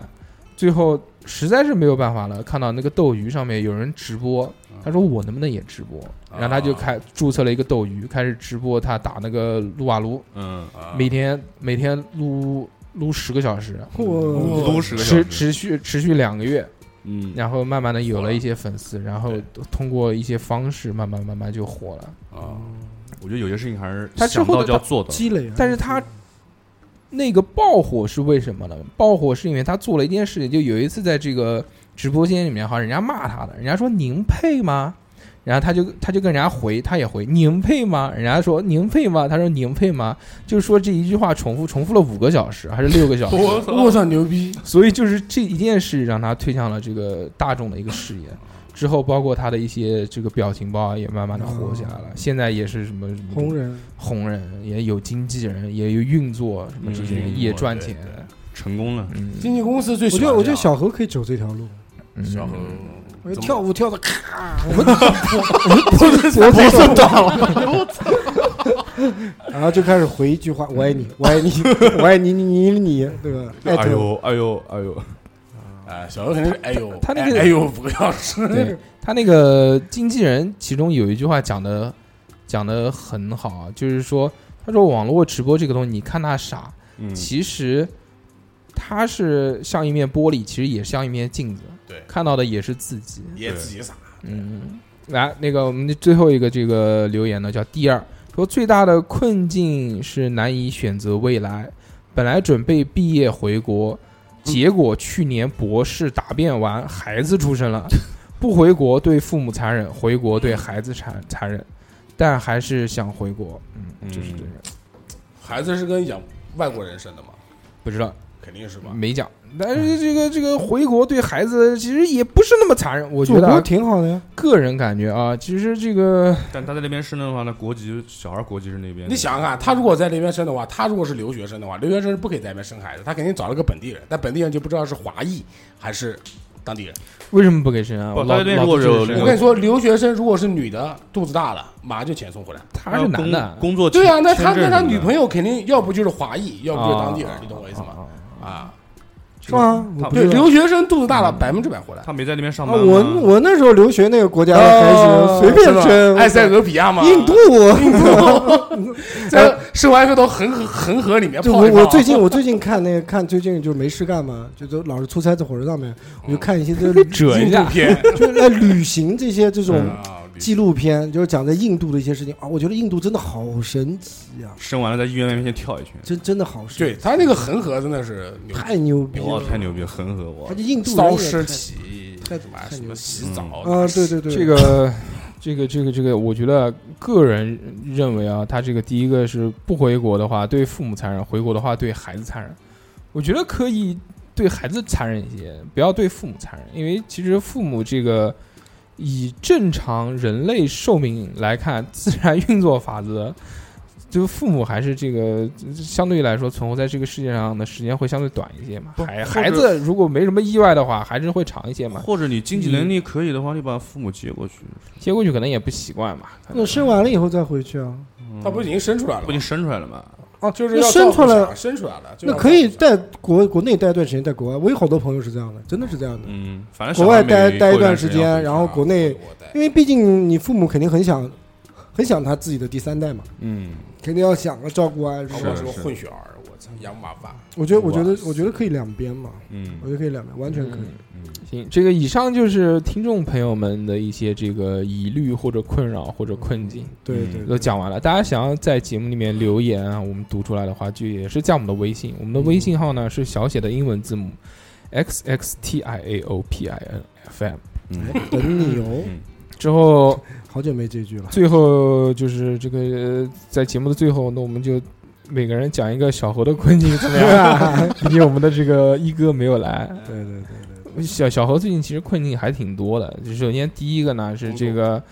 S6: 最后实在是没有办法了，看到那个斗鱼上面有人直播，他说我能不能也直播？然后他就开注册了一个斗鱼，开始直播他打那个撸啊撸，
S9: 嗯，
S6: 每天每天撸撸十个小时，
S3: 我
S9: 都十个
S6: 持
S9: 小时，
S6: 持续持续两个月，
S9: 嗯，
S6: 然后慢慢的有了一些粉丝，然后通过一些方式慢慢慢慢就火了。
S2: 啊，
S9: 我觉得有些事情还是
S6: 他之
S9: 想
S6: 后
S9: 到
S6: 的
S9: 就要
S6: 他
S9: 做到，
S3: 积累啊，
S6: 但是他那个爆火是为什么呢？爆火是因为他做了一件事情，就有一次在这个直播间里面，好像人家骂他的，人家说您配吗？然后他就他就跟人家回，他也回您配吗？人家说您配吗？他说您配吗？就是说这一句话重复重复了五个小时还是六个
S9: 哦
S6: 小时，
S9: 嗯
S2: 我操牛逼！
S6: 所以就是这一件事让他推向了这个大众的一个视野。之后，包括他的一些这个表情包啊，也慢慢的火起来了。现在也是什么什么
S3: 红人，
S6: 红人，也有经纪人，也有运作什么这些，
S9: 嗯
S6: 也赚钱。
S9: 成功了，
S6: 嗯，
S2: 经纪公司最
S3: 我
S2: 喜
S3: 觉
S2: 欢
S3: 得我觉
S2: 这
S3: 得
S2: 样
S3: 小何可以走这条路，
S6: 嗯
S2: 小何
S3: 我觉
S2: 怎
S3: 得
S2: 么
S3: 跳舞跳的咔，
S2: 脖子短了，
S3: 然后就开始回一句
S6: 嗯
S3: 话：“我爱你，我爱你， 我爱你，你你你你，对吧？”艾
S9: 哎
S3: 特
S9: 呦哎呦哎呦，
S2: 哎，小何肯定是哎呦，
S6: 他他那个
S2: 哎呦五个小时，
S6: 嗯对他那个经纪人，其中有一句话讲的讲的很好啊，就是说，他说网络直播这个东西，你看他傻，
S9: 嗯
S6: 其实他是像一面玻璃，其实也像一面镜子，
S2: 对
S6: 看到的也是自己。
S2: 也自己傻，
S6: 嗯，来，那个我们的最后一个这个留言呢，叫第二，说最大的困境是难以选择未来。本来准备毕业回国，结果去年博士答辩完，孩子出生了。不回国对父母残忍，回国对孩子残残忍，但还是想回国。嗯，就是这样，
S2: 孩子是跟养外国人生的嘛，
S6: 不知道
S2: 肯定是吧？
S6: 没讲。但是这个这个回国对孩子其实也不是那么残忍，我觉
S3: 祖
S6: 得
S3: 国
S6: 啊
S3: 挺好的呀。
S6: 个人感觉啊，其实这个
S9: 但他在那边生的话，那国籍小孩国籍是那边的，
S2: 你想想看，他如果在那边生的话，他如果是留学生的话，留学生是不可以在那边生孩子，他肯定找了个本地人，但本地人就不知道是华裔还是当地人。
S6: 为什么不给生啊？
S9: 不
S6: 我
S9: 他
S6: 老
S9: 这边
S6: 老
S9: 如果
S6: 子
S9: 有
S6: 就是这
S9: 对
S6: 样
S2: 我跟你说，留学生如果是女的，肚子大了，马上就遣送回来。
S6: 他是男的，
S9: 工作
S2: 对啊，那他那他
S9: 签证什么的
S2: 女朋友肯定要不就是华裔，要不就是
S6: 啊
S2: 当地人，你懂我意思吗？？啊，
S3: 是吗？我不
S2: 对，
S3: 知道
S2: 留学生肚子大了，百分之百回来。
S9: 他没在那边上
S3: 啊
S9: 班吗，
S3: 我我那时候留学那个国家还
S2: 哦
S3: 是随便
S2: 是
S3: 生，
S2: 吧爱哎塞俄比亚嘛，
S3: 印度， 啊
S2: 在生完以后到恒河恒河里面
S3: 就
S2: 泡
S3: 我
S2: 一泡
S3: 我最近我最近看那个看最近就没事干嘛，就都老是出差在火车上面，
S2: 嗯
S3: 我就看一些这个
S6: 折一
S2: 印度
S6: 下，
S2: 片
S3: 就是在旅行这些这种
S2: 啊，
S3: 纪录片，就是讲在印度的一些事情啊，我觉得印度真的好神奇啊，
S9: 生完了在医院外面先跳一圈，
S3: 真真的好神
S2: 对
S3: 奇，
S2: 他那个恒河真的是牛逼，
S3: 太牛逼
S9: 哇，
S3: 了，
S9: 太牛逼，了，恒河哇
S3: 而！且印度人
S2: 骚
S3: 也
S2: 尸
S3: 太
S2: 体，
S3: 太
S2: 什么
S3: 太
S2: 什
S3: 牛
S2: 么
S3: 逼
S2: 洗澡
S3: 啊，对对对，
S6: 这个。这个这个这个，我觉得个人认为啊，他这个第一个是不回国的话，对父母残忍；回国的话，对孩子残忍。我觉得可以对孩子残忍一些，不要对父母残忍，因为其实父母这个以正常人类寿命来看，自然运作法则，就是父母还是这个相对来说存活在这个世界上的时间会相对短一些嘛。孩孩子如果没什么意外的话，还是会长一些嘛。
S9: 或者你经济能力可以的话，你把父母接过去，
S6: 接过去可能也不习惯嘛。可能
S3: 那生完了以后再回去啊，
S2: 他不是已经生出来了
S9: 不已
S2: 吗
S9: 经？生出来了吗？
S3: 哦，
S2: 就是
S3: 那
S2: 要
S3: 生出
S2: 照
S3: 来
S2: 顾
S3: 了
S2: 小，孩生出来了，就
S3: 那
S2: 要
S3: 可以
S2: 照顾小孩
S3: 在国国内待一段时间，在国外，我有好多朋友是这样的，真的是这样的。
S9: 嗯，反正
S3: 国
S9: 小
S3: 外
S9: 孩每
S3: 待待
S9: 过
S3: 一
S9: 一
S3: 段
S9: 段
S3: 时
S9: 间要
S3: 间，然后国内，
S2: 我带
S3: 因为毕竟你父母肯定很想，很想他自己的第三代嘛，
S9: 嗯，
S3: 肯定要想着照顾啊什
S2: 然
S3: 么
S2: 后
S3: 的。
S2: 我是个
S9: 是
S2: 混血儿，我操，洋马爸，
S3: 我觉得，我觉得，我觉得可以两边嘛，
S9: 嗯
S3: 我觉得可以两边，完全可以。
S6: 嗯行，这个以上就是听众朋友们的一些这个疑虑或者困扰或者困境。
S3: 对
S9: 嗯
S3: 对
S6: 都
S3: 对，
S6: 讲完了，大家想要在节目里面留言啊，我们读出来的话，就也是加我们的微信，我们的微信号呢是小写的英文字母 x x t i a o p i n f m。
S9: 嗯，
S3: 我等你哦，
S6: 之后，
S3: 好久没这句了。
S6: 最后就是这个呃在节目的最后，那我们就每个人讲一个小猴的困境，怎么样？ 毕竟我们的这个一哥没有来，
S3: 对对对对对，
S6: 小小何最近其实困境还挺多的。就首先第一个呢是这个，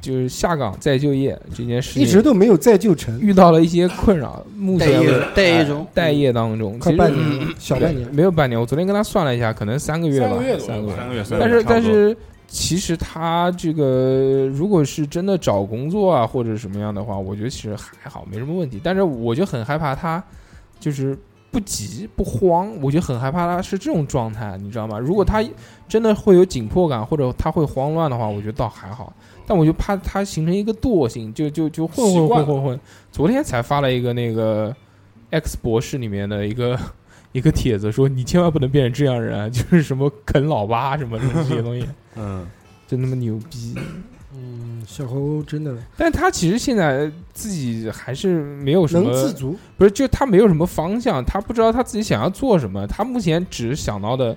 S6: 就是下岗再就业这件事情，
S3: 一直都没有再就成，
S6: 遇到了一些困扰。目
S1: 待
S6: 前为
S1: 业
S6: 止哎
S1: 待业中，
S6: 待业当中，嗯
S3: 快
S6: 其实
S3: 半年了，小半年
S6: 对。没有半年。我昨天跟他算了一下，可能三个月吧，
S2: 三个月左右
S6: 三个
S2: 吧
S6: 月。
S9: 三个月，三个
S6: 但
S9: 月
S6: 是
S9: 差不多
S6: 但是，其实他这个如果是真的找工作啊或者什么样的话，我觉得其实还好，没什么问题。但是我就很害怕他就是不急不慌，我就很害怕他是这种状态，你知道吗？如果他真的会有紧迫感或者他会慌乱的话，我觉得倒还好。但我就怕他形成一个惰性，就就就混
S2: 习
S6: 混
S2: 惯
S6: 混混混。昨天才发了一个那个 X 博士里面的一个一个帖子，说你千万不能变成这样人啊，就是什么啃老吧什么的这些东 西，
S9: 嗯，
S6: 真他妈牛逼！
S3: 嗯，小猴真的
S6: 但他其实现在自己还是没有什
S3: 能
S6: 么，
S3: 自足，
S6: 不是就他没有什么方向，他不知道他自己想要做什么，他目前只想到的。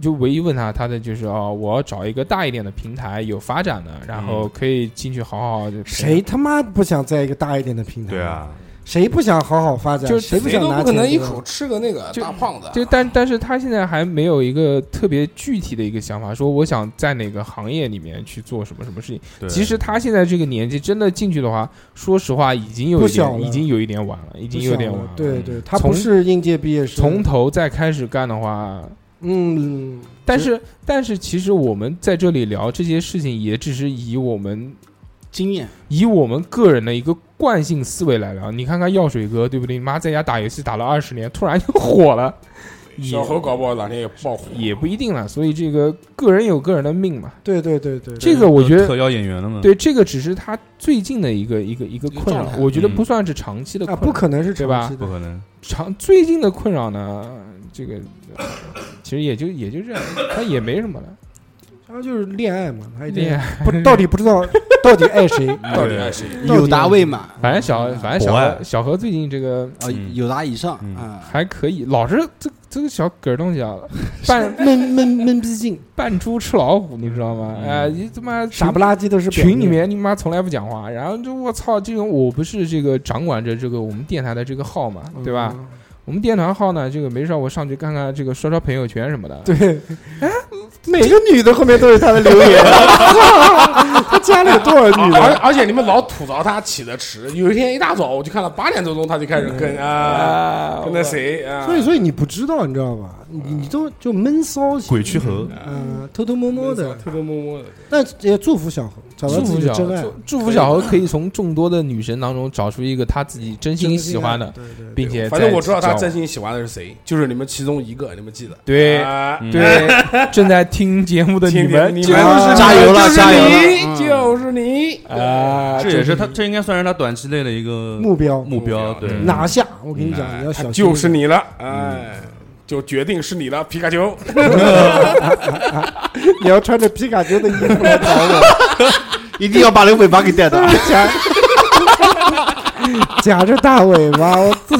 S6: 就唯一问他，他的就是哦，我要找一个大一点的平台，有发展的，然后可以进去好好地培养
S3: 谁他妈不想在一个大一点的平台？
S9: 对，啊，
S3: 谁不想好好发展？
S6: 就
S3: 谁不
S2: 谁
S3: 想
S2: 都
S3: 拿
S2: 不可
S3: 钱
S2: 能一
S3: 对吧
S2: 口吃个那个
S6: 就
S2: 大胖子，啊
S6: 就但但是他现在还没有一个特别具体的一个想法，说我想在哪个行业里面去做什么什么事情。
S9: 对
S6: 其实他现在这个年纪，真的进去的话，说实话已经有
S3: 不
S6: 一
S3: 小
S6: 点，
S3: 了
S6: 已经有一点晚了，已经有点晚了。
S3: 对对，他
S6: 从
S3: 不是应届毕业生，
S6: 从头再开始干的话，
S3: 嗯，
S6: 但是但是其实我们在这里聊这些事情，也只是以我们
S1: 经验
S6: 以我们个人的一个惯性思维来聊。你看看药水哥，对不对？你妈在家打游戏打了二十年，突然就火了。也
S2: 小猴搞不好哪天也爆火，
S6: 也不一定了，所以这个个人有个人的命嘛。
S3: 对对对对，
S6: 这个我觉
S9: 特
S6: 得，
S9: 邀演员了嘛，
S6: 对这个只是他最近的一个一个一个
S1: 一个
S6: 困扰
S1: 状，态
S6: 我觉得
S9: 嗯
S6: 不算是长期的
S3: 啊
S6: 困扰。
S3: 不可能是长期
S9: 不
S3: 的，
S9: 可能，
S6: 长最近的困扰呢，这个呃其实也就也就这样，他也没什么了。
S3: 他就是恋爱嘛，他一定
S6: 恋爱，
S3: 不到底不知道到底爱谁，
S2: 到底爱谁？
S3: 到底
S1: 有答未满
S6: 反正小
S1: 嗯
S6: 反正小
S9: 博
S6: 何
S9: 爱
S6: 小何最近这个
S1: 啊，
S9: 嗯
S1: 有答以上
S9: 嗯
S1: 啊，
S6: 还可以，老是这这个小狗东西啊，扮
S3: 闷闷闷逼劲，
S6: 扮猪吃老虎，你知道吗？
S9: 嗯
S6: 哎，你他妈
S3: 傻不拉几都是表
S6: 群里
S3: 面
S6: 面你妈从来不讲话，然后就我操，这种我不是这个掌管着这个我们电台的这个号嘛，对吧？？
S3: 嗯
S6: 我们电台号呢，这个没事儿我上去看看这个刷刷朋友圈什么的。
S3: 对，每个女的后面都有她的留言， 他家里有多少女
S2: 啊而
S3: 的？
S2: 而且你们老吐槽他起的迟，有一天一大早我就看到八点多钟他就开始跟啊，
S6: 啊
S2: 跟那谁啊，
S3: 所以，所以你不知道，你知道吧？你你都就闷骚型，
S9: 鬼去河，
S3: 嗯，偷偷摸摸的。
S2: 偷偷摸摸的，
S3: 但也祝福小猴找到
S6: 祝
S3: 自
S6: 福
S3: 己的
S6: 小
S3: 真爱
S6: 何，，祝福小何可以从众多的女神当中找出一个他自己真心喜欢的，
S3: 对对对
S6: 并且
S2: 反正
S6: 在
S2: 我知道他
S6: 交
S2: 真心喜欢的是谁，就是你们其中一个，你们记得
S6: 对
S2: 啊
S9: 嗯
S6: 对正在听节目的
S2: 听
S6: 你
S2: 节目
S6: 们
S2: 你
S6: 就
S2: 们
S3: 啊
S1: 加油了，加油了！
S2: 你就是你，
S6: 啊，
S9: 这也是他，这应该算是他短期内的一个
S3: 目标
S9: 目标，对，
S6: 嗯
S3: 拿下。我跟你讲，你要
S2: 他
S3: 小心一点，
S2: 就是你了，哎，就决定是你了，皮卡丘。
S3: 你要穿着皮卡丘的衣服来找我。
S1: 一定要把那个尾巴给带到。
S3: 夹夹着大尾巴，我操！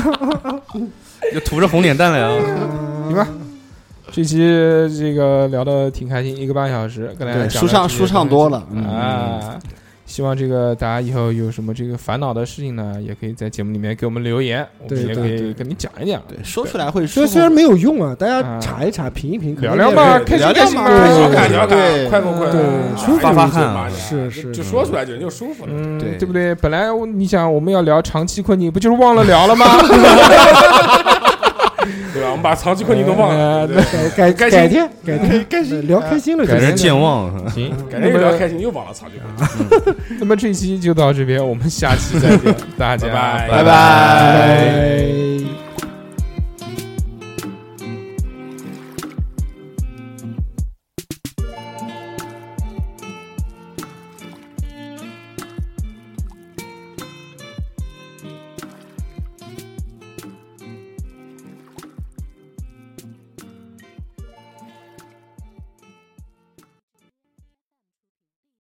S9: 就涂着红脸蛋了呀。
S6: 这期这个聊的挺开心，一个半小时，跟大家
S1: 对，
S6: 讲
S1: 舒畅
S6: 了这
S1: 舒
S6: 个
S1: 畅多了，嗯，
S6: 啊。希望这个大家以后有什么这个烦恼的事情呢，也可以在节目里面给我们留言，我
S3: 对
S6: 们也
S3: 对
S6: 可以
S3: 对
S6: 跟你讲一讲，
S1: 对，哎说出来会
S3: 所
S1: 舒
S3: 以
S1: 服
S3: 虽然没有用啊，大家
S6: 嗯
S3: 查一查，评一评，可
S6: 聊聊
S3: 能也
S6: 嘛，
S3: 是
S6: 开心
S1: 聊
S6: 开
S1: 开
S6: 心
S1: 心
S6: 嘛
S1: 嘛
S2: 对，
S1: 小
S2: 小
S1: 感
S2: 感
S1: 觉
S2: 小
S1: 对
S2: 感，快活快活，
S3: 对
S2: 哎
S3: 舒服
S2: 发发
S9: 一阵
S2: 汗
S9: 嘛，
S3: 是是
S2: 就说出来就就舒服了。
S6: 嗯，
S1: 对
S6: 对不对？本来我你想我们要聊长期困境，不就是 忘了聊了吗？
S2: 对吧？我们把长期困境都忘
S3: 哎
S2: 了，对不对
S3: 改改
S2: 开心
S3: 改天改天开心聊开心了就
S9: 改成
S3: 行了。
S9: 健忘，
S6: 行，
S1: 嗯
S2: 改
S6: 那
S2: 天聊
S6: 么
S2: 开心又忘了长期困境。
S6: 那么这期就到这边，我们下期再见，大家
S2: 拜拜
S1: 拜拜。
S3: 哎